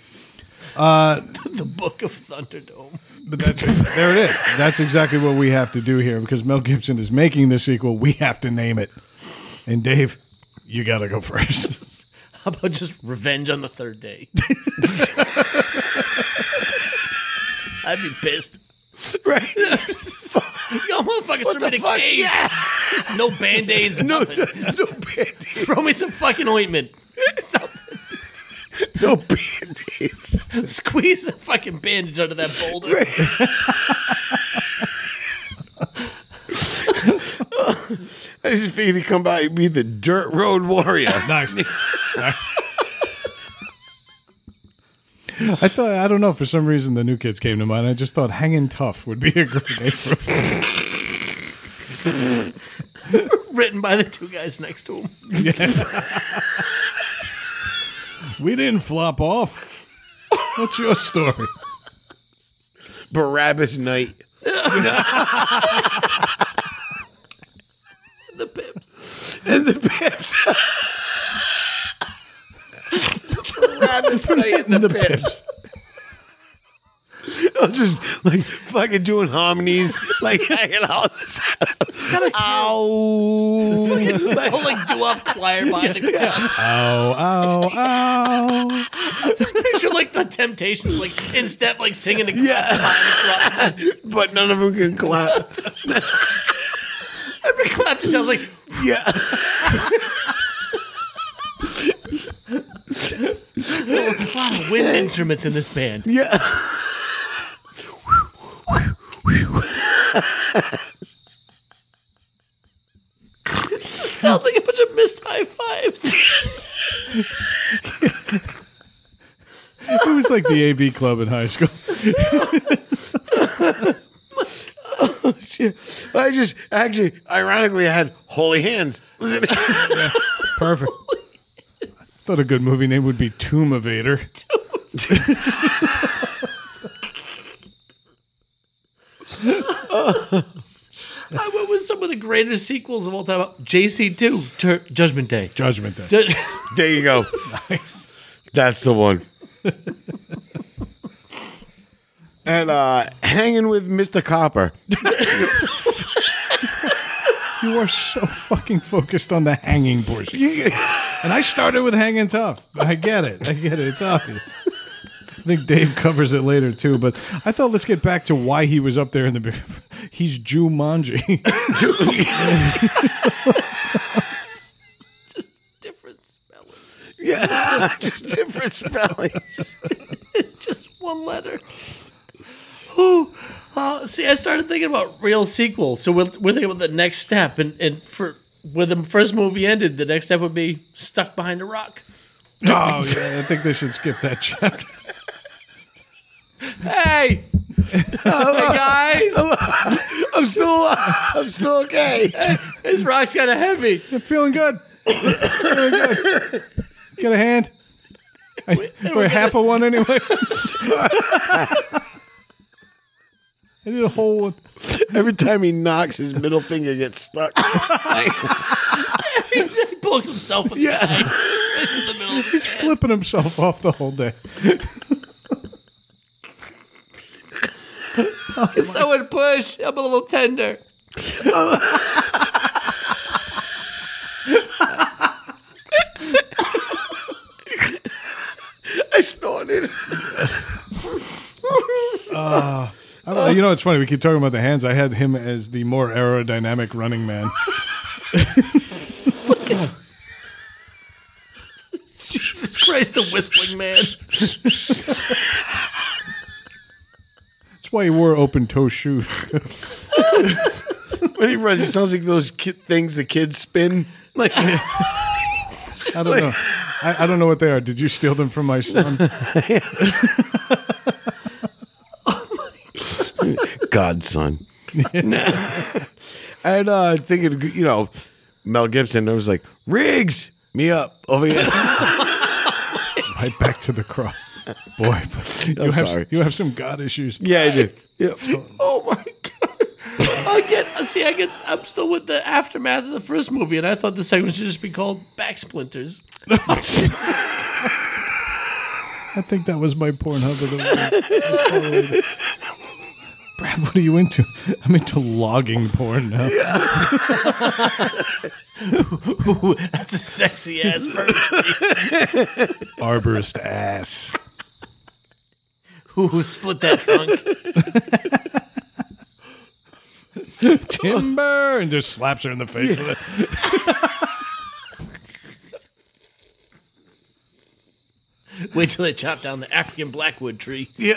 B: the Book of Thunderdome.
A: But that's there it is. That's exactly what we have to do here because Mel Gibson is making the sequel. We have to name it. And Dave, you gotta go first.
B: How about just revenge on the third day? I'd be pissed.
C: right.
B: Y'all motherfuckers
C: What
B: threw me in
C: the
B: a
C: fuck?
B: cave.
C: Yeah,
B: No band aids.
C: no,
B: nothing.
C: no band-aids.
B: Throw me some fucking ointment. Something.
C: no band-aids.
B: Squeeze a fucking bandage under that boulder.
C: I just figured he'd come by and be the dirt road warrior.
A: Nice. I thought I don't know for some reason the new kids came to mind. I just thought hanging tough would be a great name. for it.
B: Written by the two guys next to him.
A: We didn't flop off. What's your story?
C: Barabbas Knight.
B: The pips.
C: And the Pips. Barabbas Knight and the, Pips. I'm just like fucking doing harmonies, like hanging out. Ow.
B: It's all like do up choir by the crowd.
A: Ow, ow, ow.
B: Picture like the Temptations, like in step, like singing the crowd.
C: Yeah.
B: Yeah.
C: But none of them can clap.
B: Every clap just sounds like
C: Yeah.
B: wow, wind instruments in this band.
C: Yeah.
B: sounds like a bunch of missed high fives.
A: It was like the AV club in high school.
C: Shit. I just actually, ironically, I had holy hands. Was it-
A: Perfect. Thought a good movie name would be Tomb Evader.
B: I went with some of the greatest sequels of all time. JC2, Tur- Judgment Day.
A: Judgment Day.
B: Ju-
C: there you go. That's the one. and uh, hanging with Mr. Copper.
A: You are so fucking focused on the hanging portion. And I started with hanging tough. I get it. I get it. It's obvious. I think Dave covers it later too, but I thought let's get back to why he was up there in the. be- He's Jumanji.
B: different spelling.
C: yeah, just different spelling.
B: It's just one letter. Ooh, uh, see, I started thinking about real sequel. So we're, we're thinking about the next step, and and for where the first movie ended, the next step would be stuck behind a rock.
A: oh yeah, I think they should skip that chapter.
B: Hey, hey guys,
C: I'm still alive. I'm still okay.
B: this rock's kind of heavy.
A: I'm feeling good. feeling good. Get a hand. I, we're,
B: we're
A: half a one anyway. I did a whole one.
C: Every time he knocks, his middle finger gets stuck.
B: He pulls himself in
C: Yeah.
B: the, in the middle. Of his head.
A: flipping himself off the whole day.
B: Someone push. I'm a little tender.
C: I snorted.
A: I- you know, it's funny. We keep talking about the hands. I had him as the more aerodynamic running man.
B: Jesus Christ, the whistling man.
A: That's why he wore open toe shoes.
C: When he runs, it sounds like those kid things the kids spin. Like,
A: I don't know. I, I don't know what they are. Did you steal them from my son?
C: godson. and uh, thinking, you know, Mel Gibson, I was like, Riggs, me up over here.
A: Right back to the cross. Boy, but you, have,
C: sorry.
A: you have some God issues.
C: yeah, I did. Yep.
B: Oh my god! I get see. I get. I'm still with the aftermath of the first movie, and I thought the second one should just be called Back Splinters.
A: I think that was my Pornhub of the week. Brad, what are you into? I'm into logging porn now.
B: Ooh, that's a sexy ass person.
A: Arborist ass.
B: Ooh, split that trunk.
A: Timber! And just slaps her in the face with it.
B: Wait till they chop down the African blackwood tree.
C: Yeah.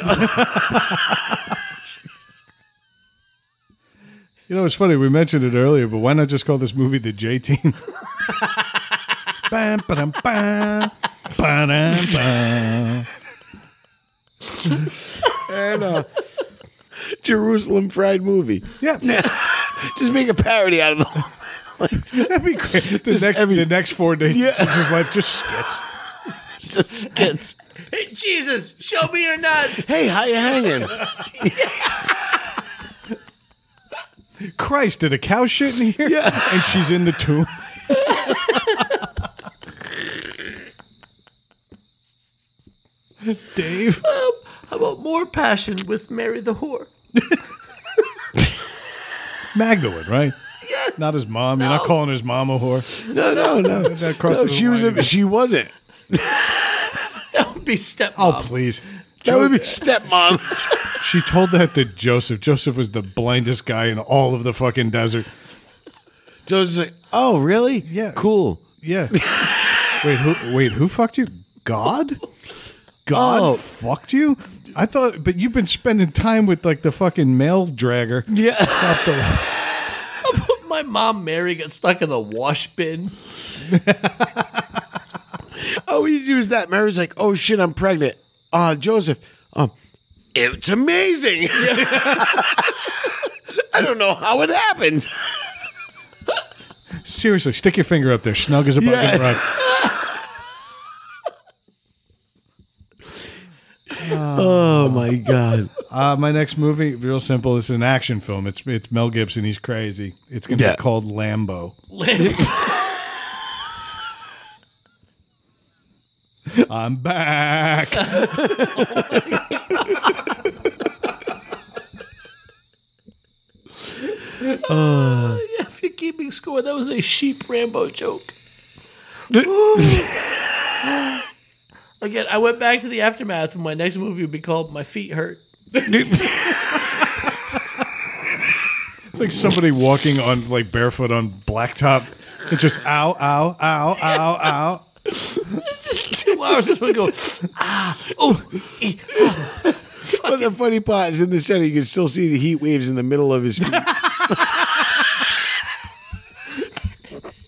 A: You know, it's funny. We mentioned it earlier, but why not just call this movie the J Team? Bam, ba-dum, bam, ba-dum, bam.
C: And uh, Jerusalem fried movie.
A: Yeah,
C: Just make a parody out of the whole.
A: that'd be great. The next,
C: every-
A: the next four days
C: Yeah.
A: of Jesus' life just skits.
C: Just skits.
B: Hey, Jesus, show me your nuts.
C: Hey, how you hanging?
A: Christ, did a cow shit in here? Yeah. And she's in the tomb. Dave.
B: How about more passion with Mary the whore?
A: Magdalene, right?
B: Yes.
A: Not his mom. You're not calling his mom a whore.
C: No, no, no.
A: That crosses
C: no she
A: the
C: was.
A: line.
C: A, she wasn't.
B: That would be stepmom.
A: Oh, please.
C: That would be stepmom.
A: She told that to Joseph. Joseph was the blindest guy in all of the fucking desert.
C: Joe's like, oh, really?
A: Yeah.
C: Cool.
A: Yeah. wait, who wait, who fucked you? God? God
C: Oh.
A: fucked you? I thought but you've been spending time with like the fucking male dragger.
C: Yeah.
A: Up the-
B: My mom Mary got stuck in the wash bin.
C: Oh, easy was that. Mary's like, oh shit, I'm pregnant. Uh, Joseph, um, it's amazing. I don't know how it happened.
A: Seriously, stick your finger up there, snug as a bucket
C: Yeah.
A: rock.
C: Oh my god.
A: Uh, my next movie, real simple. This is an action film. It's it's Mel Gibson. He's crazy. It's gonna
C: Yeah.
A: be called Lambo. I'm back.
B: if you're keeping score, that was a sheep Rambo joke. Again, I went back to the aftermath, and my next movie would be called My Feet Hurt.
A: It's like somebody walking on like barefoot on blacktop. It's just ow, ow, ow, ow, ow.
B: Two hours of go, ah, oh, eh,
C: But the funny part is in the center, you can still see the heat waves in the middle of his feet.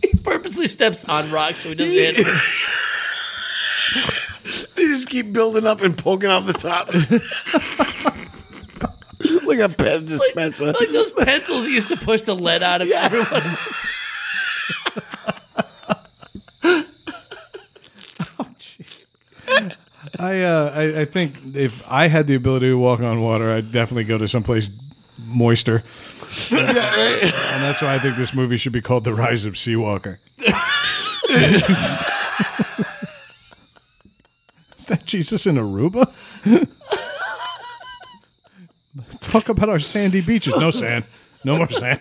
B: he purposely steps on rocks so he doesn't hit. him.
C: they just keep building up and poking off the tops. like a Pez dispenser.
B: Like those pencils he used to push the lead out of everyone.
A: I, uh, I I think if I had the ability to walk on water, I'd definitely go to someplace moister. and that's why I think this movie should be called The Rise of Seawalker. Is that Jesus in Aruba? Talk about our sandy beaches. No sand. No more sand.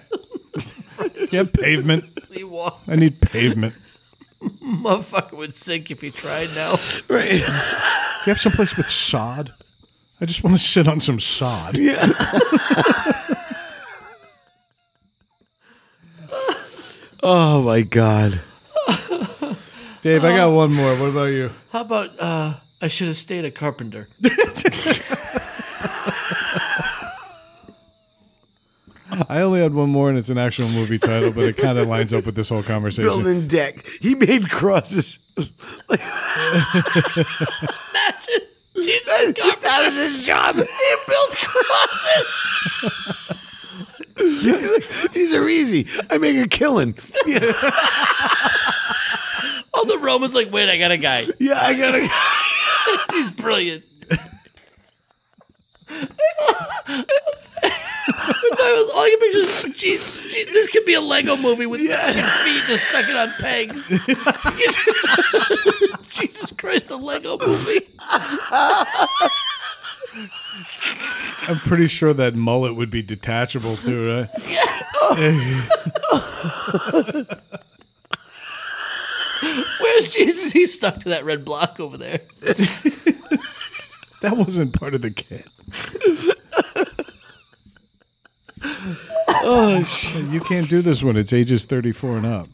A: yeah, pavement.
B: He walked.
A: I need pavement.
B: Motherfucker would sink if he tried now.
C: Right.
A: Do you have someplace with sod? I just want to sit on some sod.
C: Yeah. oh my god.
A: Dave, I got one more. What about you?
B: How about uh, I should have stayed a carpenter?
A: I only had one more, and it's an actual movie title, but it kind of lines up with this whole conversation.
C: Building deck. He made crosses.
B: Imagine Jesus carpenter.
C: That was his job.
B: He built crosses.
C: He's like, These are easy. I make a killing. Yeah,
B: All the Romans like, wait, I got a guy.
C: yeah I gotta.
B: He's brilliant. We're talking about all your pictures. Jeez, gee, this could be a Lego movie with fucking feet just stuck in on pegs. Jesus Christ, the Lego movie.
A: I'm pretty sure that mullet would be detachable too, right?
B: Where's Jesus? He's stuck to that red block over there.
A: That wasn't part of the kit. oh, shit. you can't do this one. It's ages 34 and up.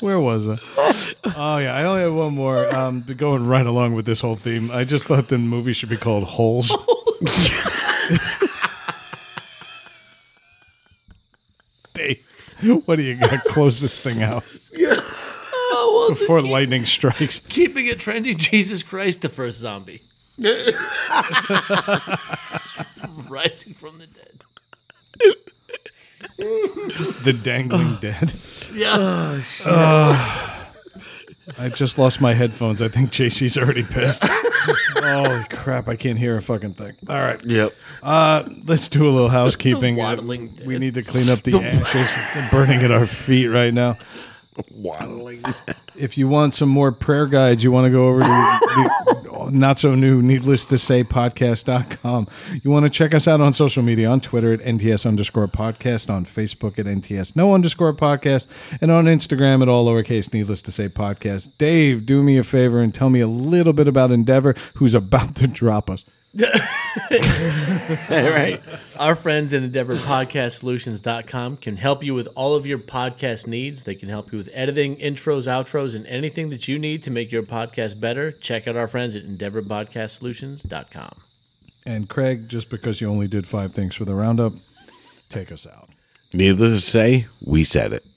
A: Where was I? Oh yeah, I only have one more. Uh, Um, but going right along with this whole theme, I just thought the movie should be called Holes. Dave, what do you got? Close this thing out
B: Oh, well,
A: before lightning strikes.
B: keeping it trendy. Jesus Christ, the first zombie rising from the dead.
A: The
B: Oh.
A: dangling dead.
B: Yeah,
A: I just lost my headphones. I think JC's already pissed. Holy crap! I can't hear a fucking thing. All right,
C: Yep.
A: uh, let's do a little housekeeping.
B: The waddling
A: Uh, we
B: dead.
A: need to clean up the, ashes burning at our feet right now.
C: Waddling.
A: if you want some more prayer guides, you want to go over to the not so new, needless to say, podcast.com. You want to check us out on social media on Twitter at NTS underscore podcast, on Facebook at NTS no underscore podcast, and on Instagram at all lowercase needless to say podcast. Dave, do me a favor and tell me a little bit about Endeavor, who's about to drop us.
C: All right.
B: Our friends at EndeavorPodcastSolutions.com can help you with all of your podcast needs. They can help you with editing, intros, outros, and anything that you need to make your podcast better. Check out our friends at EndeavorPodcastSolutions.com.
A: And Craig, just because you only did five things for the roundup, take us out.
C: Needless to say, we said it.